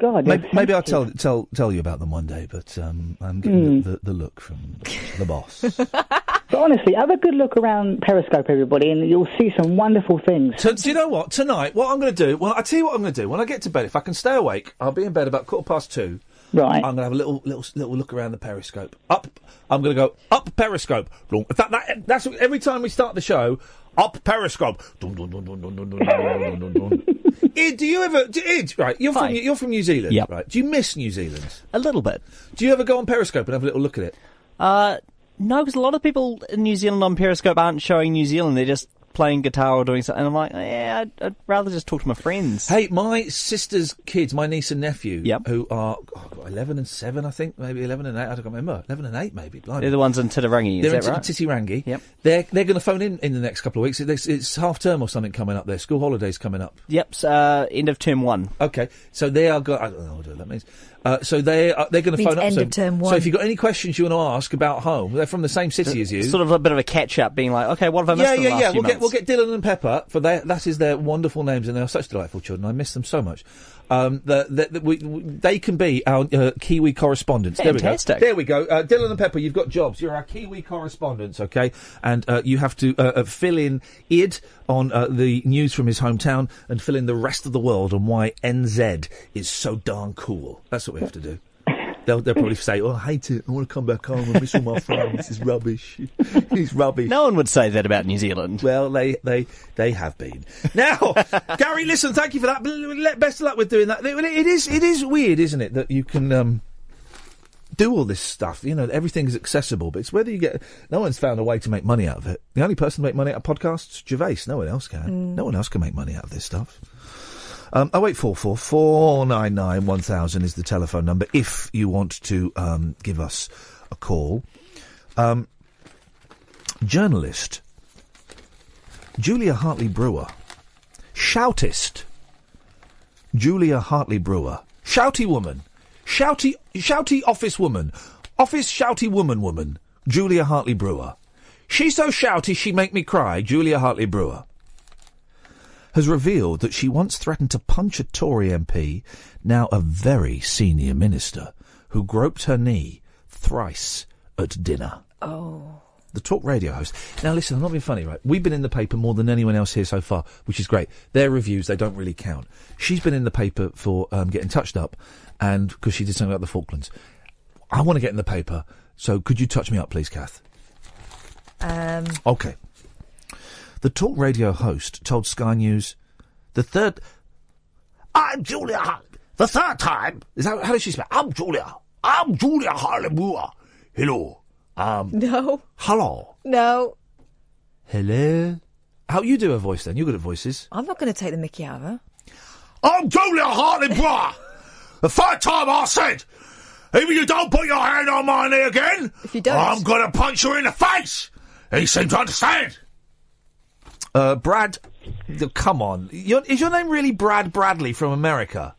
S15: God,
S3: maybe,
S15: you're
S3: maybe I'll tell
S15: sensitive.
S3: tell tell you about them one day. But um, I'm getting the, the, the look from the boss.
S15: But honestly, have a good look around Periscope, everybody, and you'll see some wonderful things.
S3: So, do you know what tonight? What I'm going to do? Well, I tell you what I'm going to do. When I get to bed, if I can stay awake, I'll be in bed about quarter past two.
S15: Right.
S3: I'm going to have a little little little look around the Periscope. Up. I'm going to go up Periscope. Dun. That, that, that's what- every time we start the show. Up Periscope. Dun, dun, dun, dun, dun, dun, dun, dun, dun, dun, dun. Id, do you ever? Do, Id, right? You're from
S17: Hi.
S3: you're from New Zealand,
S17: Yep.
S3: right? Do you miss New Zealand?
S17: A little bit.
S3: Do you ever go on Periscope and have a little look at it?
S17: Uh, no, because a lot of people in New Zealand on Periscope aren't showing New Zealand. They're just playing guitar or doing something. And I'm like, yeah, I'd, I'd rather just talk to my friends.
S3: Hey, my sister's kids, my niece and nephew, who are oh, God, what, 11 and 7, I think? Maybe 11 and 8, I don't remember. 11 and 8, maybe. Blimey.
S17: They're the ones in Tidarangi, is
S3: They're
S17: that
S3: in
S17: right?
S3: T- Titirangi. Yep. They're, they're going to phone in in the next couple of weeks. It's, it's half term or something coming up there. School holidays coming up.
S17: Yep, so, uh, end of term one.
S3: Okay, so they are going. I don't know what that means. Uh, so they are, they're going to
S17: Means
S3: phone up.
S17: end
S3: soon.
S17: of term
S3: So
S17: one.
S3: if you've got any questions you want to ask about home, they're from the same city as you.
S17: Uh, Sort of a bit of a catch up, being like, okay, what have I missed
S3: yeah,
S17: in the
S3: yeah,
S17: last
S3: yeah.
S17: few
S3: We'll get
S17: months?
S3: we'll get Dylan and Pepper for their, that is their wonderful names and they are such delightful children. I miss them so much. Um, the, the, the, we, we, they can be our uh, Kiwi correspondents.
S17: Fantastic.
S3: There we go. There we go. Uh, Dylan and Pepper, you've got jobs. You're our Kiwi correspondents, okay? And uh, you have to uh, uh, fill in Id on uh, the news from his hometown and fill in the rest of the world on why NZ is so darn cool. That's what we have to do. They'll, they'll probably say, "Oh, I hate it. I want to come back home and miss all my friends. It's rubbish. It's rubbish."
S17: No one would say that about New Zealand.
S3: Well, they they they have been. Now, Gary, listen. Thank you for that. Bl- le- Best of luck with doing that. It- it is it is weird, isn't it, that you can um, do all this stuff. You know, everything is accessible, but it's whether you get. No one's found a way to make money out of it. The only person to make money out of podcasts, Gervais. No one else can.
S25: Mm.
S3: No one else can make money out of this stuff. Um, 0844 499 1000 is the telephone number if you want to um, give us a call. Um, journalist Julia Hartley Brewer. Shoutist. Julia Hartley Brewer. Shouty woman. Shouty, shouty office woman. Office shouty woman woman. Julia Hartley Brewer. She's so shouty she make me cry. Julia Hartley Brewer. Has revealed that she once threatened to punch a Tory MP, now a very senior minister, who groped her knee thrice at dinner
S1: Oh.
S3: the talk radio host. Now, listen, I'm not being funny, right? We've been in the paper more than anyone else here so far, which is great. Their reviews, they don't really count. She's been in the paper for um, getting touched up and because she did something about the Falklands. I want to get in the paper, so could you touch me up, please, Kath?
S1: Um,
S3: Okay. The talk radio host told Sky News the third. I'm Julia. Hart- The third time. Is that, how does she spell? I'm Julia. I'm Julia Harlemua. Hello. Um,
S1: no.
S3: Hello.
S1: No.
S3: Hello. How you do a voice then? You're good at voices.
S1: I'm not going to take the mickey out of her.
S3: I'm Julia Hartley Brewer. The third time I said, if you don't put your hand on my knee again, if you
S1: don't-
S3: I'm going to punch you in the face. He seemed to understand. Uh, Brad, th- come on. Your, is your name really Brad Bradley from America?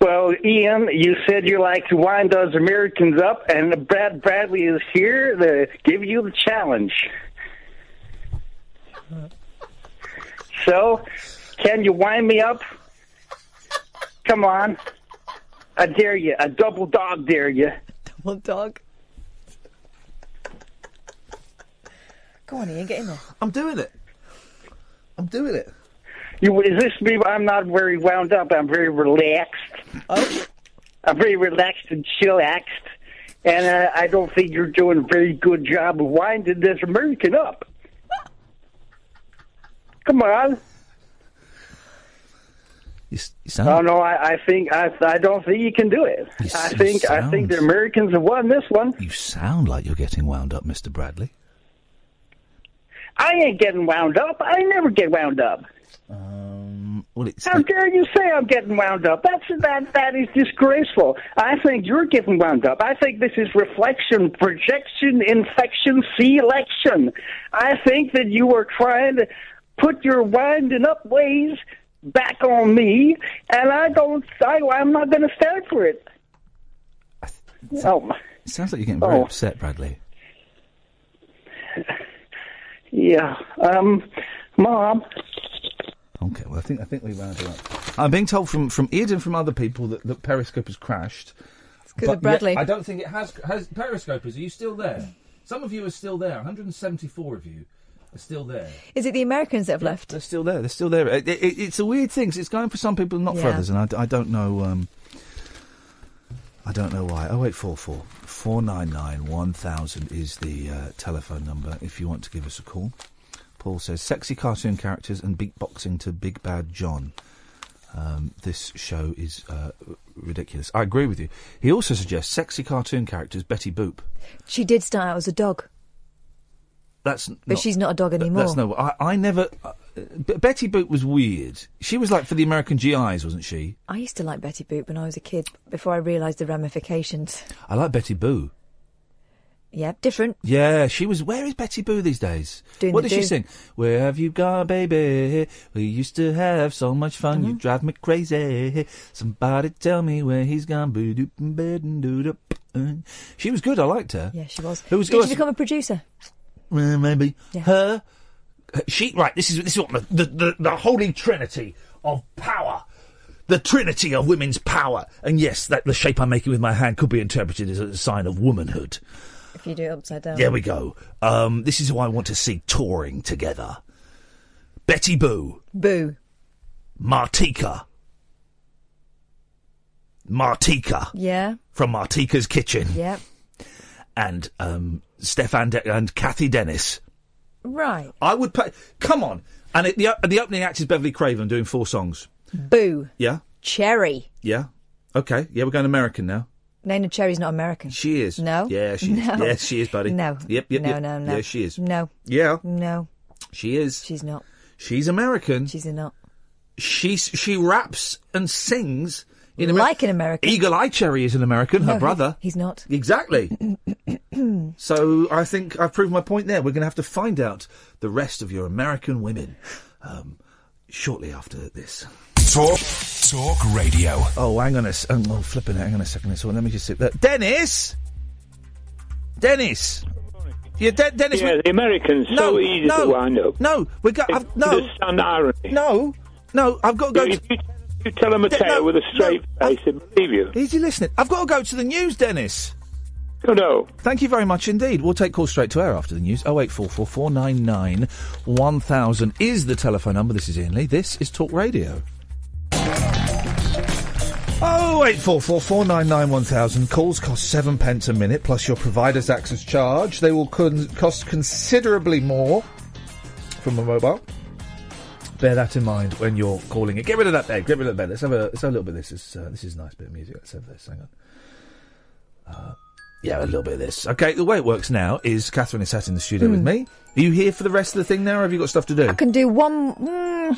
S5: Well, Ian, you said you like to wind those Americans up, and Brad Bradley is here to give you the challenge. So, can you wind me up? Come on. I dare you. I double dog dare you.
S1: Double dog. Go on, Ian, get in there.
S3: I'm doing it. I'm doing it.
S5: You, is this me? I'm not very wound up. I'm very relaxed.
S3: Oh.
S5: I'm very relaxed and chillaxed. And uh, I don't think you're doing a very good job of winding this American up. Come on.
S3: You,
S5: Oh no, I, I think I, I don't think you can do it. I think I think the Americans have won this one.
S3: You sound like you're getting wound up, Mr. Bradley.
S5: I ain't getting wound up. I never get wound up.
S3: Um, well, it's
S5: How dare you say I'm getting wound up? That's that that is disgraceful. I think you're getting wound up. I think this is reflection, projection, infection, selection. I think that you are trying to put your winding up ways back on me, and I don't. I, I'm not going to stand for it. Oh,
S3: it sounds like you're getting very
S5: Oh.
S3: upset, Bradley.
S5: yeah. Um, mom.
S3: Okay, well, I think I think we rounded up. I'm being told from from Ed and from other people that, that Periscope has crashed.
S25: 'cause
S3: But
S25: of Bradley.
S3: yet I don't think it has. Has Periscopers? Are you still there? Some of you are still there. 174 of you are still there.
S1: Is it the Americans that have left?
S3: They're still there. They're still there. It, it, it's a weird thing. 'cause It's going for some people, not for
S1: Yeah.
S3: others, and I, d- I don't know. Um, I don't know why. Oh eight four four four nine nine one thousand is the uh, telephone number if you want to give us a call. Paul says sexy cartoon characters and beatboxing to Big Bad John. Um, this show is uh, r- ridiculous. I agree with you. He also suggests sexy cartoon characters Betty Boop.
S1: She did start out as a dog,
S3: That's
S1: but
S3: not-
S1: she's not a dog
S3: Th-
S1: anymore.
S3: That's no. I, I never. Uh, B- Betty Boot was weird. She was like for the American GIs, wasn't she?
S1: I used to like Betty Boop when I was a kid before I realised the ramifications.
S3: I like Betty Boo.
S1: Yeah, different.
S3: Yeah, she was. Where is Betty Boo these days?
S1: Doing
S3: what
S1: the
S3: did she
S1: do.
S3: sing? Where have you gone, baby? We used to have so much fun.
S1: Uh-huh.
S3: You drive me crazy. Somebody tell me where he's gone. Boo-doop, boo-doop, boo-doop. She was good. I liked her.
S1: Yeah, she was.
S3: Who was
S1: Did
S3: good?
S1: she become a producer?
S3: Uh, maybe her. her- She right. This is this is what the the, the the holy trinity of power, the trinity of women's power. And yes, that the shape I'm making with my hand could be interpreted as a sign of womanhood.
S1: If you do it upside down.
S3: There we go. Um, this is who I want to see touring together. Betty Boo,
S1: Boo.
S3: Martika, Martika
S1: Yeah.
S3: from Martika's Kitchen,
S1: Yeah.
S3: and um, Stefan De- and Kathy Dennis.
S1: Right.
S3: I would pay. Come on. And it, the o- the opening act is Beverly Craven doing four songs.
S1: Boo.
S3: Yeah,
S1: Cherry.
S3: yeah, okay, yeah. We're going American now.
S1: Naina Cherry's not American.
S3: She is.
S1: No.
S3: Yeah, she is.
S1: No.
S3: Yes, she is, buddy.
S1: No.
S3: Yep. Yep.
S1: no,
S3: yep.
S1: no, no.
S3: Yeah, she is.
S1: No.
S3: Yeah,
S1: No.
S3: she is.
S1: She's not.
S3: She's American.
S1: She's not.
S3: She she raps and sings in Amer-
S1: Like an American.
S3: Eagle Eye Cherry is an American.
S1: No,
S3: her
S1: he-
S3: brother.
S1: He's not.
S3: Exactly. so I think I've proved my point there. We're going to have to find out the rest of your American women um, shortly after this.
S26: Talk, talk radio.
S3: Oh, hang on a s- um, oh, flipping it. Hang on a second. So let me just sit there. Dennis, Dennis, yeah, De- Dennis.
S13: Yeah,
S3: we-
S13: the Americans,
S3: No,
S13: so easy
S3: no,
S13: to wind up.
S3: No, we got. I've, no,
S13: Understand irony.
S3: No, no, I've got to go.
S13: You,
S3: to-
S13: you, you tell them a
S3: De-
S13: tale
S3: no,
S13: with a straight face, they believe you.
S3: Is he listening? I've got to go to the news, Dennis.
S13: No, no.
S3: Thank you very much indeed. We'll take calls straight to air after the news. Oh, 0844 499 1000 is the telephone number. This is Ian Lee. This is Talk Radio. 0844 499 1000. Calls cost seven pence a minute plus your provider's access charge. They will con- cost considerably more from a mobile. Bear that in mind when you're calling it. Get rid of that babe. Get rid of that babe. Let's have a, let's have a little bit of this. This, uh, this is a nice bit of music. Let's have this. Hang on. Yeah, a little bit of this. Okay, the way it works now is Catherine is sat in the studio with
S1: Mm.
S3: me. Are you here for the rest of the thing now, or have you got stuff to do?
S1: I can do one. Mm,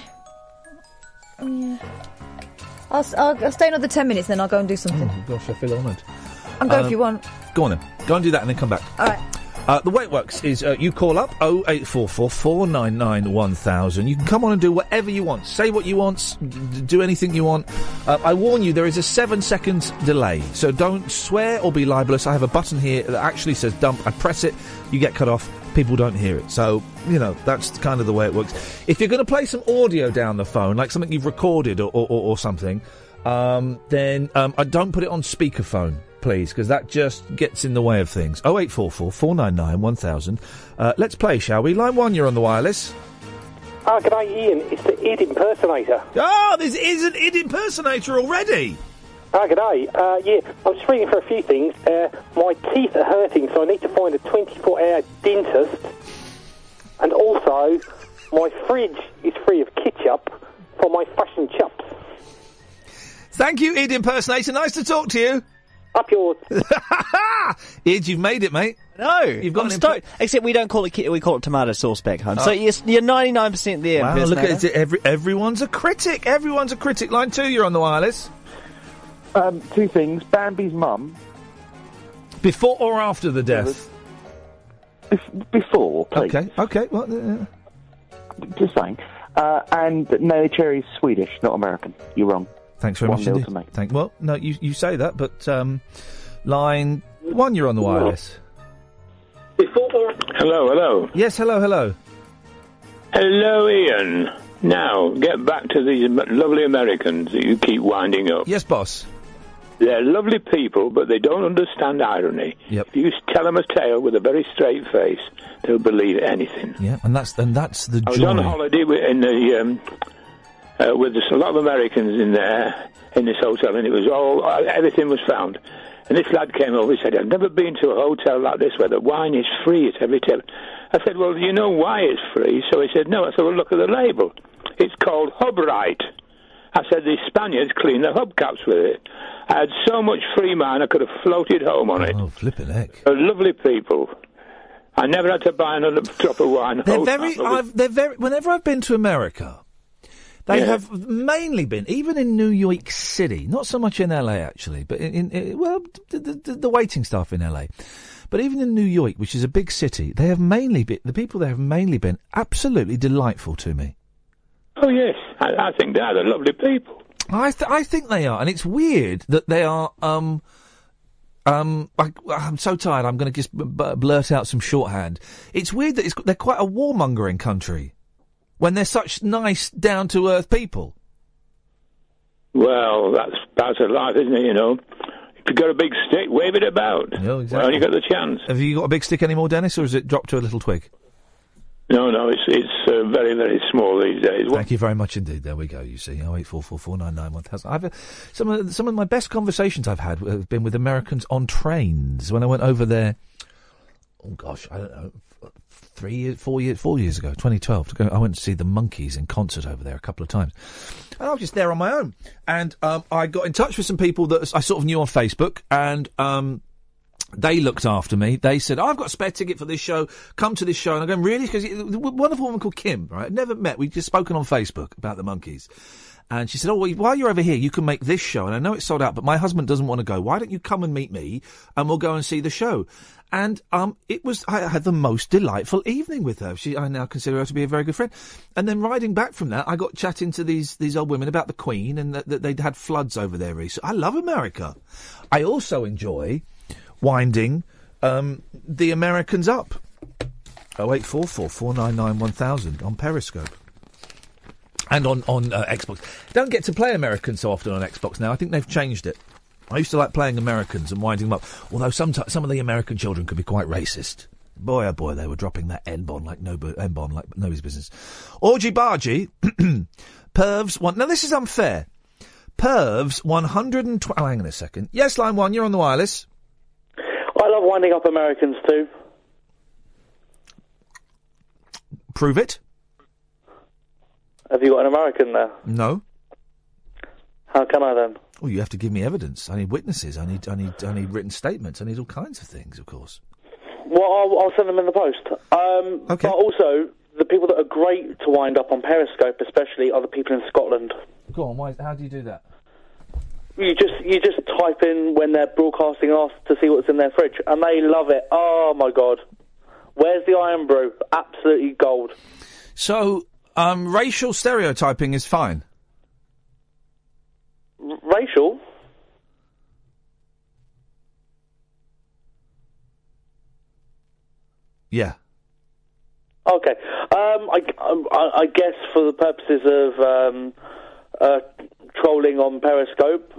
S1: yeah. I'll, s- I'll, I'll stay another 10 minutes then I'll go and do something.
S3: Gosh, I feel honoured.
S1: I'll go
S3: Mm. Um,
S1: if you want.
S3: Go on then. Go and do that and then come back.
S1: All right.
S3: Uh, the way it works is uh, you call up 0844 499 1000. You can come on and do whatever you want. Say what you want, d- d- do anything you want. Uh, I warn you, there is a seven second delay, so don't swear or be libelous. I have a button here that actually says dump. I press it, you get cut off, people don't hear it. So, you know, that's kind of the way it works. If you're going to play some audio down the phone, like something you've recorded or, or, or, or something, um, then um, I don't put it on speakerphone, please, because that just gets in the way of things. 0844 499 1000. Uh, let's play, shall we? Line one, you're on the wireless.
S5: Ah, good day, Ian. It's the Id impersonator.
S3: Oh, this is an Id impersonator already.
S5: Ah, good day. Uh, yeah, I'm just reading for a few things. Uh, my teeth are hurting, so I need to find a 24-hour dentist. And also, my fridge is free of ketchup for my fashion chops.
S3: Thank you, Id impersonator. Nice to talk to you. Up yours. Id, you've made it, mate.
S17: No, you've got
S3: an
S17: Except we don't call it ki- we call it tomato sauce back home.
S3: Oh.
S17: So you're you're ninety nine percent there.
S3: Wow, look at
S17: impersonator.
S3: it. Every, everyone's a critic. Everyone's a critic. Line two, you're on the wireless.
S27: Um, two things. Bambi's mum.
S3: Before or after the death?
S27: before, please.
S3: Okay, okay. Well, uh,
S27: Just saying. Uh, and no, Cherry's Swedish, not American. You're wrong.
S3: Thanks very
S27: One
S3: much
S27: nil
S3: indeed.
S27: to me.
S3: Thank. Well, no, you you say that, but um, line one, you're on the wireless.
S13: Hello, hello.
S3: Yes, hello, hello.
S13: Hello, Ian. Now, get back to these am- lovely Americans that you keep winding up.
S3: Yes, boss.
S13: They're lovely people, but they don't understand irony.
S3: Yep.
S13: If you s- tell them a tale with a very straight face, they'll believe anything.
S3: Yeah, and that's and that's the
S13: I
S27: Oh,
S13: was on
S3: joy.
S13: holiday with, in the um, uh, with this, a lot of Americans in there in this hotel, and it was all uh, everything was found. And this lad came over. He said, "I've never been to a hotel like this where the wine is free at every table." I said, "Well, you know why it's free?" So he said, "No." I said, "Well, look at the label. It's called Hubright." I said, "The Spaniards clean their hubcaps with it." I had so much free mine, I could have floated home on it.
S3: Oh, flipping heck!
S13: They're lovely people.
S6: I never had to buy another drop of wine.
S3: They're
S6: Oh,
S3: very.
S6: I- I was-
S3: I've, they're very. Whenever I've been to America, they
S6: Yeah.
S3: have mainly been, even in New York City, not so much in LA actually, but in, in, in- well, the, the, the waiting staff in LA. But even in New York, which is a big city, they have mainly been the people there have mainly been absolutely delightful to me.
S6: oh yes, I, I think they're the lovely people.
S3: I th- I think they are, and it's weird that they are. Um, um, I, I'm so tired. I'm going to just b- b- blurt out some shorthand. It's weird that it's, they're quite a warmongering country when they're such nice, down to earth people.
S6: Well, that's part of life, isn't it? You know, if you got a big stick, wave it about. No,
S3: exactly.
S6: Well, you got the chance.
S3: Have you got a big stick anymore, Dennis, or has it dropped to a little twig?
S6: No, no, it's it's uh, very very small these days.
S3: Thank you very much indeed. There we go. You see, oh eight four four four nine nine one thousand. I've uh, some of some of my best conversations I've had have been with Americans on trains when I went over there. Oh gosh, I don't know, f- three years, four years, four years ago, twenty twelve. To go, I went to see the Monkeys in concert over there a couple of times, and I was just there on my own. And um, I got in touch with some people that I sort of knew on Facebook, and um, they looked after me. They said, "I've got a spare ticket for this show. Come to this show." And I'm going, "Really?" Because a wonderful woman called Kim, right? I'd Never met. We'd just spoken on Facebook about the monkeys, and she said, "Oh, well, while you're over here, you can make this show." And I know it's sold out, but my husband doesn't want to go. Why don't you come and meet me, and we'll go and see the show? And um, it was I had the most delightful evening with her. She I now consider her to be a very good friend. And then riding back from that, I got chatting to these these old women about the Queen and that, that they'd had floods over there recently. I love America. I also enjoy winding um, the Americans up. Oh eight four four four nine nine one thousand on Periscope and on on uh, Xbox. Don't get to play Americans so often on Xbox now. I think they've changed it. I used to like playing Americans and winding them up. Although sometimes some of the American children could be quite racist. Boy, oh boy, they were dropping that N bomb like no N bomb like nobody's business. Orgy bargy, pervs. One. Now this is unfair. Pervs one hundred and twelve. Hang on a second. Yes, line one. You're on the wireless.
S18: I love winding up Americans too.
S3: Prove it.
S18: Have you got an American there?
S3: No.
S18: How can I then?
S3: Well, you have to give me evidence. I need witnesses. I need, I need, I need written statements. I need all kinds of things, of course.
S18: Well, I'll, I'll send them in the post. Um,
S3: okay.
S18: But also, the people that are great to wind up on Periscope, especially, are the people in Scotland.
S3: Go on. Why, how do you do that?
S18: You just you just type in when they're broadcasting us to see what's in their fridge, and they love it. Oh my god, where's the iron brew? Absolutely gold.
S3: So, um, racial stereotyping is fine.
S18: R- racial?
S3: Yeah.
S18: Okay. Um, I, um, I, I guess for the purposes of um, uh, trolling on Periscope,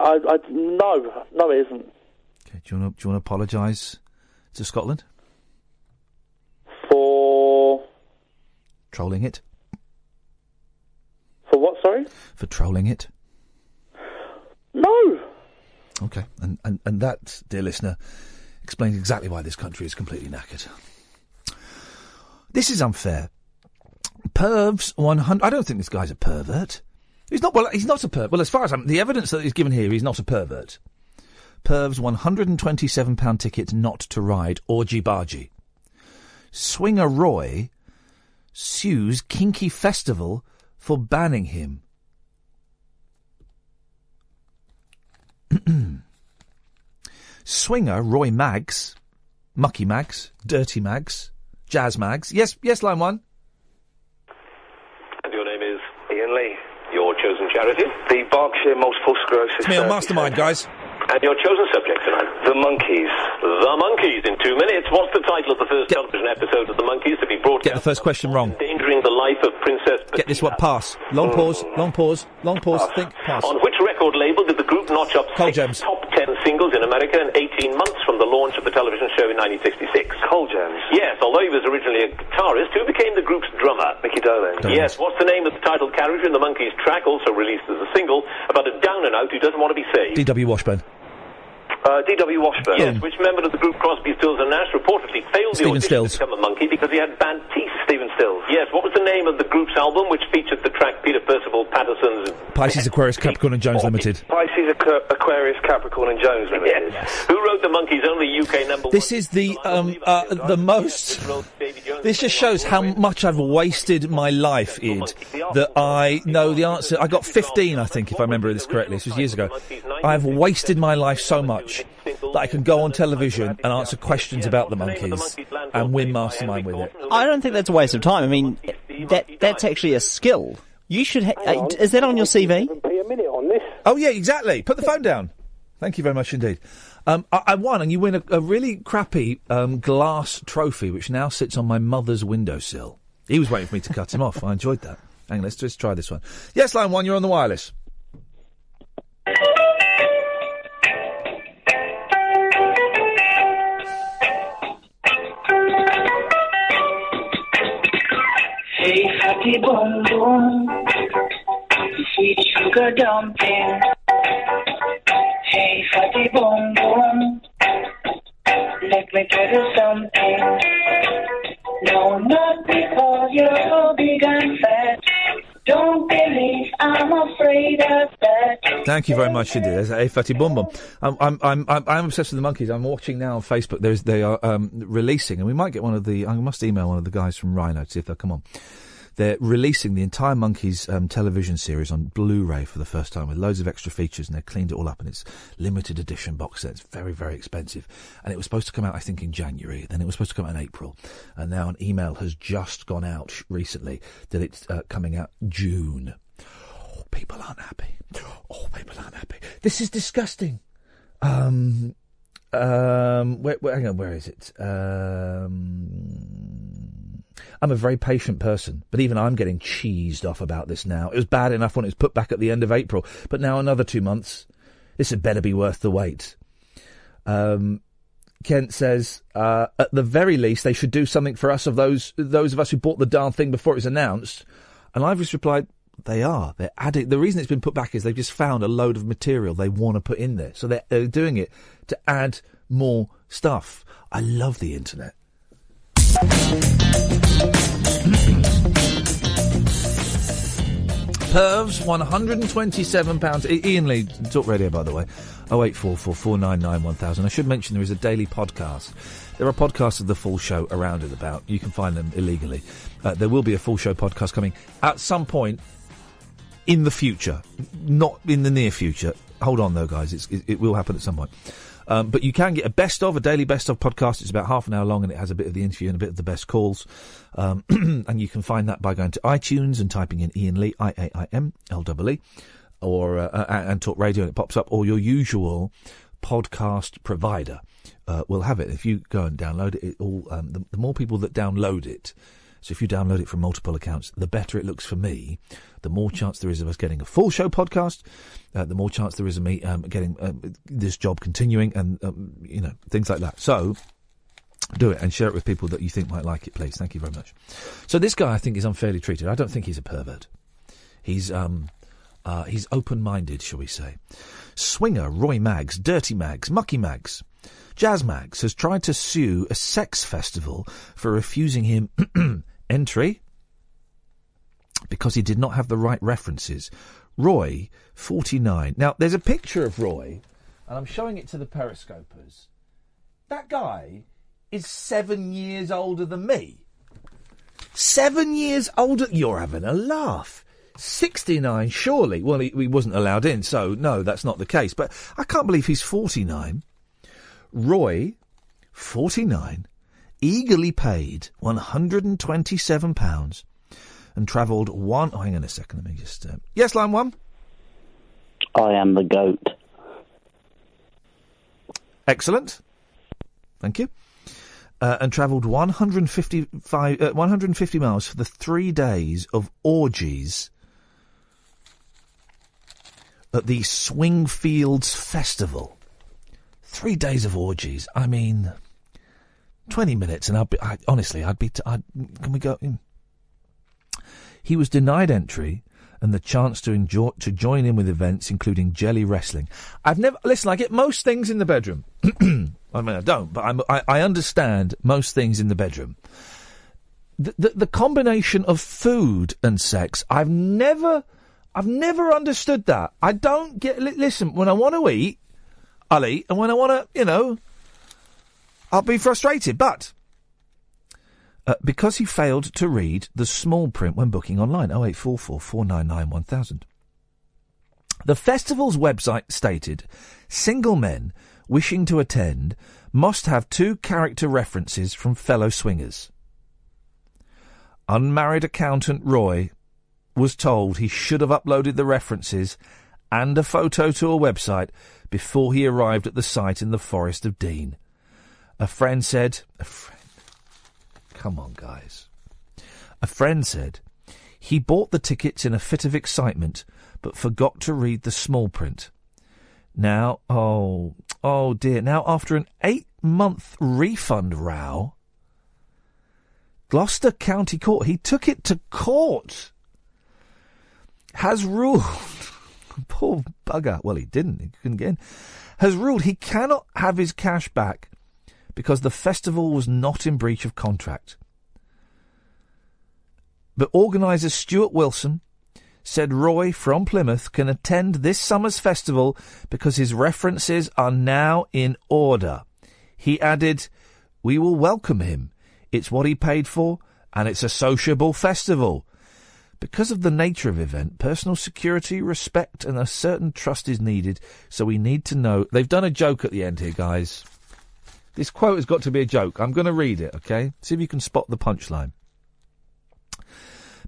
S18: I, I no no it isn't
S3: Okay, do you want to, do you want to apologise to Scotland?
S18: for
S3: Trolling it?
S18: for what? Sorry.
S3: For trolling it?
S18: No.
S3: Okay. And, and, and that, dear listener, explains exactly why this country is completely knackered. This is unfair. Pervs 100. I don't think this guy's a pervert. He's not, well, he's not a pervert. Well, as far as I'm, the evidence that is given here, he's not a pervert. Pervs £127 ticket not to ride, orgy bargy. Swinger Roy sues Kinky Festival for banning him. Swinger Roy Mags, Mucky Mags, Dirty Mags, Jazz Mags. Yes, yes, line one.
S25: And your name is Ian Lee. Your chosen charity, the Berkshire Multiple Sclerosis.
S3: It's me on
S25: Therapy
S3: Mastermind,
S25: Centre.
S3: guys.
S25: And your chosen subject tonight, the monkeys. The monkeys in two minutes. What's the title of the first television episode of the monkeys to be broadcast?
S3: Get the first question wrong.
S25: Endangering the life of Princess.
S3: Get this one. Pass. Long pause. Long pause. Long pause. Think. Pass.
S25: On which record label did the group notch up
S3: Cole
S25: six
S3: James.
S25: top ten singles in America in 18 months from the launch of the television show in 1966? Cole James. Yes, although he was originally a guitarist, who became the group's drummer? Mickey Dolan.
S3: Dolenz.
S25: Yes, what's the name of the title character in the Monkeys track, also released as a single, about a down and out who doesn't want to be saved?
S3: D.W. Washburn.
S25: Uh, D.W. Washburn. Yes,
S3: Mm.
S25: which member of the group Crosby, Stills and Nash reportedly failed
S3: Stephen
S25: the audition
S3: Stills.
S25: to become a monkey because he had bad teeth. Stephen Stills. Yes, what was the name of the group's album which featured the track Peter Percival Patterson's
S3: Pisces, Aquarius, Capricorn, and Jones Limited.
S25: Pisces Pisces, Aqu- Aquarius, Capricorn, and Jones Limited. Who wrote the Monkeys? Only UK number
S3: This is the um, uh, the most. This just shows how much I've wasted my life, Id. That I know the answer. I got 15, I think, if I remember this correctly. This was years ago. I've wasted my life so much that I can go on television and answer questions about the monkeys and win Mastermind with it.
S17: I don't think that's a waste of time. I mean, that that's actually a skill. You should. Ha- uh, is that on your CV?
S28: Be a minute on this.
S3: Oh yeah, exactly. Put the phone down. Thank you very much indeed. Um, I, I won, and you win a, a really crappy um, glass trophy, which now sits on my mother's windowsill. He was waiting for me to cut him off. I enjoyed that. Hang on, let's just try this one. Yes, line one, you're on the wireless.
S15: Hey, happy boom boom, sweet sugar dumpling. Hey, happy boom boom, let me tell you something. No, not because you're big and fat. Don't believe I'm afraid of that.
S3: Thank you very much indeed. There's A Fatty Bum Bum. Um, I'm, I'm, I'm, I'm obsessed with the monkeys. I'm watching now on Facebook. There's, they are um, releasing, and we might get one of the. I must email one of the guys from Rhino to see if they'll come on. They're releasing the entire Monkeys um, television series on Blu-ray for the first time with loads of extra features, and they've cleaned it all up, and it's limited edition box set. It's very, very expensive, and it was supposed to come out, I think, in January. Then it was supposed to come out in April, and now an email has just gone out sh- recently that it's uh, coming out June. people aren't happy. Oh, people aren't happy. This is disgusting. Um, um, where, where, hang on, where is it? Um, I'm a very patient person, but even I'm getting cheesed off about this now. It was bad enough when it was put back at the end of April, but now another two months. This had better be worth the wait. Um, Kent says, uh, at the very least, they should do something for us of those those of us who bought the darn thing before it was announced. And I've just replied, they are. They're adding. The reason it's been put back is they've just found a load of material they want to put in there, so they're, they're doing it to add more stuff. I love the internet. Pervs, £127. I- Ian Lee, Talk Radio, by the way, 0844 499 1000. I should mention there is a daily podcast. There are podcasts of the full show around and about. You can find them illegally. Uh, there will be a full show podcast coming at some point in the future, not in the near future. Hold on, though, guys. It's, it, it will happen at some point. Um, but you can get a best of, a daily best of podcast. It's about half an hour long and it has a bit of the interview and a bit of the best calls. Um, and you can find that by going to iTunes and typing in Ian Lee, I A I M L E E, or, uh, uh, and Talk Radio and it pops up, or your usual podcast provider uh, will have it. If you go and download it, it all, um, the, the more people that download it, so if you download it from multiple accounts, the better it looks for me. The more chance there is of us getting a full show podcast, uh, the more chance there is of me um, getting um, this job continuing, and um, you know things like that. So do it and share it with people that you think might like it, please. Thank you very much. So this guy, I think, is unfairly treated. I don't think he's a pervert. He's um, uh, he's open-minded, shall we say? Swinger Roy Mags, Dirty Mags, Mucky Mags, Jazz Mags has tried to sue a sex festival for refusing him entry because he did not have the right references. Roy, 49. Now, there's a picture of Roy, and I'm showing it to the Periscopers. That guy is seven years older than me. Seven years older. You're having a laugh. 69, surely. Well, he, he wasn't allowed in, so no, that's not the case. But I can't believe he's 49. Roy, 49, eagerly paid £127 and travelled one. Oh, hang on a second. Let me just. Uh, yes, line one.
S29: I am the goat.
S3: Excellent. Thank you. Uh, and travelled 155, uh, 150 miles for the three days of orgies at the Swingfields Festival. Three days of orgies. I mean, 20 minutes, and I'd be, I, honestly, I'd be. T- I'd, can we go? mm. He was denied entry and the chance to enjoy, to join in with events including jelly wrestling. I've never listen. I get most things in the bedroom. I mean, I don't, but I'm, I, I understand most things in the bedroom. The, the the combination of food and sex, I've never. I've never understood that. I don't get. Li- listen, when I want to eat, I'll eat, and when I want to, you know, I'll be frustrated. But uh, because he failed to read the small print when booking online, 0844 499 1000. The festival's website stated single men wishing to attend must have two character references from fellow swingers. Unmarried accountant Roy was told he should have uploaded the references and a photo to a website before he arrived at the site in the Forest of Dean. A friend said, a friend, come on, guys. A friend said he bought the tickets in a fit of excitement but forgot to read the small print. Now, oh, oh dear. Now, after an eight month refund row, Gloucester County Court, he took it to court, has ruled, poor bugger, well, he didn't, he couldn't get in, has ruled he cannot have his cash back because the festival was not in breach of contract. But organiser Stuart Wilson said Roy from Plymouth can attend this summer's festival because his references are now in order. He added, We will welcome him. It's what he paid for, and it's a sociable festival. Because of the nature of event, personal security, respect, and a certain trust is needed, so we need to know. They've done a joke at the end here, guys. This quote has got to be a joke. I'm going to read it, okay? See if you can spot the punchline.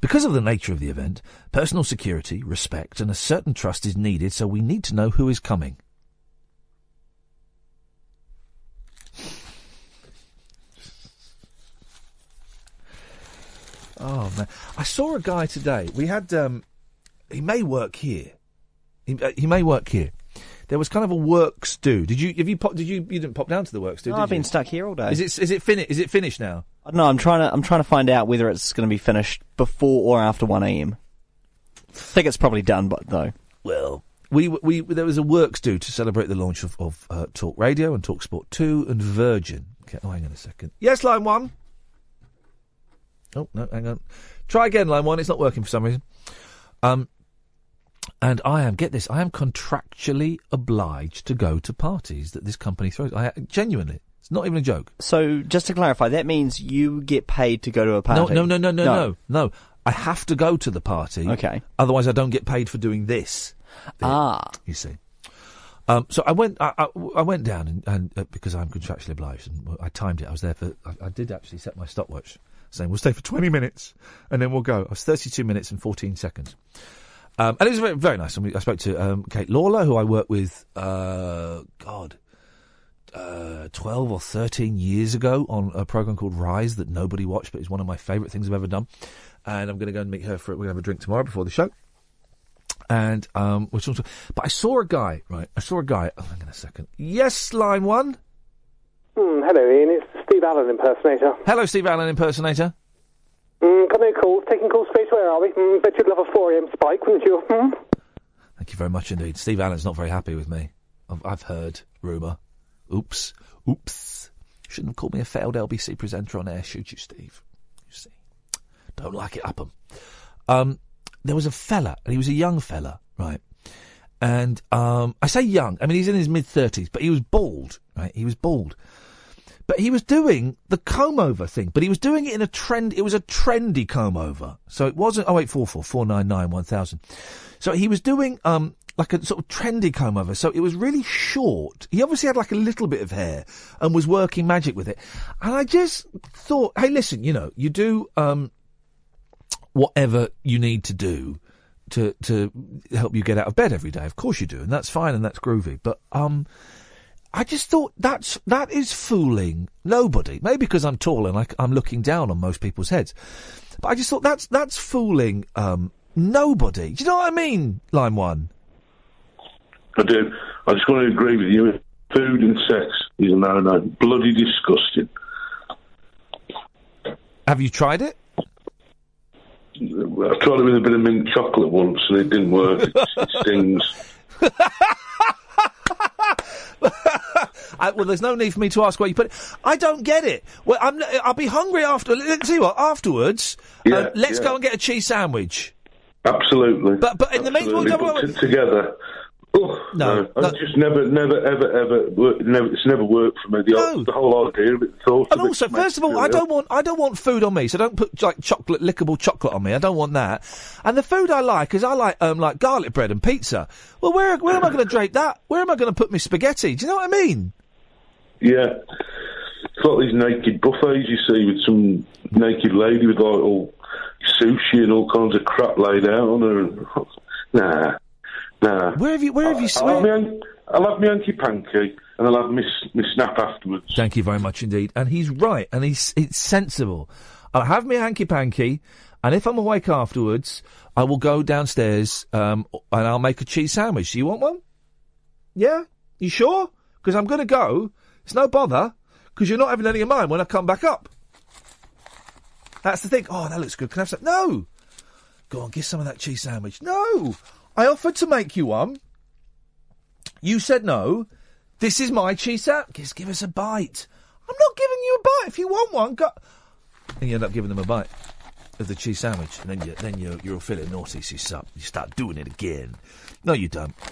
S3: Because of the nature of the event, personal security, respect, and a certain trust is needed, so we need to know who is coming. Oh man, I saw a guy today. We had um, he may work here. He, uh, he may work here. There was kind of a works do. Did you? Have you? Pop, did you? You didn't pop down to the works do?
S17: No,
S3: did
S17: I've
S3: you?
S17: been stuck here all day.
S3: Is it? Is it finished? Is it finished now?
S17: I don't know. I'm trying to. I'm trying to find out whether it's going to be finished before or after one a.m. I think it's probably done, but though.
S3: Well, we we there was a works do to celebrate the launch of, of uh, Talk Radio and Talk Sport Two and Virgin. Okay, oh, hang on a second. Yes, line one. Oh no, hang on. Try again, line one. It's not working for some reason. Um, and I am get this. I am contractually obliged to go to parties that this company throws. I genuinely. It's not even a joke.
S17: So just to clarify, that means you get paid to go to a party.
S3: No, no, no, no, no, no, no. I have to go to the party. Okay. Otherwise, I don't get paid for doing this.
S17: Ah.
S3: You see. Um, so I went. I, I, I went down and, and uh, because I'm contractually obliged, and I timed it. I was there for. I, I did actually set my stopwatch, saying we'll stay for 20 minutes and then we'll go. I was 32 minutes and 14 seconds. Um, and it was very, very nice. And we, I spoke to um, Kate Lawler, who I worked with, uh, God, uh, 12 or 13 years ago on a program called Rise that nobody watched, but is one of my favourite things I've ever done. And I'm going to go and meet her for We're going to have a drink tomorrow before the show. And um, we're talking. to- But I saw a guy, right? I saw a guy. Oh, hang on a second. Yes, line one.
S28: Hmm, hello, Ian. It's Steve Allen impersonator.
S3: Hello, Steve Allen impersonator.
S28: Mm, got no calls. Taking calls straight away, are we? Mm, bet you'd love a 4 a.m. spike, wouldn't you? Hmm?
S3: Thank you very much indeed. Steve Allen's not very happy with me. I've, I've heard rumour. Oops. Oops. Shouldn't have called me a failed LBC presenter on air, should you, Steve? You see. Don't like it, up 'em. Um, there was a fella, and he was a young fella, right? And um, I say young, I mean, he's in his mid 30s, but he was bald, right? He was bald. But he was doing the comb over thing, but he was doing it in a trend. It was a trendy comb over. So it wasn't oh, 0844 499 1000. So he was doing um, like a sort of trendy comb over. So it was really short. He obviously had like a little bit of hair and was working magic with it. And I just thought, hey, listen, you know, you do um, whatever you need to do to to help you get out of bed every day. Of course you do, and that's fine and that's groovy. But um, I just thought that's that is fooling nobody. Maybe because I'm tall and I, am looking down on most people's heads, but I just thought that's that's fooling um nobody. Do you know what I mean? Line one.
S19: I do. I just want to agree with you. Food and sex is a no-no. Bloody disgusting.
S3: Have you tried it?
S19: I tried it with a bit of mint chocolate once, and it didn't work. It, it stings.
S3: I, well, there's no need for me to ask where you put it. I don't get it. Well, I'm, I'll be hungry after. Let's see what afterwards.
S19: Yeah,
S3: uh, let's
S19: yeah.
S3: go and get a cheese sandwich.
S19: Absolutely.
S23: But but in the meantime,
S19: together. Oh,
S23: No,
S19: I just never, never, ever, ever. Work, never, it's never worked for me. The, whole- the whole idea of it, the thought
S23: And
S19: of it
S23: also,
S19: makes
S23: first of all,
S19: me
S23: I
S19: ill.
S23: don't want I don't want food on me, so don't put like chocolate, lickable chocolate on me. I don't want that. And the food I like is I like um like garlic bread and pizza. Well, where where am I going to drape that? Where am I going to put my spaghetti? Do you know what I mean?
S19: Yeah, it's like these naked buffets you see with some naked lady with like all sushi and all kinds of crap laid out on her. Nah, nah.
S23: Where have you? Where have you?
S19: I'll have my, an- I'll have my auntie pancake and I'll have my, s- my snap afterwards.
S3: Thank you very much indeed. And he's right, and he's it's sensible. I'll have my hanky panky, and if I'm awake afterwards, I will go downstairs um, and I'll make a cheese sandwich. Do you want one? Yeah? You sure? Because I'm going to go. It's no bother, because you're not having any of mine when I come back up. That's the thing. Oh, that looks good. Can I have some? No! Go on, give some of that cheese sandwich. No! I offered to make you one. You said no. This is my cheese sandwich. Just give us a bite. I'm not giving you a bite. If you want one, go. And you end up giving them a bite of the cheese sandwich, and then you then you you're all feeling naughty. So you start you start doing it again. No, you don't.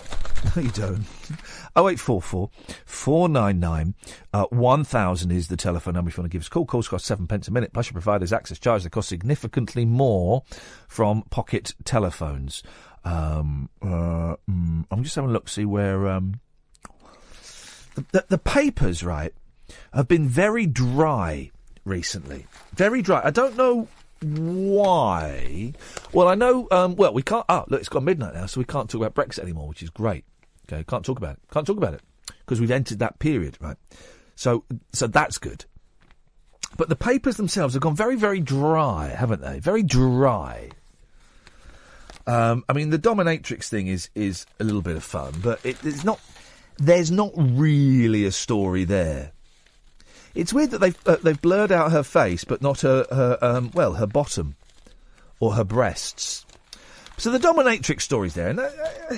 S3: No, you don't. Oh eight four four four nine nine uh, one thousand is the telephone number if you want to give us a call. Calls cost seven pence a minute. Plus your provider's access charge. They cost significantly more from pocket telephones. Um, uh, mm, I'm just having a look see where. Um, the, the, the papers, right, have been very dry recently. Very dry. I don't know why. Well, I know. Um, well, we can't. Oh, look, it's gone midnight now, so we can't talk about Brexit anymore, which is great. Okay, can't talk about it. Can't talk about it because we've entered that period, right? So, so that's good. But the papers themselves have gone very, very dry, haven't they? Very dry. Um, I mean, the dominatrix thing is is a little bit of fun, but it, it's not. There's not really a story there. It's weird that they've uh, they've blurred out her face, but not her her um, well her bottom or her breasts. So the dominatrix story's there, and uh, uh,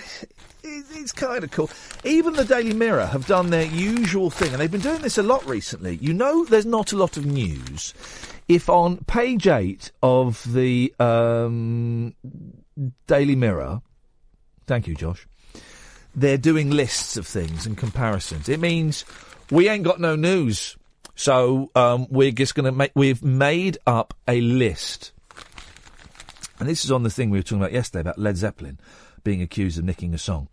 S3: it, it's kind of cool. Even the Daily Mirror have done their usual thing, and they've been doing this a lot recently. You know, there's not a lot of news if on page eight of the um, Daily Mirror. Thank you, Josh they're doing lists of things and comparisons. It means we ain't got no news, so um, we're just going to make we've made up a list. And this is on the thing we were talking about yesterday about Led Zeppelin being accused of nicking a song,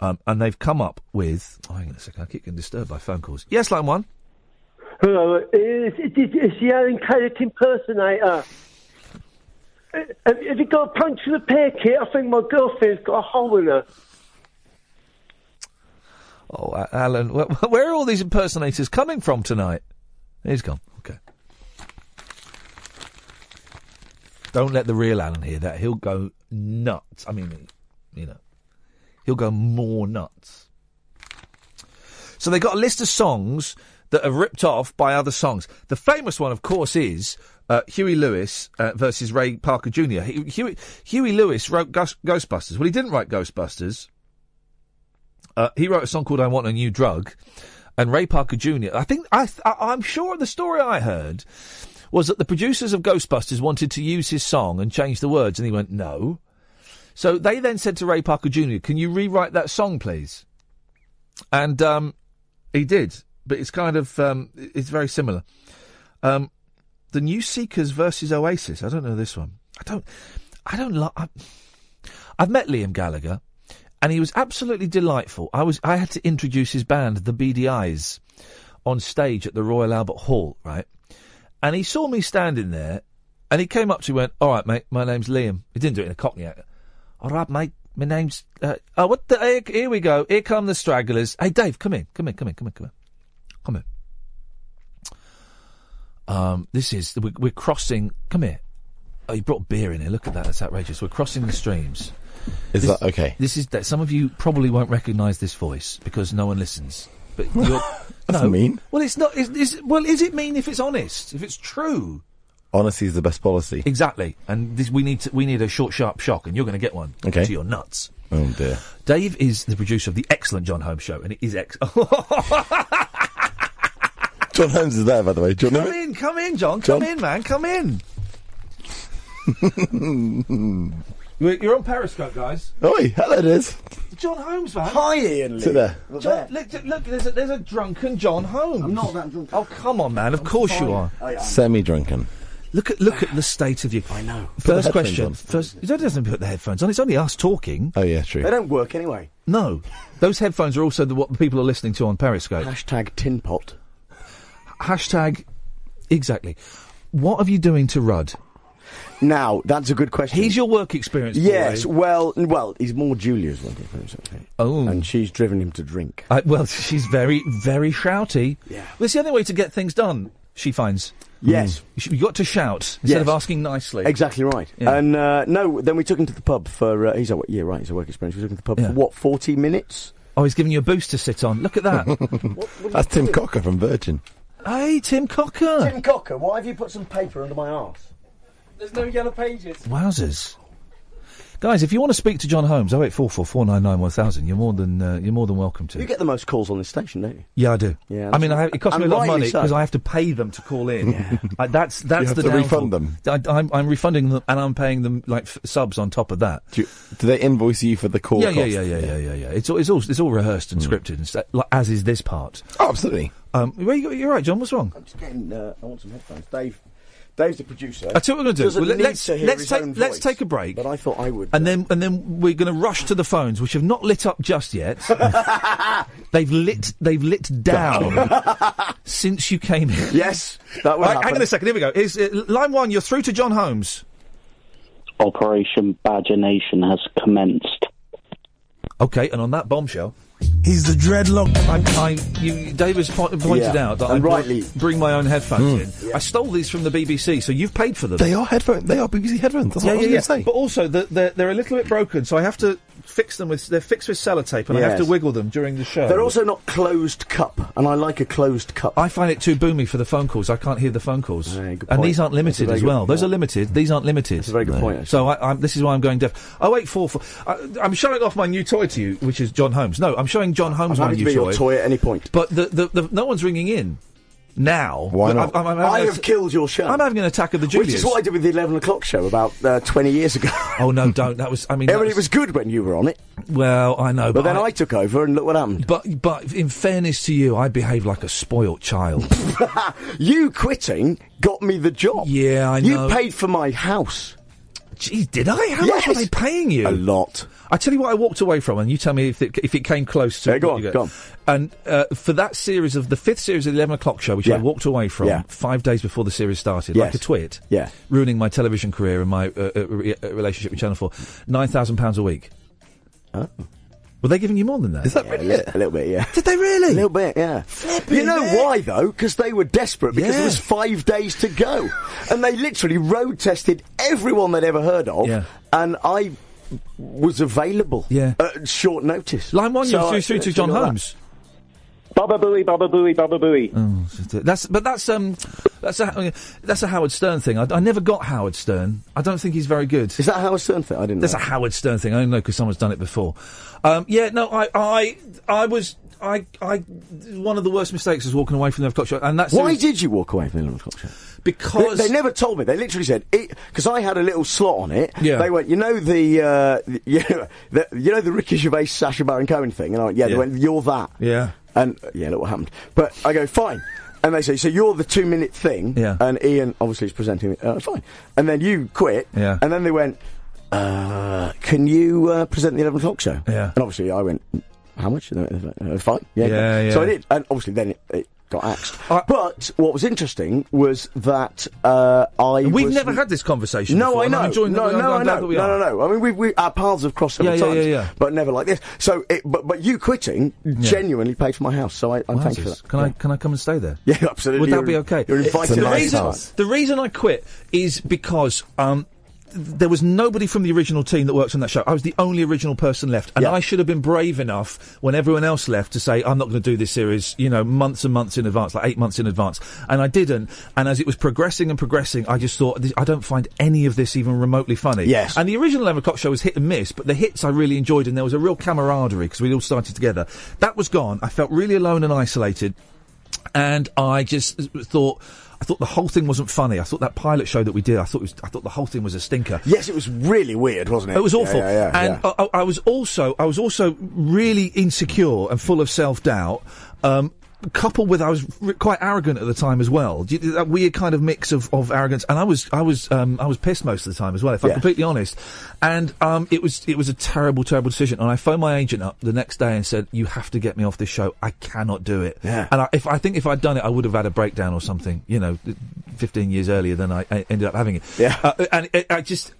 S3: um, and they've come up with. Oh, hang on a second, I keep getting disturbed by phone calls. Yes, line one.
S30: Hello, it's, it's, it's the Alan Caddick impersonator. Uh, Have, have you got a punch in the pear kit? I think my girlfriend's got a hole in her.
S3: Oh, A- Alan, where, where are all these impersonators coming from tonight? He's gone. Okay. Don't let the real Alan hear that. He'll go nuts. I mean, you know, he'll go more nuts. So they got a list of songs that are ripped off by other songs. The famous one, of course, is uh, Huey Lewis uh, versus Ray Parker Jr. He, Huey, Huey Lewis wrote Ghost, Ghostbusters. Well, he didn't write Ghostbusters. Uh, he wrote a song called "I Want a New Drug," and Ray Parker Jr. I think I, th- I I'm sure the story I heard was that the producers of Ghostbusters wanted to use his song and change the words, and he went no. So they then said to Ray Parker Jr., "Can you rewrite that song, please?" And um, he did, but it's kind of um, i- it's very similar. Um, the New Seekers versus Oasis. I don't know this one. I don't. I don't like. I- I've met Liam Gallagher, and he was absolutely delightful. I was I had to introduce his band, the BDIs, on stage at the Royal Albert Hall, right? And he saw me standing there, and he came up to me and went, "All right, mate, my name's Liam." He didn't do it in a Cockney accent. All right, mate, my name's. Uh, oh, what the? Here, here we go. Here come the stragglers. Hey, Dave, come in, come in, come in, come in, come in, come in. Um, this is we're, we're crossing. Come here. Oh, you brought beer in here. Look at that. That's outrageous. We're crossing the streams.
S14: Is
S3: This-
S14: that okay?
S3: This is that. Some of you probably won't recognise this voice because no one listens. But you're,
S14: That's
S3: no.
S14: mean.
S3: Well, it's not. Is, is, well, is it mean if it's honest? If it's true?
S14: Honesty is the best policy.
S3: Exactly. And this, we need to, we need a short, sharp shock, and you're going to get one.
S14: Okay.
S3: To your nuts.
S14: Oh dear.
S3: Dave is the producer of the excellent John Holmes show, and it is ex.
S14: John Holmes is there, by the way. Do you
S3: come
S14: know
S3: in, come in, John, come
S14: John?
S3: in, man, come in.
S14: it?
S23: You're you're on Periscope, guys.
S14: Oi, hello, Diz.
S23: John Holmes, man.
S14: Hi, Ian Lee. Sit there. Look
S23: John, look, look there's, a, there's a drunken John Holmes. I'm not that drunk. Oh, come on, man. Of course you are.
S14: Semi drunken.
S3: Look at look at the state of you. I know.
S14: Put the
S3: First
S14: headphones
S3: question.
S14: on.
S3: First, it doesn't put the headphones on. It's only us talking.
S14: Oh yeah, true.
S31: They don't work anyway.
S3: No, those headphones are also the, what people are listening to on Periscope.
S31: Hashtag tinpot.
S3: Hashtag, exactly. What are you doing to Rudd?
S31: Now that's a good question.
S3: He's your work experience.
S31: Yes,
S3: boy.
S31: well, well, he's more Julia's working for himself. I think.
S3: Oh,
S31: and she's driven him to drink.
S3: Uh, well, she's very very shouty.
S31: Yeah.
S3: Well, it's the only way to get things done. She finds.
S31: Yes.
S3: Mm. You got to shout instead
S31: Yes.
S3: of asking nicely.
S31: Exactly right.
S3: Yeah.
S31: And uh, no, then we took him to the pub for. Uh, he's a, yeah, right. He's a work experience. We took him to the pub
S3: Yeah.
S31: for what forty minutes.
S3: Oh, he's giving you a boost to sit on. Look at that.
S14: That's Tim Cocker from Virgin.
S3: Hey, Tim Cocker.
S31: Tim Cocker, why have you put some paper under my arse?
S21: There's no yellow pages.
S3: Wowzers. Guys, if you want to speak to John Holmes, 08444991000, you're more than uh, you're more than welcome to.
S31: You get the most calls on this station, don't you?
S3: yeah, I do.
S31: Yeah,
S3: I mean, I have, it costs
S31: and
S3: me a lot of
S31: rightly
S3: money
S31: so.
S3: because I have to pay them to call in. I, that's that's
S14: You have
S3: the
S14: to
S3: downfall.
S14: refund them.
S3: I, I'm, I'm refunding them and I'm paying them like f- subs on top of that.
S14: Do, you, do they invoice you for the call?
S3: yeah, yeah,
S14: cost? Hmm.
S3: yeah, yeah, yeah, yeah, yeah. It's all it's all it's all rehearsed and scripted and st- like, as is this part.
S14: Oh, absolutely.
S3: Um, well, you, you're right, John. What's wrong?
S31: I'm just getting. Uh, I want some headphones, Dave. Dave's the producer.
S3: I tell you what we're gonna do.
S31: Doesn't
S3: Well, let-
S31: need
S3: let's-
S31: to hear
S3: let's
S31: his
S3: take-
S31: own
S3: let's
S31: voice.
S3: take a break.
S31: But I thought I would.
S3: And then and then we're going to rush to the phones, which have not lit up just yet. they've lit they've lit down since you came in.
S31: Yes, that
S3: will Hang on a second. Here we go. Is uh, line one? You're through to John Holmes.
S29: Operation Badger Nation has commenced.
S3: Okay, and on that bombshell, he's the dreadlock. I, I, you, Davis po- pointed
S14: Yeah,
S3: out that
S14: and
S3: I br-
S14: rightly.
S3: bring my own headphones
S31: Hmm.
S3: in. I stole these from the BBC, so you've paid for them.
S14: They are headphones. They are BBC headphones. That's what I was going to say.
S3: But also, the, they're, they're a little bit broken, so I have to fix them with. They're fixed with sellotape, and I have
S31: Yes.
S3: to wiggle them during the show.
S31: They're also not closed cup, and I like a closed cup.
S3: I find it too boomy for the phone calls. I can't hear the phone calls, and
S31: point.
S3: these
S31: That's
S3: aren't
S31: a
S3: limited
S31: very
S3: as
S31: good
S3: well. Those
S31: point.
S3: are limited. These aren't limited. That's a very
S31: good point, actually.
S3: So I, I'm, this is why I'm going deaf. Oh wait, four, four. I, I'm showing off my new toy to you, which is John Holmes. No, I'm showing John
S31: I'm
S3: Holmes my
S31: happy
S3: new
S31: to be your toy at any point.
S3: But the, the, the, no one's ringing in now. Why
S31: not? I have killed your show.
S3: I'm having an attack of the Julius.
S31: Which is what I did with the 11 o'clock show about uh, 20 years ago.
S3: oh, no, don't. That was, I mean, that
S31: it was good when you were on it.
S3: Well, I know,
S31: But, then I... took over and look what happened.
S3: But but in fairness to you, I behaved like a spoilt child.
S31: you quitting got me the job.
S3: Yeah, I know.
S31: You paid for my house.
S3: Jeez, did I? How much were they paying you?
S31: A lot.
S3: I tell you what, I walked away from, and you tell me if it, if it came close to.
S31: Yeah, go
S3: what
S31: on,
S3: you got.
S31: go on.
S3: And uh, for that series of the fifth series of the eleven o'clock show, which I
S31: Yeah.
S3: walked away from
S31: Yeah.
S3: five days before the series started, like
S31: Yes.
S3: a twit,
S31: Yeah.
S3: ruining my television career and my uh, uh, re- uh, relationship with Channel Four, nine thousand pounds a week.
S31: Oh.
S3: Were they giving you more than that? Is that
S31: really it? A little bit, yeah.
S3: Did they really? A
S31: little bit, yeah. you know why though? Because they were desperate because
S3: Yeah.
S31: there was five days to go, and they literally road tested everyone they'd ever heard of,
S3: Yeah.
S31: and I was available.
S3: Yeah.
S31: At short notice.
S3: Line one,
S31: So
S3: you're
S31: I-
S3: through, through to
S31: so
S3: John
S31: you got that.
S3: Holmes.
S31: Baba booey, baba booey, baba booey.
S3: Oh, so th- that's but that's um that's a that's a Howard Stern thing. I, I never got Howard Stern. I don't think he's very good.
S31: Is that a Howard Stern thing? I didn't.
S3: That's
S31: know.
S3: a Howard Stern thing. I only know because someone's done it before. Um, yeah, no, I I I was I I one of the worst mistakes was walking away from the clock show, and that's
S31: Why did you walk away from the eleven o'clock show?
S3: Because
S31: they, they never told me. They literally said because I had a little slot on it.
S3: Yeah.
S31: They went, you know the, uh, the- you know the, you know the Ricky Gervais, Sacha Baron Cohen thing, and I went, yeah.
S3: Yeah.
S31: They went, you're that.
S3: yeah.
S31: And uh, yeah, look what happened. But I go, fine. And they say, so you're the two minute thing.
S3: Yeah.
S31: And Ian obviously is presenting it. Uh, fine. And then you quit.
S3: Yeah.
S31: And then they went, uh, can you uh, present the 11 o'clock show?
S3: Yeah.
S31: And obviously I went, how much? And they went, "Uh, fine. Yeah,
S3: Yeah, yeah.
S31: So I did. And obviously then it, it got axed. but what was interesting was that uh, I.
S3: We've
S31: was-
S3: never had this conversation.
S31: no,
S3: before,
S31: I
S3: and
S31: know.
S3: I'm enjoying
S31: no,
S3: that we- I'm
S31: no, I
S3: glad
S31: know.
S3: that we
S31: no,
S3: are.
S31: no, no. I mean, we, we, our paths have crossed several
S3: Yeah, yeah,
S31: times,
S3: yeah, yeah.
S31: but never like this. So, it, but but you quitting genuinely paid for my house, so I, I'm thankful for
S3: Wowzers.
S31: that.
S3: Can I can I come and stay there?
S31: Yeah, absolutely.
S3: Would that
S31: You're-
S3: be okay?
S31: You're invited.
S3: The
S31: over.
S3: reason, the reason I quit is because um, th- there was nobody from the original team that works on that show. I was the only original person left, and I should have been brave enough when everyone else left to say, "I'm not going to do this series," you know, months and months in advance, like eight months in advance, and I didn't. And as it was progressing and progressing, I just thought, "This- "I don't find any of this even remotely funny."
S31: Yes.
S3: And the original Eleven O'clock show was hit and miss, but the hits I really enjoyed, and there was a real camaraderie because we all started together. That was gone. I felt really alone and isolated and I just thought I thought the whole thing wasn't funny. I thought that pilot show that we did. I thought it was, I thought the whole thing was a stinker.
S31: Yes, it was really weird, wasn't it?
S3: It was
S31: Yeah,
S3: awful.
S31: yeah, yeah,
S3: and I- I, I was also I was also really insecure and full of self doubt. Um, coupled with I was r- quite arrogant at the time as well. Do you- That weird kind of mix of, of arrogance, and I was I was um, I was pissed most of the time as well. If I'm
S20: Yeah.
S3: completely honest, and um, it was it was a terrible terrible decision. And I phoned my agent up the next day and said, "You have to get me off this show. I cannot do it."
S20: Yeah.
S3: And I, if I think if I'd done it, I would have had a breakdown or something. You know, 15 years earlier than I, I ended up having it. Yeah. and it, I just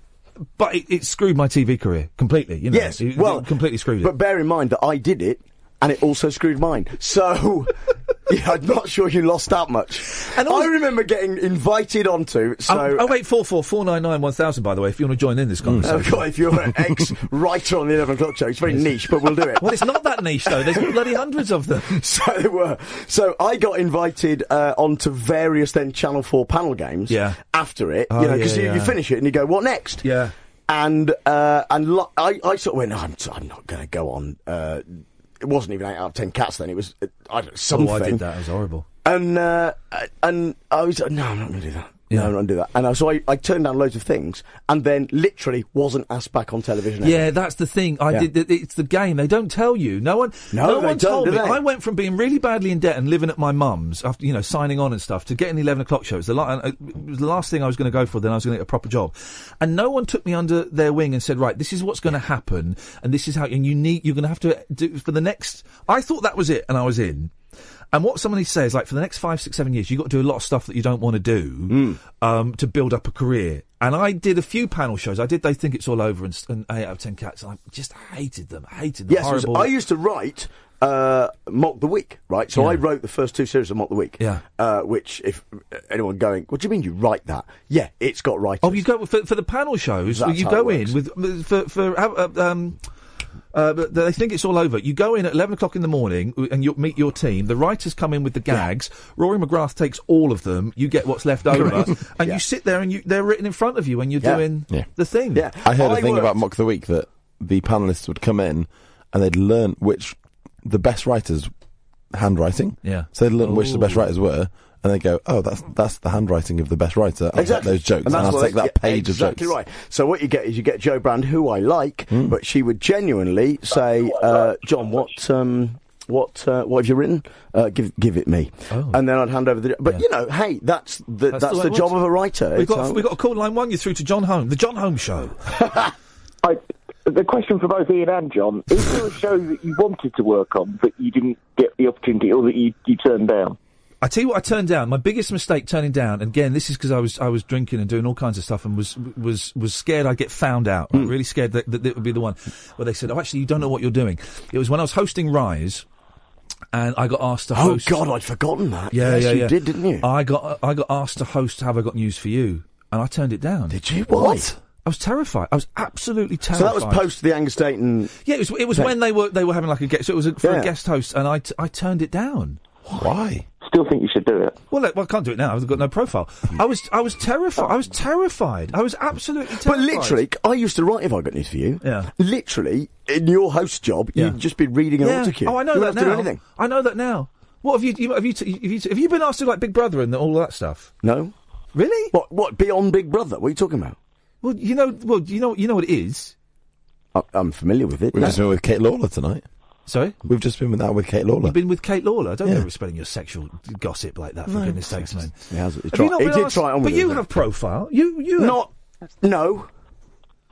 S3: but it, it screwed my TV career completely. You know,
S31: Yes,
S3: It- it
S31: well,
S3: completely screwed it.
S31: But bear in mind that I did it, and it also screwed mine. So. Yeah, I'm not sure you lost out much. And I remember getting invited onto. So
S3: oh, oh wait, four four four nine nine one thousand. By the way, if you want to join in this
S31: Oh,
S3: conversation.
S31: God, if you're an ex writer on the 11 o'clock show, it's very niche, but we'll do it.
S3: Well, it's not that niche, though. There's bloody hundreds of them.
S31: so they were. So I got invited uh, onto various then Channel 4 panel games
S3: Yeah.
S31: after it,
S3: Oh,
S31: you know, because
S3: yeah,
S31: you,
S3: yeah.
S31: you finish it and you go, what next?
S3: Yeah.
S31: And uh, and lo- I, I sort of went, "No, I'm, I'm not going to go on. Uh, it wasn't even 8 out of 10 cats then, it was uh, I don't, something.
S3: Oh, I did that. It was horrible.
S31: And uh, and I was like, no, I'm not going to do that. No, I'm not going to do that. And I, so I, I turned down loads of things, and then literally wasn't asked back on television. ever.
S3: Yeah, that's the thing. I
S31: Yeah.
S3: did. th- It's the game. They don't tell you. No one.
S31: No, they
S3: one
S31: don't,
S3: told
S31: do
S3: me.
S31: they?
S3: I went from being really badly in debt and living at my mum's after you know signing on and stuff to getting the eleven o'clock show. It was the, la- uh, it was the last thing I was going to go for. Then I was going to get a proper job, and no one took me under their wing and said, right, this is what's going to happen, and this is how. And you need. You're going to have to do for the next. I thought that was it, and I was in. And what somebody says, like for the next five, six, seven years, you've got to do a lot of stuff that you don't want to
S31: Mm.
S3: do um, to build up a career. And I did a few panel shows. I did They Think It's All Over and, s- and 8 out of 10 Cats. And I just hated them. Hated them.
S31: Yes, it was-
S3: Horrible.
S31: I used to write uh, Mock the Week, right? So I
S3: Yeah.
S31: wrote the first two series of Mock the Week. Yeah. Uh, which, if anyone going, what do you mean you write that? Yeah, it's got writers.
S3: Oh, you go for, for the panel shows.
S31: That's
S3: you
S31: how
S3: go
S31: it
S3: in with for for uh, um. Uh, but they think it's all over. You go in at eleven o'clock in the morning w- and you meet your team. The writers come in with the gags. Rory McGrath takes all of them. You get what's left over,
S14: Correct.
S3: and you sit there and you, they're written in front of you when you're
S14: Yeah.
S3: doing
S14: Yeah.
S3: the thing. Yeah,
S14: I heard a thing about Mock the Week that the panelists would come in and they'd learn which the best writers' handwriting.
S3: Yeah.
S14: So they'd learn which the best
S3: Ooh.
S14: writers were, and they'd go, "Oh, that's that's the handwriting of the best writer." I'll
S31: Exactly.
S14: take those jokes, and,
S31: And that's
S14: I'll
S31: what
S14: take
S31: they-
S14: that
S31: yeah,
S14: page
S31: exactly
S14: of jokes.
S31: right. So what you get is you get Joe Brand, who I like,
S3: Hmm.
S31: but she would genuinely say, uh, "John, what, um, what, uh, what have you written? Uh, give, give it me."
S3: Oh.
S31: And then I'd hand over the. But you know, hey, that's the that's,
S3: way
S31: the,
S3: it
S31: job
S3: was.
S31: of a writer.
S3: We've
S31: It's
S3: got
S31: how-
S3: we got a call line one. You're through to John Home, the John Home Show.
S22: I, the question for both Ian and John is there a show that you wanted to work on but you didn't get the opportunity or that you, you turned down?
S3: I tell you what, I turned down. My biggest mistake turning down, and again, this is because I was I was drinking and doing all kinds of stuff, and was was was scared I'd get found out.
S31: Hmm.
S3: right? Really scared that, that it would be the one where they said, "Oh, actually, you don't know what you're doing." It was when I was hosting Rise, and I got asked to
S31: Oh,
S3: host.
S31: God, I'd forgotten that.
S3: Yeah,
S31: Yes,
S3: yeah,
S31: you
S3: yeah.
S31: did, didn't you?
S3: I got I got asked to host. Have I got news for you? And I turned it down. Did
S31: you? Why?
S3: What? I was terrified. I was absolutely
S31: so
S3: terrified.
S31: that was post the Angus Dayton.
S3: Yeah, it was. It was
S31: Right.
S3: when they were they were having like a guest. So it was a, for
S31: Yeah.
S3: a guest host, and I, t- I turned it down.
S14: Why?
S22: Still think you should do it.
S3: Well, look, well, I can't do it now. I've got no profile. I was I was terrified. I was terrified. I was absolutely
S31: But
S3: terrified.
S31: literally, I used to write if I got news for you. Yeah. Literally, in your host job, you'd just be reading an
S3: yeah.
S31: autocue.
S3: Oh, I know
S31: you wouldn't
S3: that
S31: have
S3: now.
S31: to do anything.
S3: I know that now. What have you, you have you t- have you, t- have you been asked to do, like Big Brother and all that stuff?
S31: No.
S3: Really?
S31: What? What? Beyond Big Brother? What are you talking about?
S3: Well, you know, well, you know, you know what it is.
S31: I, I'm familiar with it.
S14: We've
S3: No.
S14: just been with Kate Lawler tonight.
S3: Sorry,
S14: we've just been with that with Kate Lawler.
S3: You've been with Kate Lawler. I don't
S14: Yeah.
S3: know if spreading your sexual gossip like that. For
S14: No.
S3: goodness sakes, man.
S31: He has. He,
S3: Have
S31: tried,
S3: you not
S31: he
S3: been
S31: did
S3: asked-
S31: try it on
S3: But
S31: with
S3: you
S31: us,
S3: have profile. You you have-
S31: not. No,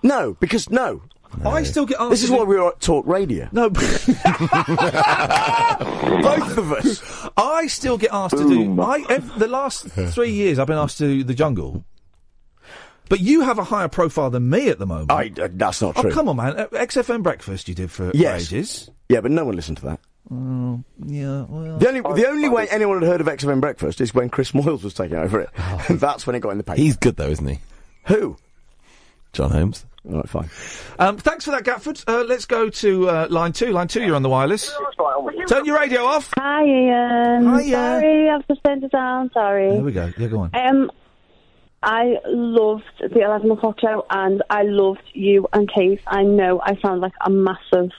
S31: no, because no.
S3: I still get asked.
S31: This is
S3: to
S31: why
S3: do-
S31: we were at Talk Radio.
S3: No. Both
S31: of us.
S3: I still get asked to do. I ev- the last three years I've been asked to do the jungle. But you have a higher profile than me at the moment. I,
S31: uh, that's not
S3: Oh
S31: true.
S3: come on, man! Uh, XFM breakfast you did for, for
S31: Yes.
S3: ages.
S31: Yeah, but no one listened to that.
S3: Oh, yeah. Well,
S31: The only, the only way anyone had heard of XFM Breakfast is when Chris Moyles was taking over it.
S3: Oh.
S31: And that's when it got in the paper.
S14: He's good though, isn't he?
S31: Who?
S14: John Holmes.
S31: All right, fine.
S3: Um, thanks for that, Gatford. Uh, let's go to uh, line two. Line two, you're on the wireless. Turn your radio off.
S32: Hi, Ian.
S3: Hiya.
S32: Sorry, I've just turned it down. Sorry.
S3: There we go. Yeah, go on.
S32: Um, I loved the 11 o'clock show and I loved you and Keith. I know I sound like a massive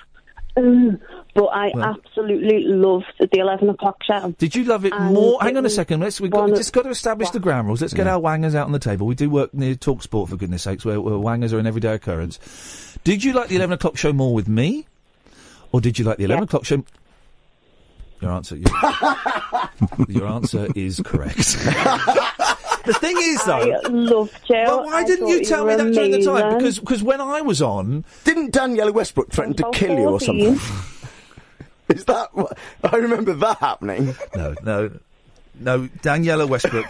S32: "Ugh," but I
S3: Well.
S32: absolutely loved the 11 o'clock show.
S3: Did you love it
S32: And
S3: more? Hang
S32: Um, it
S3: on a
S32: was
S3: second. Let's we got,
S32: one of-
S3: just got to establish the ground rules. Let's get our wangers out on the table. We do work near Talk Sport, for goodness sakes, where, where wangers are an everyday occurrence. Did you like the eleven o'clock show more with me, or did you like the eleven o'clock show? Your answer. Your, your answer is correct. the thing is, though,
S32: I loved you.
S3: Well, why didn't you tell me that during the time? Because because when I was on,
S31: didn't Daniela Westbrook threaten to kill you or something? Is that what I remember that happening?
S3: No, no, no. Daniela Westbrook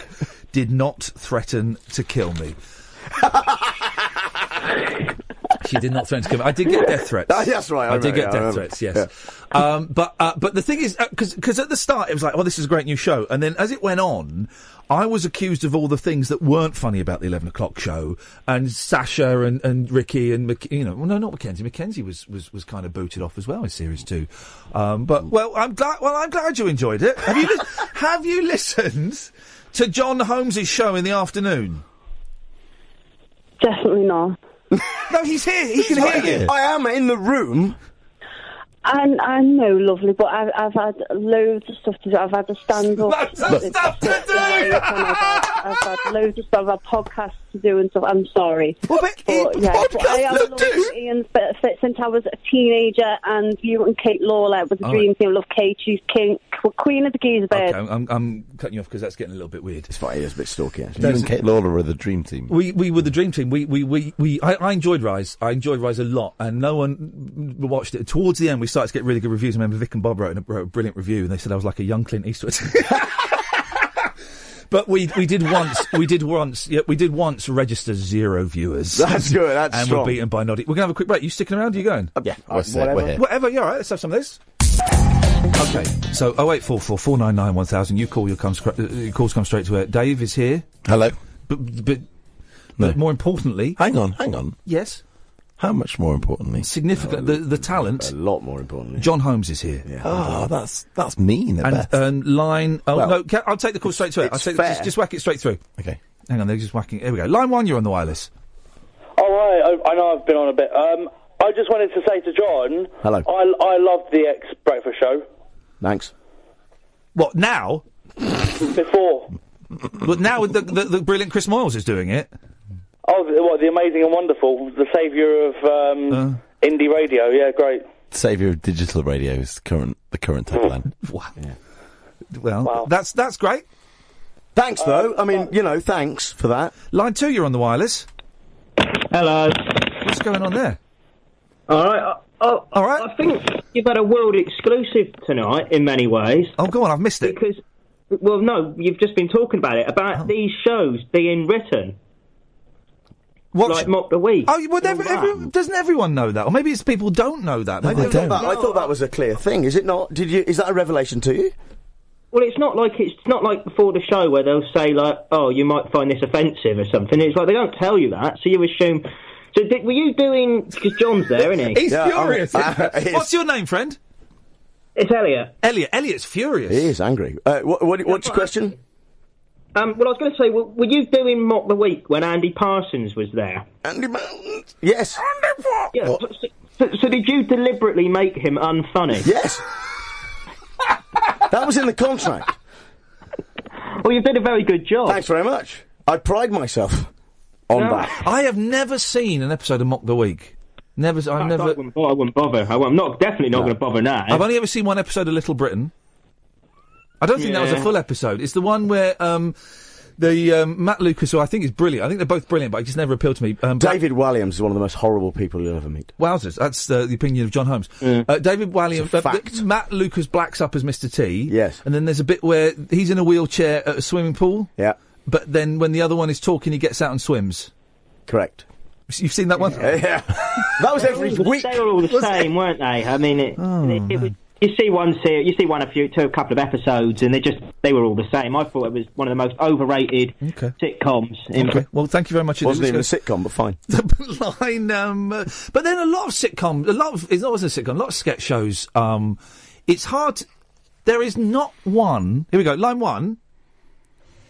S3: did not threaten to kill me. she did not threaten to kill me. I did get death threats.
S31: Ah, yes, right, I
S3: I, did
S31: remember,
S3: get
S31: yeah, I
S3: death
S31: remember.
S3: threats. Yes. Um, but uh, but the thing is, because because at the start it was like, oh, this is a great new show, and then as it went on. I was accused of all the things that weren't funny about the eleven o'clock show, and Sasha and, and Ricky and Mc, you know, well, no, not Mackenzie. Mackenzie was, was, was kind of booted off as well in series two. Um,
S31: Mm.
S3: but well, I'm glad. Well, I'm glad you enjoyed it. Have you lis- have you listened to John Holmes's show in the afternoon?
S32: Definitely not.
S3: no, he's here. He can
S31: right
S3: hear you.
S31: here. I am in the room.
S32: I, I know, lovely, but I've, I've had loads of stuff to do. I've had a stand up.
S15: Loads of stuff to do!
S32: I've, had, I've had loads of stuff. I've had podcasts to do and stuff. I'm sorry. but, yeah, but I have loved Ian F- F- since I was a teenager, and you and Kate Lawler was a
S3: All
S32: dream team. Love Kate. She's king, queen of the geezer bird.
S3: Okay, I'm, I'm, I'm cutting you off because that's getting a little bit weird. It's
S31: fine. It's a bit stalky. Actually.
S14: You and Kate Lawler were the dream team.
S3: We we were the dream team. We we we, we I, I enjoyed Rise. I enjoyed Rise a lot, and no one watched it. Towards the end, we started to get really good reviews. I remember Vic and Bob wrote, a- wrote a brilliant review, and they said I was like a young Clint Eastwood. But we we did once we did once yeah, we did once register zero viewers.
S31: That's good, that's
S3: and
S31: strong. Uh,
S3: we're beaten by Noddy. We're gonna have a quick break. You sticking around? Are you going? yeah,
S31: we're set, we're
S3: whatever.
S31: here.
S3: Whatever. Yeah, all right. Let's have some of this. Okay. So 0844 499 1000. You call your comes cra- uh, your calls come straight to air. Dave is here.
S14: Hello.
S3: But but, but more importantly,
S14: hang on, hang on.
S3: Yes.
S14: How much more importantly?
S3: Significant. the the talent.
S31: A lot more importantly.
S3: John Holmes is here. Yeah.
S14: Oh, that's that's mean. at
S3: and
S14: best.
S3: um, line. Oh
S14: Well,
S3: no, ca- I'll take the call straight to it. I'll
S14: it's
S3: take
S14: fair.
S3: just, just whack it straight through.
S14: Okay.
S3: Hang on, they're just whacking. Here we go. Line one, you're on the wireless.
S18: All Oh, right, I, I know I've been on a bit. Um, I just wanted to say to John,
S31: Hello.
S18: I, I loved the X Breakfast Show
S31: Thanks.
S3: What now?
S18: before.
S3: but now the, the the brilliant Chris Moyles is doing it.
S18: Oh, the, what the amazing and wonderful, the saviour of um, indie radio. Yeah, great.
S14: Saviour of digital radio is current the current tagline.
S3: wow. Well, that's that's great. Uh,
S31: Thanks though. I mean, you know, thanks for that.
S3: Line two, you're on the wireless.
S33: Hello.
S3: What's going on there?
S33: All right. Oh, all right. I think you've had a world exclusive tonight in many ways.
S3: Oh, go on, I've missed it. Oh.
S33: Because, well, no, you've just been talking about it about these shows being written.
S3: What
S33: like mock the week?
S3: Oh, well, every, every, doesn't everyone know that? Or maybe it's people don't know that. Maybe
S31: I thought, that, I thought that was a clear thing. Is it not? Did you? Is that a revelation to you?
S33: Well, it's not like it's not like before the show where they'll say like, "Oh, you might find this offensive" or something. It's like they don't tell you that, so you assume. So did, were you doing? Because John's there, isn't he?
S3: He's furious. What's your name, friend?
S33: It's Elliot.
S3: Elliot. Elliot's furious.
S31: He is angry. Uh, what, what, what's your question?
S33: Um, well, I was going to say, were, were you doing mock the week when Andy Parsons was there?
S31: Andy Parsons. Yes. Andy Parsons.
S33: Yeah. So, so, so did you deliberately make him unfunny?
S31: Yes. that was in the contract.
S33: Well, you've done a very good job.
S31: Thanks very much. I pride myself on that.
S3: I have never seen an episode of Mock the Week. Never. s- I've never.
S33: wouldn't, bo- I wouldn't bother. I, am not definitely not going to bother now.
S3: I've only ever seen one episode of Little Britain. I don't think that was a
S33: Yeah.
S3: full episode. It's the one where um, the um, Matt Lucas, who I think is brilliant. I think they're both brilliant, but it just never appealed to me. Um, Black-
S31: David Williams is one of the most horrible people you'll ever meet.
S3: Wowzers. That's uh, the opinion of John Holmes. Uh, David Walliam, uh, th- Matt Lucas blacks up as Mr. T. Yes. And then there's a bit where he's in a wheelchair at a swimming pool.
S31: Yeah.
S3: But then when the other one is talking, he gets out and swims.
S31: Correct.
S3: You've seen that one?
S31: Yeah. that was every week.
S33: They were all the same, weren't they? I mean, it,
S31: Oh,
S33: it, it was, you see one, se- you see one a few, two, a couple of episodes, and they just they were all the same. I thought it was one of the most overrated sitcoms. In
S3: Okay. Well, thank you very much.
S31: Wasn't
S3: Let's
S31: even a
S3: go-
S31: sitcom, but fine.
S3: line. Um, uh, but then a lot of sitcom, a lot of it's not wasn't a sitcom, a lot of sketch shows. Um, it's hard. to- there is not one. Here we go. Line one.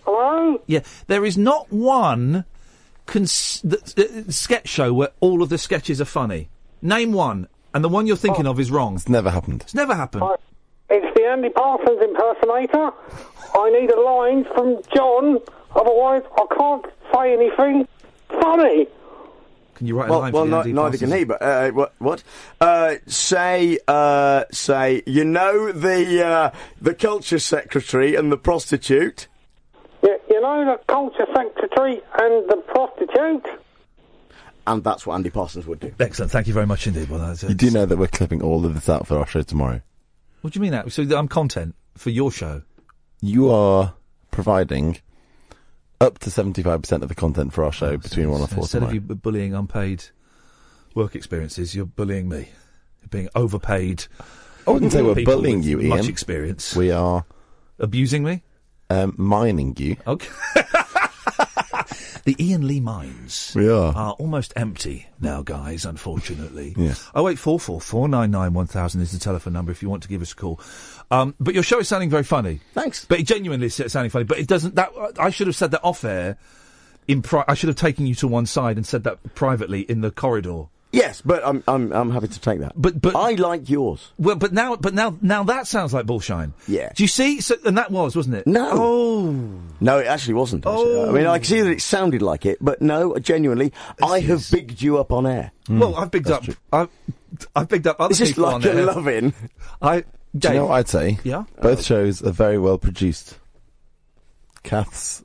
S4: Hello?
S3: Yeah, there is not one cons- th- th- sketch show where all of the sketches are funny. Name one. And the one you're thinking of is wrong. It's never happened. It's never happened.
S5: It's the Andy Parsons impersonator. I need a line from John, otherwise I can't say anything funny.
S3: Can you write
S31: well, well,
S3: the
S31: ni-
S3: Andy
S31: neither can he. But uh, what? What? Uh, say, uh, say, you know the uh, the culture secretary and the prostitute.
S5: You, you know the culture secretary and the prostitute?
S31: And that's what Andy Parsons would do.
S3: Excellent. Thank you very much indeed. Well, that's, uh,
S23: You do know that we're clipping all of this out for our show tomorrow.
S3: What do you mean? That? So that I'm content for your show.
S23: You are providing up to 75% of the content for our show between 1 and
S3: So
S23: 4
S3: instead
S23: tomorrow.
S3: of you bu- bullying unpaid work experiences, you're bullying me. You're being overpaid.
S23: I wouldn't say we're
S3: people
S23: bullying
S3: with
S23: you, Ian.
S3: much experience.
S23: We are...
S3: Abusing me?
S23: Um, mining you.
S3: Okay. The Ian Lee mines
S23: We are.
S3: are almost empty now, guys, unfortunately. Oh,
S23: Yeah.
S3: 0844 499 1000 is the telephone number if you want to give us a call. Um, but your show is sounding very funny.
S31: Thanks.
S3: But it genuinely is sounding funny. But it doesn't, that, I should have said that off air. In pri- I should have taken you to one side and said that privately in the corridor.
S31: Yes, but I'm I'm I'm happy to take that.
S3: But but I
S31: like yours.
S3: Well, but now but now now that sounds like bullshine.
S31: Yeah.
S3: Do you see? So, and that was, wasn't it?
S31: No.
S3: Oh.
S31: No, it actually wasn't. actually.
S3: Oh.
S31: I mean, I can see that it sounded like it, but no, genuinely, I have bigged you up on air.
S3: Hmm. Well, I've bigged up. I've, I've bigged up other
S31: It's just
S3: people
S31: like
S3: on
S31: a
S3: there.
S31: loving.
S3: I.
S23: Do
S3: Dave,
S23: you know what I'd say?
S3: Yeah?
S23: Both shows are very well produced. Kath's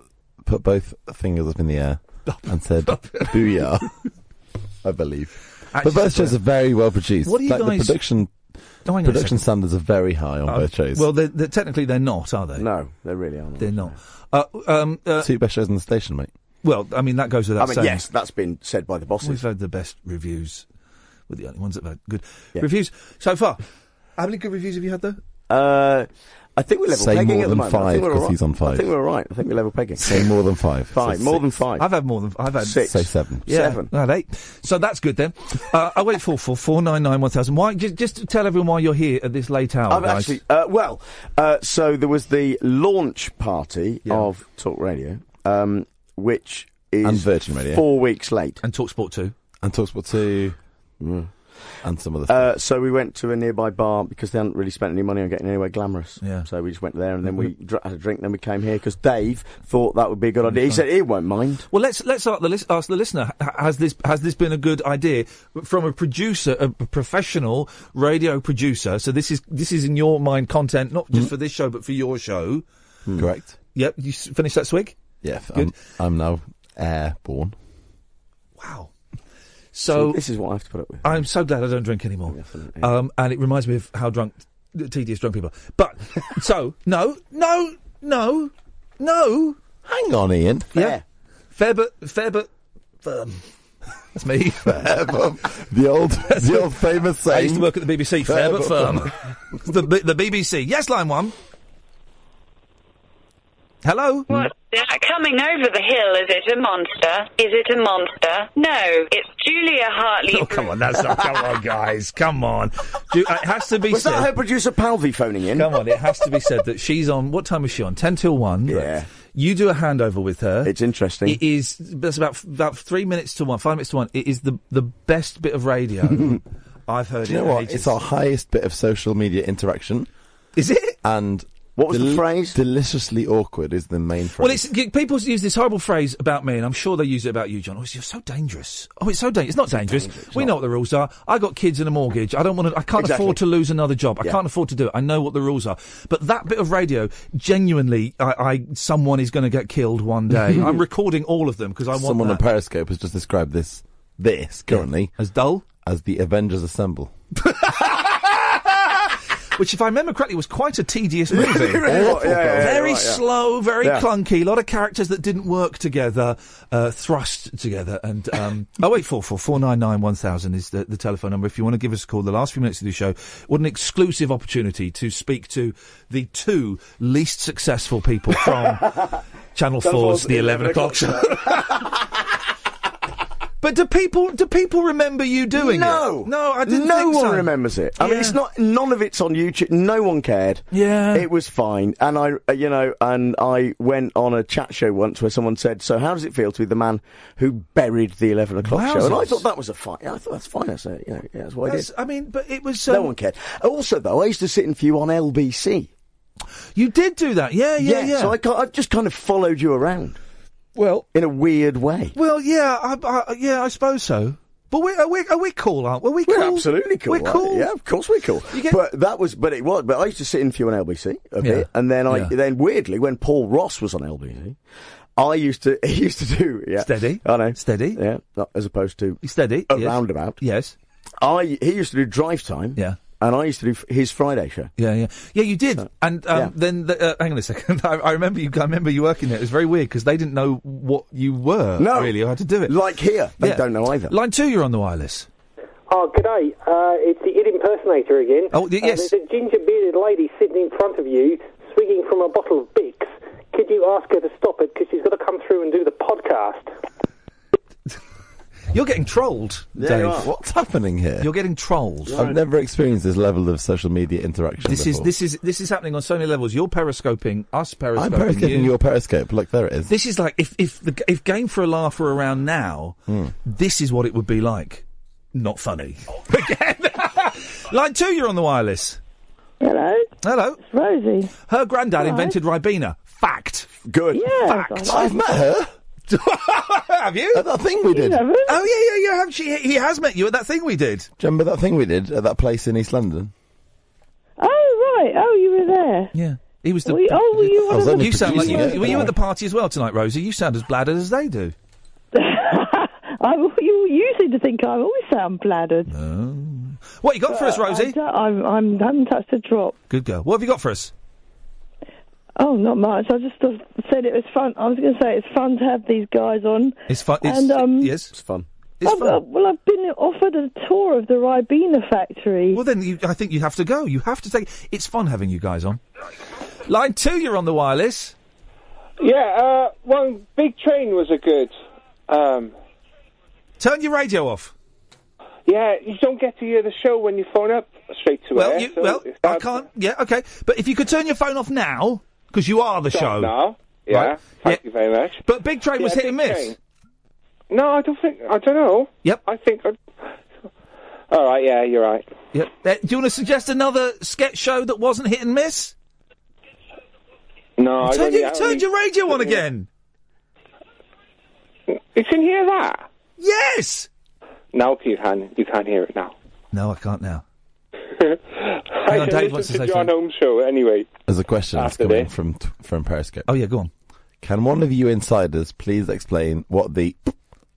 S23: put both fingers up in the air and said, booyah, I believe.
S3: Actually,
S23: but both shows are very well produced.
S3: What do you
S23: like
S3: guys-
S23: The production,
S3: Oh, hang on a
S23: production standards are very high on
S3: Uh,
S23: both shows.
S3: Well, they're, they're, technically they're not, are they?
S31: No, they really aren't.
S3: They're not. Uh, um, uh,
S23: Two best shows on the station, mate.
S3: well, I mean, that goes without
S31: I mean,
S3: saying.
S31: yes, that's been said by the bosses.
S3: We've had the best reviews. We're the only ones that have had good
S31: Yeah.
S3: reviews so far. How many good reviews have you had, though?
S31: Uh, I think we're level
S23: Say
S31: pegging
S23: more
S31: at the
S23: than
S31: moment. I
S23: five,
S31: think we're
S23: 'cause
S31: all right.
S23: he's on
S31: I
S23: five.
S31: think we're all right. I think we're level pegging.
S23: Say more than five.
S31: Five,
S23: Say
S31: more
S23: six.
S31: than five.
S3: I've had more than I've had
S31: Six. Say
S23: seven.
S3: Yeah,
S31: Seven.
S3: I had eight. So that's good then. Uh, oh wait, four four four nine nine one thousand. Why? Just, just tell everyone why you're here at this late hour,
S31: I've
S3: guys.
S31: actually uh, well, uh, so there was the launch party of Talk Radio, um, which is
S23: And Virgin Radio.
S31: four weeks late,
S3: and Talksport too,
S23: And Talksport 2. And some other stuff.
S31: Mm. Uh, so we went to a nearby bar because they hadn't really spent any money on getting anywhere glamorous.
S3: Yeah. Mm-hmm.
S31: So we just went there and then we dr- had a drink. Then we came here because Dave thought that would be a good
S3: Mm-hmm.
S31: idea. He said he won't mind.
S3: Well, let's let's ask the, lis- ask the listener: h- Has this has this been a good idea from a producer, a p- professional radio producer? So this is this is in your mind content, not
S31: Hmm?
S3: just for this show, but for your show.
S23: Correct.
S3: Yep, you s- finished that swig.
S23: Yeah,
S31: um,
S23: I'm, I'm now airborne.
S3: So
S31: See, this is what I have to put up with.
S3: I'm so glad I don't drink anymore. Um, and it reminds me of how drunk, tedious drunk people. are. But so no, no, no, no.
S23: Hang on, Ian.
S3: Yeah, fair but fair but firm. That's me.
S23: Fair but- the old, the old famous saying.
S3: I used to work at the BBC. Fair, but firm. the, B- the BBC. Yes, line one. Hello.
S32: Coming over the hill, is it a monster? Is it a monster? No, it's Julia Hartley.
S3: Oh, come on, that's not. Come on, guys, come on. Do, uh, it has to be
S31: Was
S3: said.
S31: that her producer Palvey phoning in?
S3: Come on, it has to be said that she's on. What time is she on? Ten till one. Yeah. You do a handover with her.
S31: It's interesting.
S3: It is. That's about about three minutes to one, five minutes to one. It is the the best bit of radio I've heard.
S23: Do you know
S3: in
S23: what?
S3: ages.
S23: It's our highest bit of social media interaction.
S3: Is it?
S23: And
S31: what was
S23: the phrase? Deliciously awkward is the main phrase.
S3: Well, it's, g- people use this horrible phrase about me, and I'm sure they use it about you, John. Oh, you're so dangerous. Oh, it's so dangerous. It's not dangerous. We know what the rules are. I got kids and a mortgage. I don't want to. I can't
S31: Exactly.
S3: afford to lose another job. I
S31: Yeah.
S3: can't afford to do it. I know what the rules are. But that bit of radio, genuinely, I, I someone is going to get killed one day. I'm recording all of them because I want
S23: Someone
S3: that.
S23: on Periscope has just described this this currently
S3: as dull
S23: as the Avengers assemble.
S3: which, if I remember correctly, was quite a tedious movie.
S23: It really was. Yeah, yeah, yeah,
S3: very
S23: you're right, yeah.
S3: slow, very
S23: Yeah.
S3: clunky. A lot of characters that didn't work together, uh, thrust together. And um, oh wait, four four four nine nine one thousand is the, the telephone number. If you want to give us a call, the last few minutes of the show, what an exclusive opportunity to speak to the two least successful people from
S25: Channel
S3: Channel 4's
S25: 4's
S3: The 11
S25: 11
S3: O'clock Show. But do people do people remember you doing
S31: no.
S3: it? No, I didn't.
S31: No
S3: think
S31: one
S3: so.
S31: remembers it. I mean,
S3: Yeah.
S31: it's not. None of it's on YouTube. No one cared.
S3: Yeah,
S31: it was fine. And I, uh, you know, and I went on a chat show once where someone said, "So how does it feel to be the man who buried the eleven o'clock show?" And I
S3: Wowzers.
S31: thought that was a fine. I thought that's fine. I said, you know, yeah, that's what I
S3: That's-
S31: did.
S3: I mean, but it was.
S31: no
S3: um,
S31: one cared. Also, though, I used to sit in for you on LBC.
S3: You did do that, yeah, yeah, yeah.
S31: So I, ca- I just kind of followed you around.
S3: Well,
S31: in a weird way.
S3: Well, yeah, I, I, yeah, I suppose so. But we are we are we cool, aren't we? Are we cool?
S31: We're absolutely cool.
S3: We're
S31: right?
S3: cool.
S31: Yeah, of course we're cool. But that was, but it was. But I used to sit in for you on LBC a bit, and then I,
S3: Yeah.
S31: then weirdly, when Paul Ross was on LBC, I used to, he used to do yeah, steady. I know,
S3: steady.
S31: Yeah, not- as opposed to
S3: steady
S31: a
S3: yes.
S31: roundabout.
S3: Yes,
S31: I he used to do drive time.
S3: Yeah.
S31: And I used to do f- his Friday show.
S3: Yeah, yeah, yeah. You did, and um,
S31: yeah.
S3: then the, uh, hang on a second. I, I remember you. I remember you working there. It was very weird because they didn't know what you were.
S31: No.
S3: really, I had to do it.
S31: Like here, they don't know either.
S3: Line two, you're on the wireless.
S34: Oh, g'day. Uh, it's the id impersonator again.
S3: Oh, y-
S34: Uh,
S3: yes.
S34: there's a ginger bearded lady sitting in front of you, swigging from a bottle of Bix. Could you ask her to stop it because she's got to come through and do the podcast?
S3: You're getting trolled,
S23: Yeah,
S3: Dave.
S23: you are. What's happening here?
S3: You're getting trolled.
S23: I've never experienced this level of social media interaction.
S3: This is
S23: before.
S3: this is this is happening on so many levels. You're periscoping us, periscoping,
S23: I'm periscoping
S3: you.
S23: your periscope. Look, there it is.
S3: This is like if if the, if Game for a Laugh were around now, this is what it would be like. Not funny. Again. Line two, you're on the wireless.
S32: Hello.
S3: Hello.
S32: Rosie.
S3: Her granddad
S32: Hi.
S3: invented Ribena. Fact.
S31: Good.
S32: Yeah,
S3: Fact.
S32: I- I've met her.
S3: have you?
S23: At that thing we did. You haven't.
S3: Oh yeah, yeah, yeah. Have she? He has met you at that thing we did.
S23: Do you remember that thing we did at that place in East London?
S32: Oh right. Oh, you were there.
S3: Yeah. He was the.
S32: Were you- oh, were you one of the?
S3: You sound like you.
S32: Yeah.
S3: Were you at the party as well tonight, Rosie? You sound as bladdered as they do.
S32: I, you, you seem to think I always sound bladdered.
S3: What you got for us, Rosie?
S32: I, am I'm haven't touched a drop.
S3: Good girl. What have you got for us?
S32: Oh, not much. I just uh, said it was fun. I was going to say it's fun to have these guys on.
S3: It's fun. It's,
S32: And, um,
S3: yes, it's
S31: fun.
S3: It's
S32: I've-
S3: fun.
S32: uh, well, I've been offered a tour of the Ribena factory.
S3: Well, then you, I think you have to go. You have to take. It's fun having you guys on. Line two, you're on the wireless.
S5: Yeah, uh, one big train was a good. Um,
S3: Turn your radio off.
S5: yeah, you don't get to hear the show when you phone up straight to
S3: well,
S5: air.
S3: you,
S5: so
S3: well,
S5: it's
S3: I can't. Yeah, okay. But if you could turn your phone off now, because you are the
S5: Stop
S3: show.
S5: now. Yeah, thank
S3: you
S5: very much.
S3: But Big Train was
S5: Yeah,
S3: hit and
S5: Big
S3: miss.
S5: Train. No, I don't think. I don't know.
S3: Yep.
S5: I think. I, all right. Yeah, you're right.
S3: Yep. Uh, do you want to suggest another sketch show that wasn't hit and miss?
S5: No, I
S3: turn
S5: don't
S3: your,
S5: think- I
S3: turn
S5: think-
S3: your radio on again.
S5: You can hear that.
S3: Yes.
S5: No, you can. You can't hear it now.
S3: No, I can't now.
S5: I can
S3: on, Dave
S5: listen
S3: wants to say
S5: to John
S3: something.
S5: Holmes' show anyway.
S23: There's a question that's
S5: After
S23: coming
S5: this.
S23: from t- from Periscope.
S3: Oh yeah, go on.
S23: Can one of you insiders please explain what the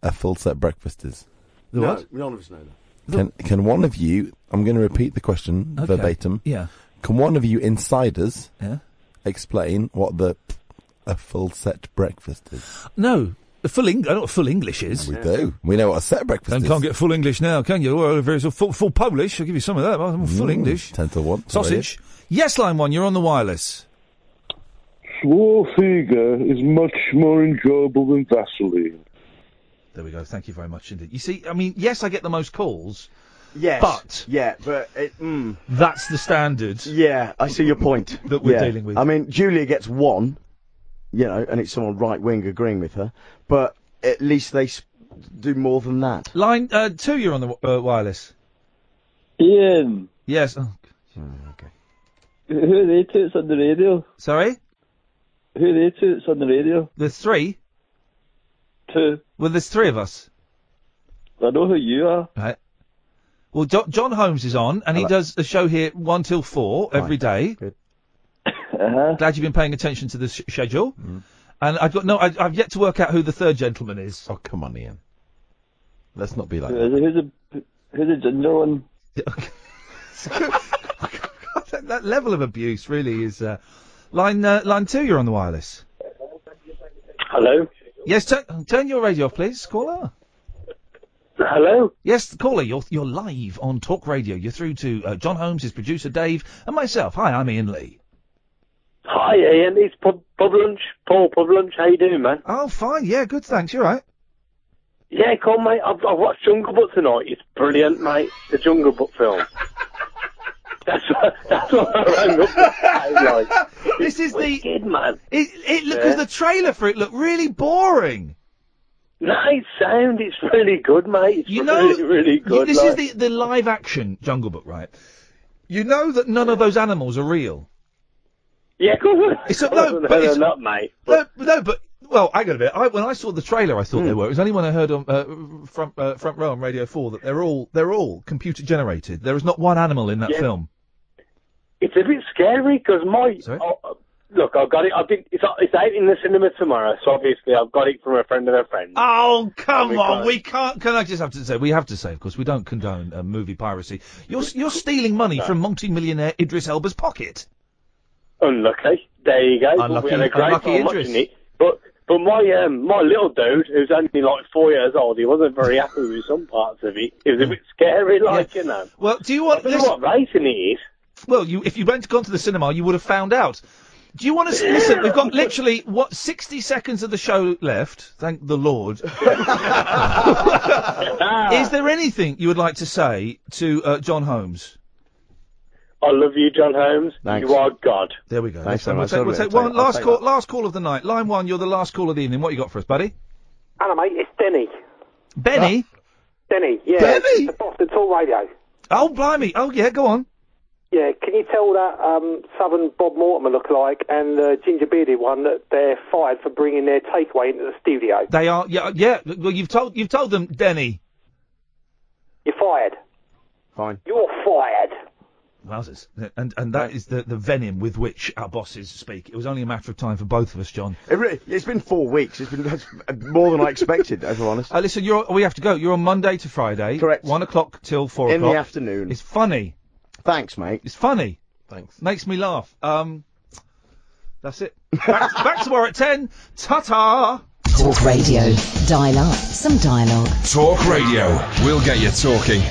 S23: a full set breakfast is?
S31: no, None of us know that.
S23: Can can one of you? I'm going to repeat the question
S31: Okay.
S23: verbatim.
S31: Yeah.
S23: Can one of you insiders
S3: Yeah.
S23: explain what the a full set breakfast is?
S3: No, the full English. I know what full English is.
S23: We do. We know what a set breakfast
S3: And
S23: is.
S3: can't get full English now, can you? Well, if it's a full, full Polish, I'll give you some of that. I'm full
S23: Mm,
S3: English.
S23: Ten to one.
S3: Sausage. Yes, line one, you're on the wireless.
S20: Schwarzenegger is much more enjoyable than Vaseline.
S3: There we go. Thank you very much indeed. You see, I mean, yes, I get the most calls.
S31: Yes.
S3: But-
S31: yeah, but it, mm.
S3: That's the standard.
S31: Yeah, I see your point.
S3: That we're
S31: Yeah.
S3: dealing with.
S31: I mean, Julia gets one, you know, and it's someone right wing agreeing with her, but at least they s do more than that.
S3: Line uh, two, you're on the w- uh, wireless.
S5: Ian.
S3: Yes. Oh,
S5: Who are they toots on the radio?
S3: Sorry?
S5: Who are they toots on the radio?
S3: there's three.
S5: Two.
S3: Well, there's three of us.
S5: I know who you are.
S3: Right. Well, jo- John Holmes is on, and he does a show here one till four every day.
S31: Good.
S3: Glad you've been paying attention to the sh- schedule. And I've got no, I, I've yet to work out who the third gentleman is.
S23: Oh, come on, Ian. Let's not be like.
S5: Who's a, who's a ginger one?
S3: that, that level of abuse really is. Uh, line uh, line two, you're on the wireless.
S5: Hello.
S3: Yes, turn turn your radio off, please, caller.
S5: Hello.
S3: Yes, caller, you're you're live on Talk Radio. You're through to uh, John Holmes, his producer Dave, and myself. Hi, I'm Ian Lee.
S5: Hi, Ian. It's Pub, Pub Lunch. Paul Pub Lunch. How you doing, man?
S3: Oh, fine. Yeah, good. Thanks. You're right.
S18: Yeah, cool, mate. I've, I've watched Jungle Book tonight. It's brilliant, mate. The Jungle Book film. that's what, that's what I rang up to say, like.
S3: This is
S18: wicked, the man.
S3: It it look because the trailer for it looked really boring.
S18: Nice sound. It's really good, mate. It's
S3: You know,
S18: really, really good.
S3: This
S18: like.
S3: is the the live action Jungle Book, right? You know that none of those animals are real.
S18: Yeah, cool.
S3: It's a, no,
S18: No,
S3: but
S18: they're
S3: it's,
S18: not, mate.
S3: No, no, but well, hang on a bit. I, when I saw the trailer, I thought
S18: Hmm.
S3: they were. It was only when I heard on uh, front uh, front row on Radio Four that they're all they're all computer generated. There is not one animal in that
S18: Yeah.
S3: film.
S18: It's a bit scary because my oh, look, I've got it. I've been, it's, it's out in the cinema tomorrow, so obviously I've got it from a friend of a friend.
S3: Oh come
S18: We
S3: on,
S18: can't-
S3: we can't. Can I just have to say we have to say, of course, we don't condone uh, movie piracy. You're you're stealing money from multi-millionaire Idris Elba's pocket.
S18: Unlucky. There you go.
S3: Unlucky-
S18: we had a great
S3: unlucky
S18: time
S3: interest.
S18: watching it. But but my um, my little dude, who's only like four years old, he wasn't very happy with some parts of it. It was a bit scary, like you know.
S3: Hmm. Well, do you want?
S18: I don't know what racing it is.
S3: Well, you if you went gone to the cinema, you would have found out. Do you want to listen? We've got literally what sixty seconds of the show left. Thank the Lord. Is there anything you would like to say to uh, John Holmes?
S18: I love you, John Holmes. You are God.
S3: There we go.
S18: Thanks
S3: So we'll take, we'll take one last call. Last call of the night. Line one, you're the last call of the evening. What you got for us, buddy?
S5: Hello, mate. It's Denny.
S3: Benny.
S5: Denny, yeah. Denny? The Boston Tour Radio.
S3: Oh blimey! Oh yeah, go on.
S5: Yeah, can you tell that um, Southern Bob Mortimer look-alike and the ginger bearded one that they're fired for bringing their takeaway into the studio?
S3: They are. Yeah, yeah. Well, you've told you've told them, Denny.
S5: You're fired.
S3: Fine.
S5: You're fired.
S3: Wowzers. And and that is the the venom with which our bosses speak. It was only a matter of time for both of us, John.
S31: It re- it's been four weeks. It's been that's more than I expected, if I'm honest.
S3: Uh, listen, you're, we have to go. You're on Monday to Friday. Correct. One o'clock till four
S31: In the
S3: o'clock.
S31: afternoon.
S3: It's funny.
S31: Thanks, mate.
S3: It's funny.
S35: Thanks.
S3: Makes me laugh. Um, that's it. Back, back tomorrow at ten. Ta-ta!
S4: Talk radio. Dial up some dialogue.
S13: Talk radio. We'll get you talking.